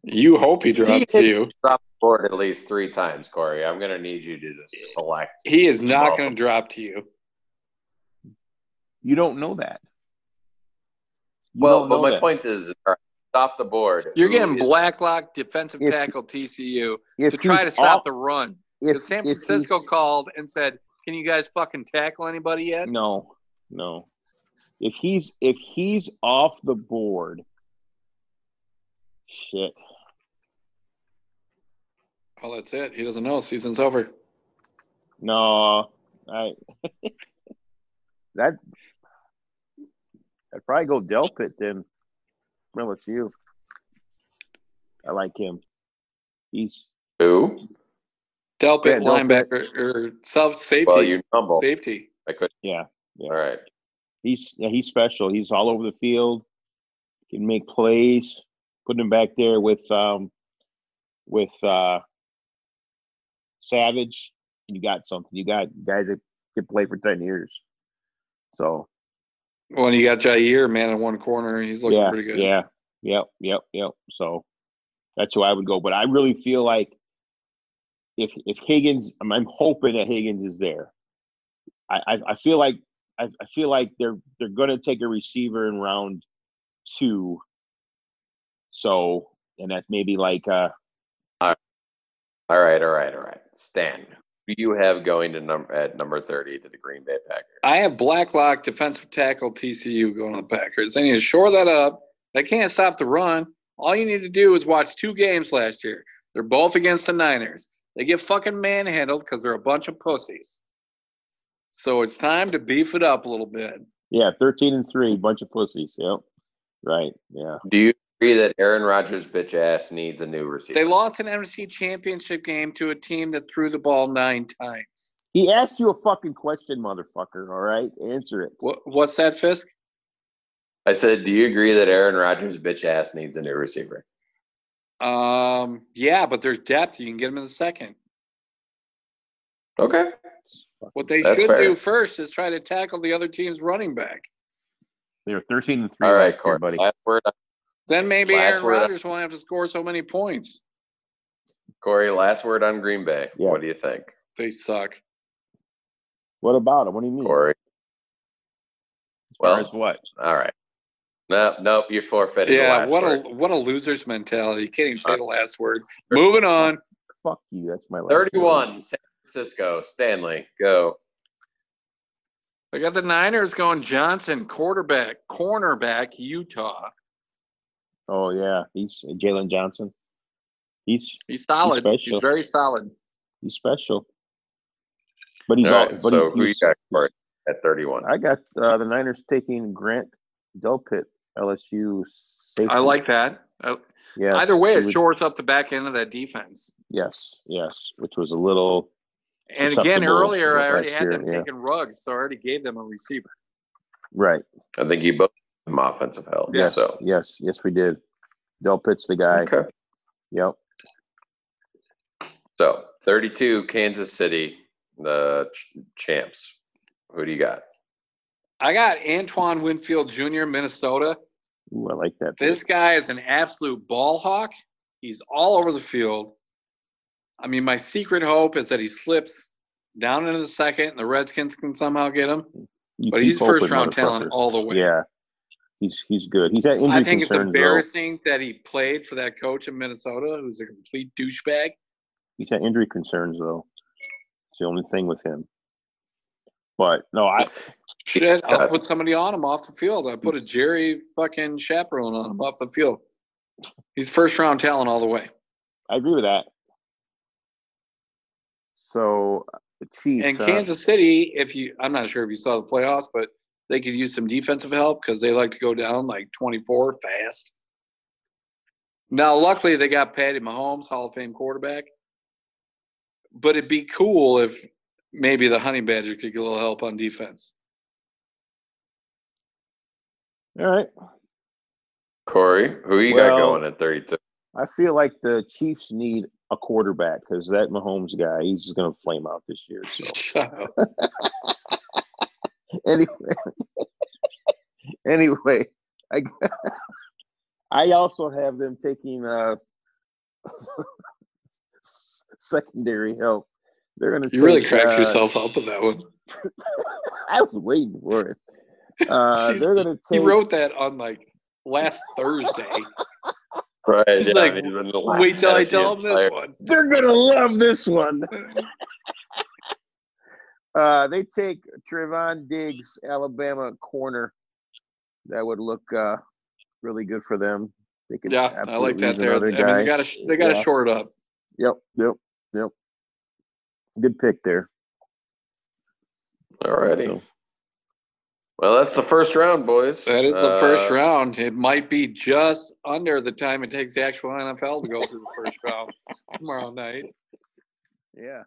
Speaker 1: You hope he drops
Speaker 3: Higgins-
Speaker 1: you.
Speaker 3: Drop the board at least three times, Corey. I'm going to need you to just select.
Speaker 1: He is not
Speaker 3: Multiple.
Speaker 1: going to drop to you.
Speaker 6: you don't know that. You
Speaker 3: Well,
Speaker 6: don't
Speaker 3: but
Speaker 6: know
Speaker 3: my
Speaker 6: that.
Speaker 3: point is, all right, off the board.
Speaker 1: You're
Speaker 3: who
Speaker 1: getting
Speaker 3: is-
Speaker 1: Blacklock, defensive
Speaker 2: If-
Speaker 1: tackle, TCU,
Speaker 2: if
Speaker 1: to try
Speaker 2: he's
Speaker 1: to stop
Speaker 2: off-
Speaker 1: the run.
Speaker 2: if,
Speaker 1: Because San
Speaker 2: if he's-
Speaker 1: Francisco called and said, "Can you guys fucking tackle anybody yet?"
Speaker 6: No, no. If he's if he's off the board, shit.
Speaker 1: Well, that's it. He doesn't know. Season's over.
Speaker 6: No, I [LAUGHS]
Speaker 2: that I'd probably go Delpit then. Well, it's you.
Speaker 6: I like him. He's
Speaker 3: Who?
Speaker 1: Delpit,
Speaker 2: Yeah, Delpit.
Speaker 1: linebacker or self safety.
Speaker 3: Well, you fumbled.
Speaker 1: safety.
Speaker 3: I could-
Speaker 6: yeah,
Speaker 3: All right.
Speaker 6: he's yeah, he's special. He's all over the field. Can make plays. Putting him back there with um with uh Savage. You got something. You got
Speaker 2: Guys that can play for ten years. So
Speaker 1: When you got Jair, man, in one corner, he's looking
Speaker 6: yeah,
Speaker 1: pretty good.
Speaker 6: Yeah. Yep. Yep. Yep. So that's who I would go. But I really feel like if if Higgins, I'm, I'm hoping that Higgins is there. I I, I feel like I, I feel like they're they're going to take a receiver in round two. So and that's maybe like uh
Speaker 3: All right. All right. All right. Stan, who do you have going to number at number 30 to the Green Bay Packers?
Speaker 1: I have Blacklock, defensive tackle, TCU going on the Packers. They need to shore that up. They can't stop the run. All you need to do is watch two games last year. They're both against the Niners. They get fucking manhandled because they're a bunch of pussies. So it's time to beef it up a little bit.
Speaker 6: yeah thirteen and three, bunch of pussies. Yep. Right. Yeah.
Speaker 3: Do you agree that Aaron Rodgers' bitch ass needs a new receiver?
Speaker 1: They lost an NFC championship game to a team that threw the ball nine times.
Speaker 6: He asked you a fucking question, motherfucker. All right, answer it.
Speaker 1: What, what's that, Fisk?
Speaker 3: I said, do you agree that Aaron Rodgers' bitch ass needs a new receiver?
Speaker 1: Um, yeah, but there's depth. You can get them in the second.
Speaker 3: Okay.
Speaker 1: What they
Speaker 3: That's
Speaker 1: should
Speaker 3: fair.
Speaker 1: do first is try to tackle the other team's running back.
Speaker 6: They were thirteen and three.
Speaker 3: All right,
Speaker 6: last year,
Speaker 3: Corey.
Speaker 6: buddy.
Speaker 3: Last word on,
Speaker 1: Then maybe
Speaker 3: Last
Speaker 1: Aaron
Speaker 3: word.
Speaker 1: Rodgers won't have to score so many points.
Speaker 3: Corey, last word on Green Bay.
Speaker 6: Yeah.
Speaker 3: What do you think,
Speaker 1: They suck.
Speaker 6: What about him? What do you mean?
Speaker 3: Corey?
Speaker 6: As far
Speaker 3: Well,
Speaker 6: as what?
Speaker 3: all right. No, nope, you forfeited the
Speaker 1: Yeah,
Speaker 3: last
Speaker 1: what
Speaker 3: word.
Speaker 1: a what a loser's mentality. You can't even say
Speaker 3: Uh,
Speaker 1: the last word. Moving on.
Speaker 6: Fuck you. That's my last
Speaker 3: 31, San Francisco. Stanley, go.
Speaker 1: I got the Niners going Johnson, quarterback, cornerback, Utah.
Speaker 6: word. Oh yeah, he's Jalen Johnson. He's
Speaker 1: He's solid.
Speaker 6: He's
Speaker 1: He's,
Speaker 6: special.
Speaker 1: very solid.
Speaker 6: he's special. But he's
Speaker 3: All
Speaker 6: all.
Speaker 3: right,
Speaker 6: but
Speaker 3: so
Speaker 6: he-
Speaker 3: who you
Speaker 6: he's-
Speaker 3: got, Corey, at 31?
Speaker 2: I got uh, the Niners taking Grant Delpit, LSU safety.
Speaker 1: I like that. Uh,
Speaker 2: Yes,
Speaker 1: Either way,
Speaker 2: he
Speaker 1: it
Speaker 2: was-
Speaker 1: shores up the back end of that defense.
Speaker 6: Yes, yes, which was a little.
Speaker 1: And
Speaker 6: It's up
Speaker 1: again,
Speaker 6: the Bulls
Speaker 1: earlier I
Speaker 6: last
Speaker 1: already had
Speaker 6: year,
Speaker 1: them
Speaker 6: yeah.
Speaker 1: taking rugs, so I already gave them a receiver.
Speaker 2: Right.
Speaker 3: I think you both have some offensive help.
Speaker 2: Yes.
Speaker 3: So,
Speaker 2: Yes. Yes, we did. Delpit's the guy.
Speaker 3: okay.
Speaker 2: Yep.
Speaker 3: So, 32, Kansas City, the ch- champs. Who do you got?
Speaker 1: I got Antoine Winfield Jr., Minnesota.
Speaker 2: Ooh, I like that.
Speaker 1: This guy is an absolute ball hawk. He's all over the field. I mean, my secret hope is that he slips down into the second and the Redskins can somehow get him.
Speaker 2: You
Speaker 1: But
Speaker 2: keep
Speaker 1: he's
Speaker 2: hoping,
Speaker 1: first round talent
Speaker 2: motherfucker.
Speaker 1: all the way.
Speaker 2: Yeah. He's he's good. He's had injury
Speaker 1: I think it's
Speaker 2: concerns. though.
Speaker 1: embarrassing that he played for that coach in Minnesota who's a complete douchebag.
Speaker 2: He's had injury concerns though. It's the only thing with him. But no, I
Speaker 1: Shit,
Speaker 3: Yeah.
Speaker 1: I'll put somebody on him off the field. I put a Jerry fucking chaperone on him off the field. He's first round talent all the way.
Speaker 6: I agree with that.
Speaker 2: so the Chiefs uh,
Speaker 1: And
Speaker 2: huh?
Speaker 1: Kansas City, if you, I'm not sure if you saw the playoffs, but they could use some defensive help because they like to go down like 24 fast. Now, luckily, they got Patty Mahomes, Hall of Fame quarterback. But it'd be cool if maybe the Honey Badger could get a little help on defense. [LAUGHS]
Speaker 6: All right,
Speaker 3: Corey, who you
Speaker 6: Well-
Speaker 3: got going at 32?
Speaker 2: I feel like the Chiefs need a quarterback because that Mahomes guy, he's just gonna flame out this year.
Speaker 1: [LAUGHS]
Speaker 2: So anyway, anyway, I I also have them taking uh [LAUGHS] secondary help. They're gonna.
Speaker 1: You really
Speaker 2: take,
Speaker 1: cracked
Speaker 2: uh,
Speaker 1: yourself up with that one.
Speaker 2: [LAUGHS] I was waiting for it. Uh,
Speaker 1: Jeez,
Speaker 2: they're gonna
Speaker 1: He
Speaker 2: take.
Speaker 1: wrote that on like last Thursday.
Speaker 3: Right.
Speaker 1: He's
Speaker 3: yeah,
Speaker 1: like,
Speaker 3: he's been the
Speaker 1: Wait till I
Speaker 3: last
Speaker 1: tell him this
Speaker 3: entire-
Speaker 1: one.
Speaker 2: they're gonna love this one. [LAUGHS] Uh, they take Trevon Diggs, Alabama corner. That would look uh, really good for them. They could
Speaker 1: Yeah, I like
Speaker 2: absolutely
Speaker 1: that
Speaker 2: use
Speaker 1: there. I
Speaker 2: another
Speaker 1: mean,
Speaker 2: guy.
Speaker 1: they got to they got to
Speaker 2: Yeah.
Speaker 1: shore it up.
Speaker 2: Yep, yep, yep. Good pick there.
Speaker 3: Alrighty. Well, that's the first round, boys.
Speaker 1: That is the
Speaker 3: Uh,
Speaker 1: first round. It might be just under the time it takes the actual NFL to go through the first round tomorrow night.
Speaker 2: Yeah.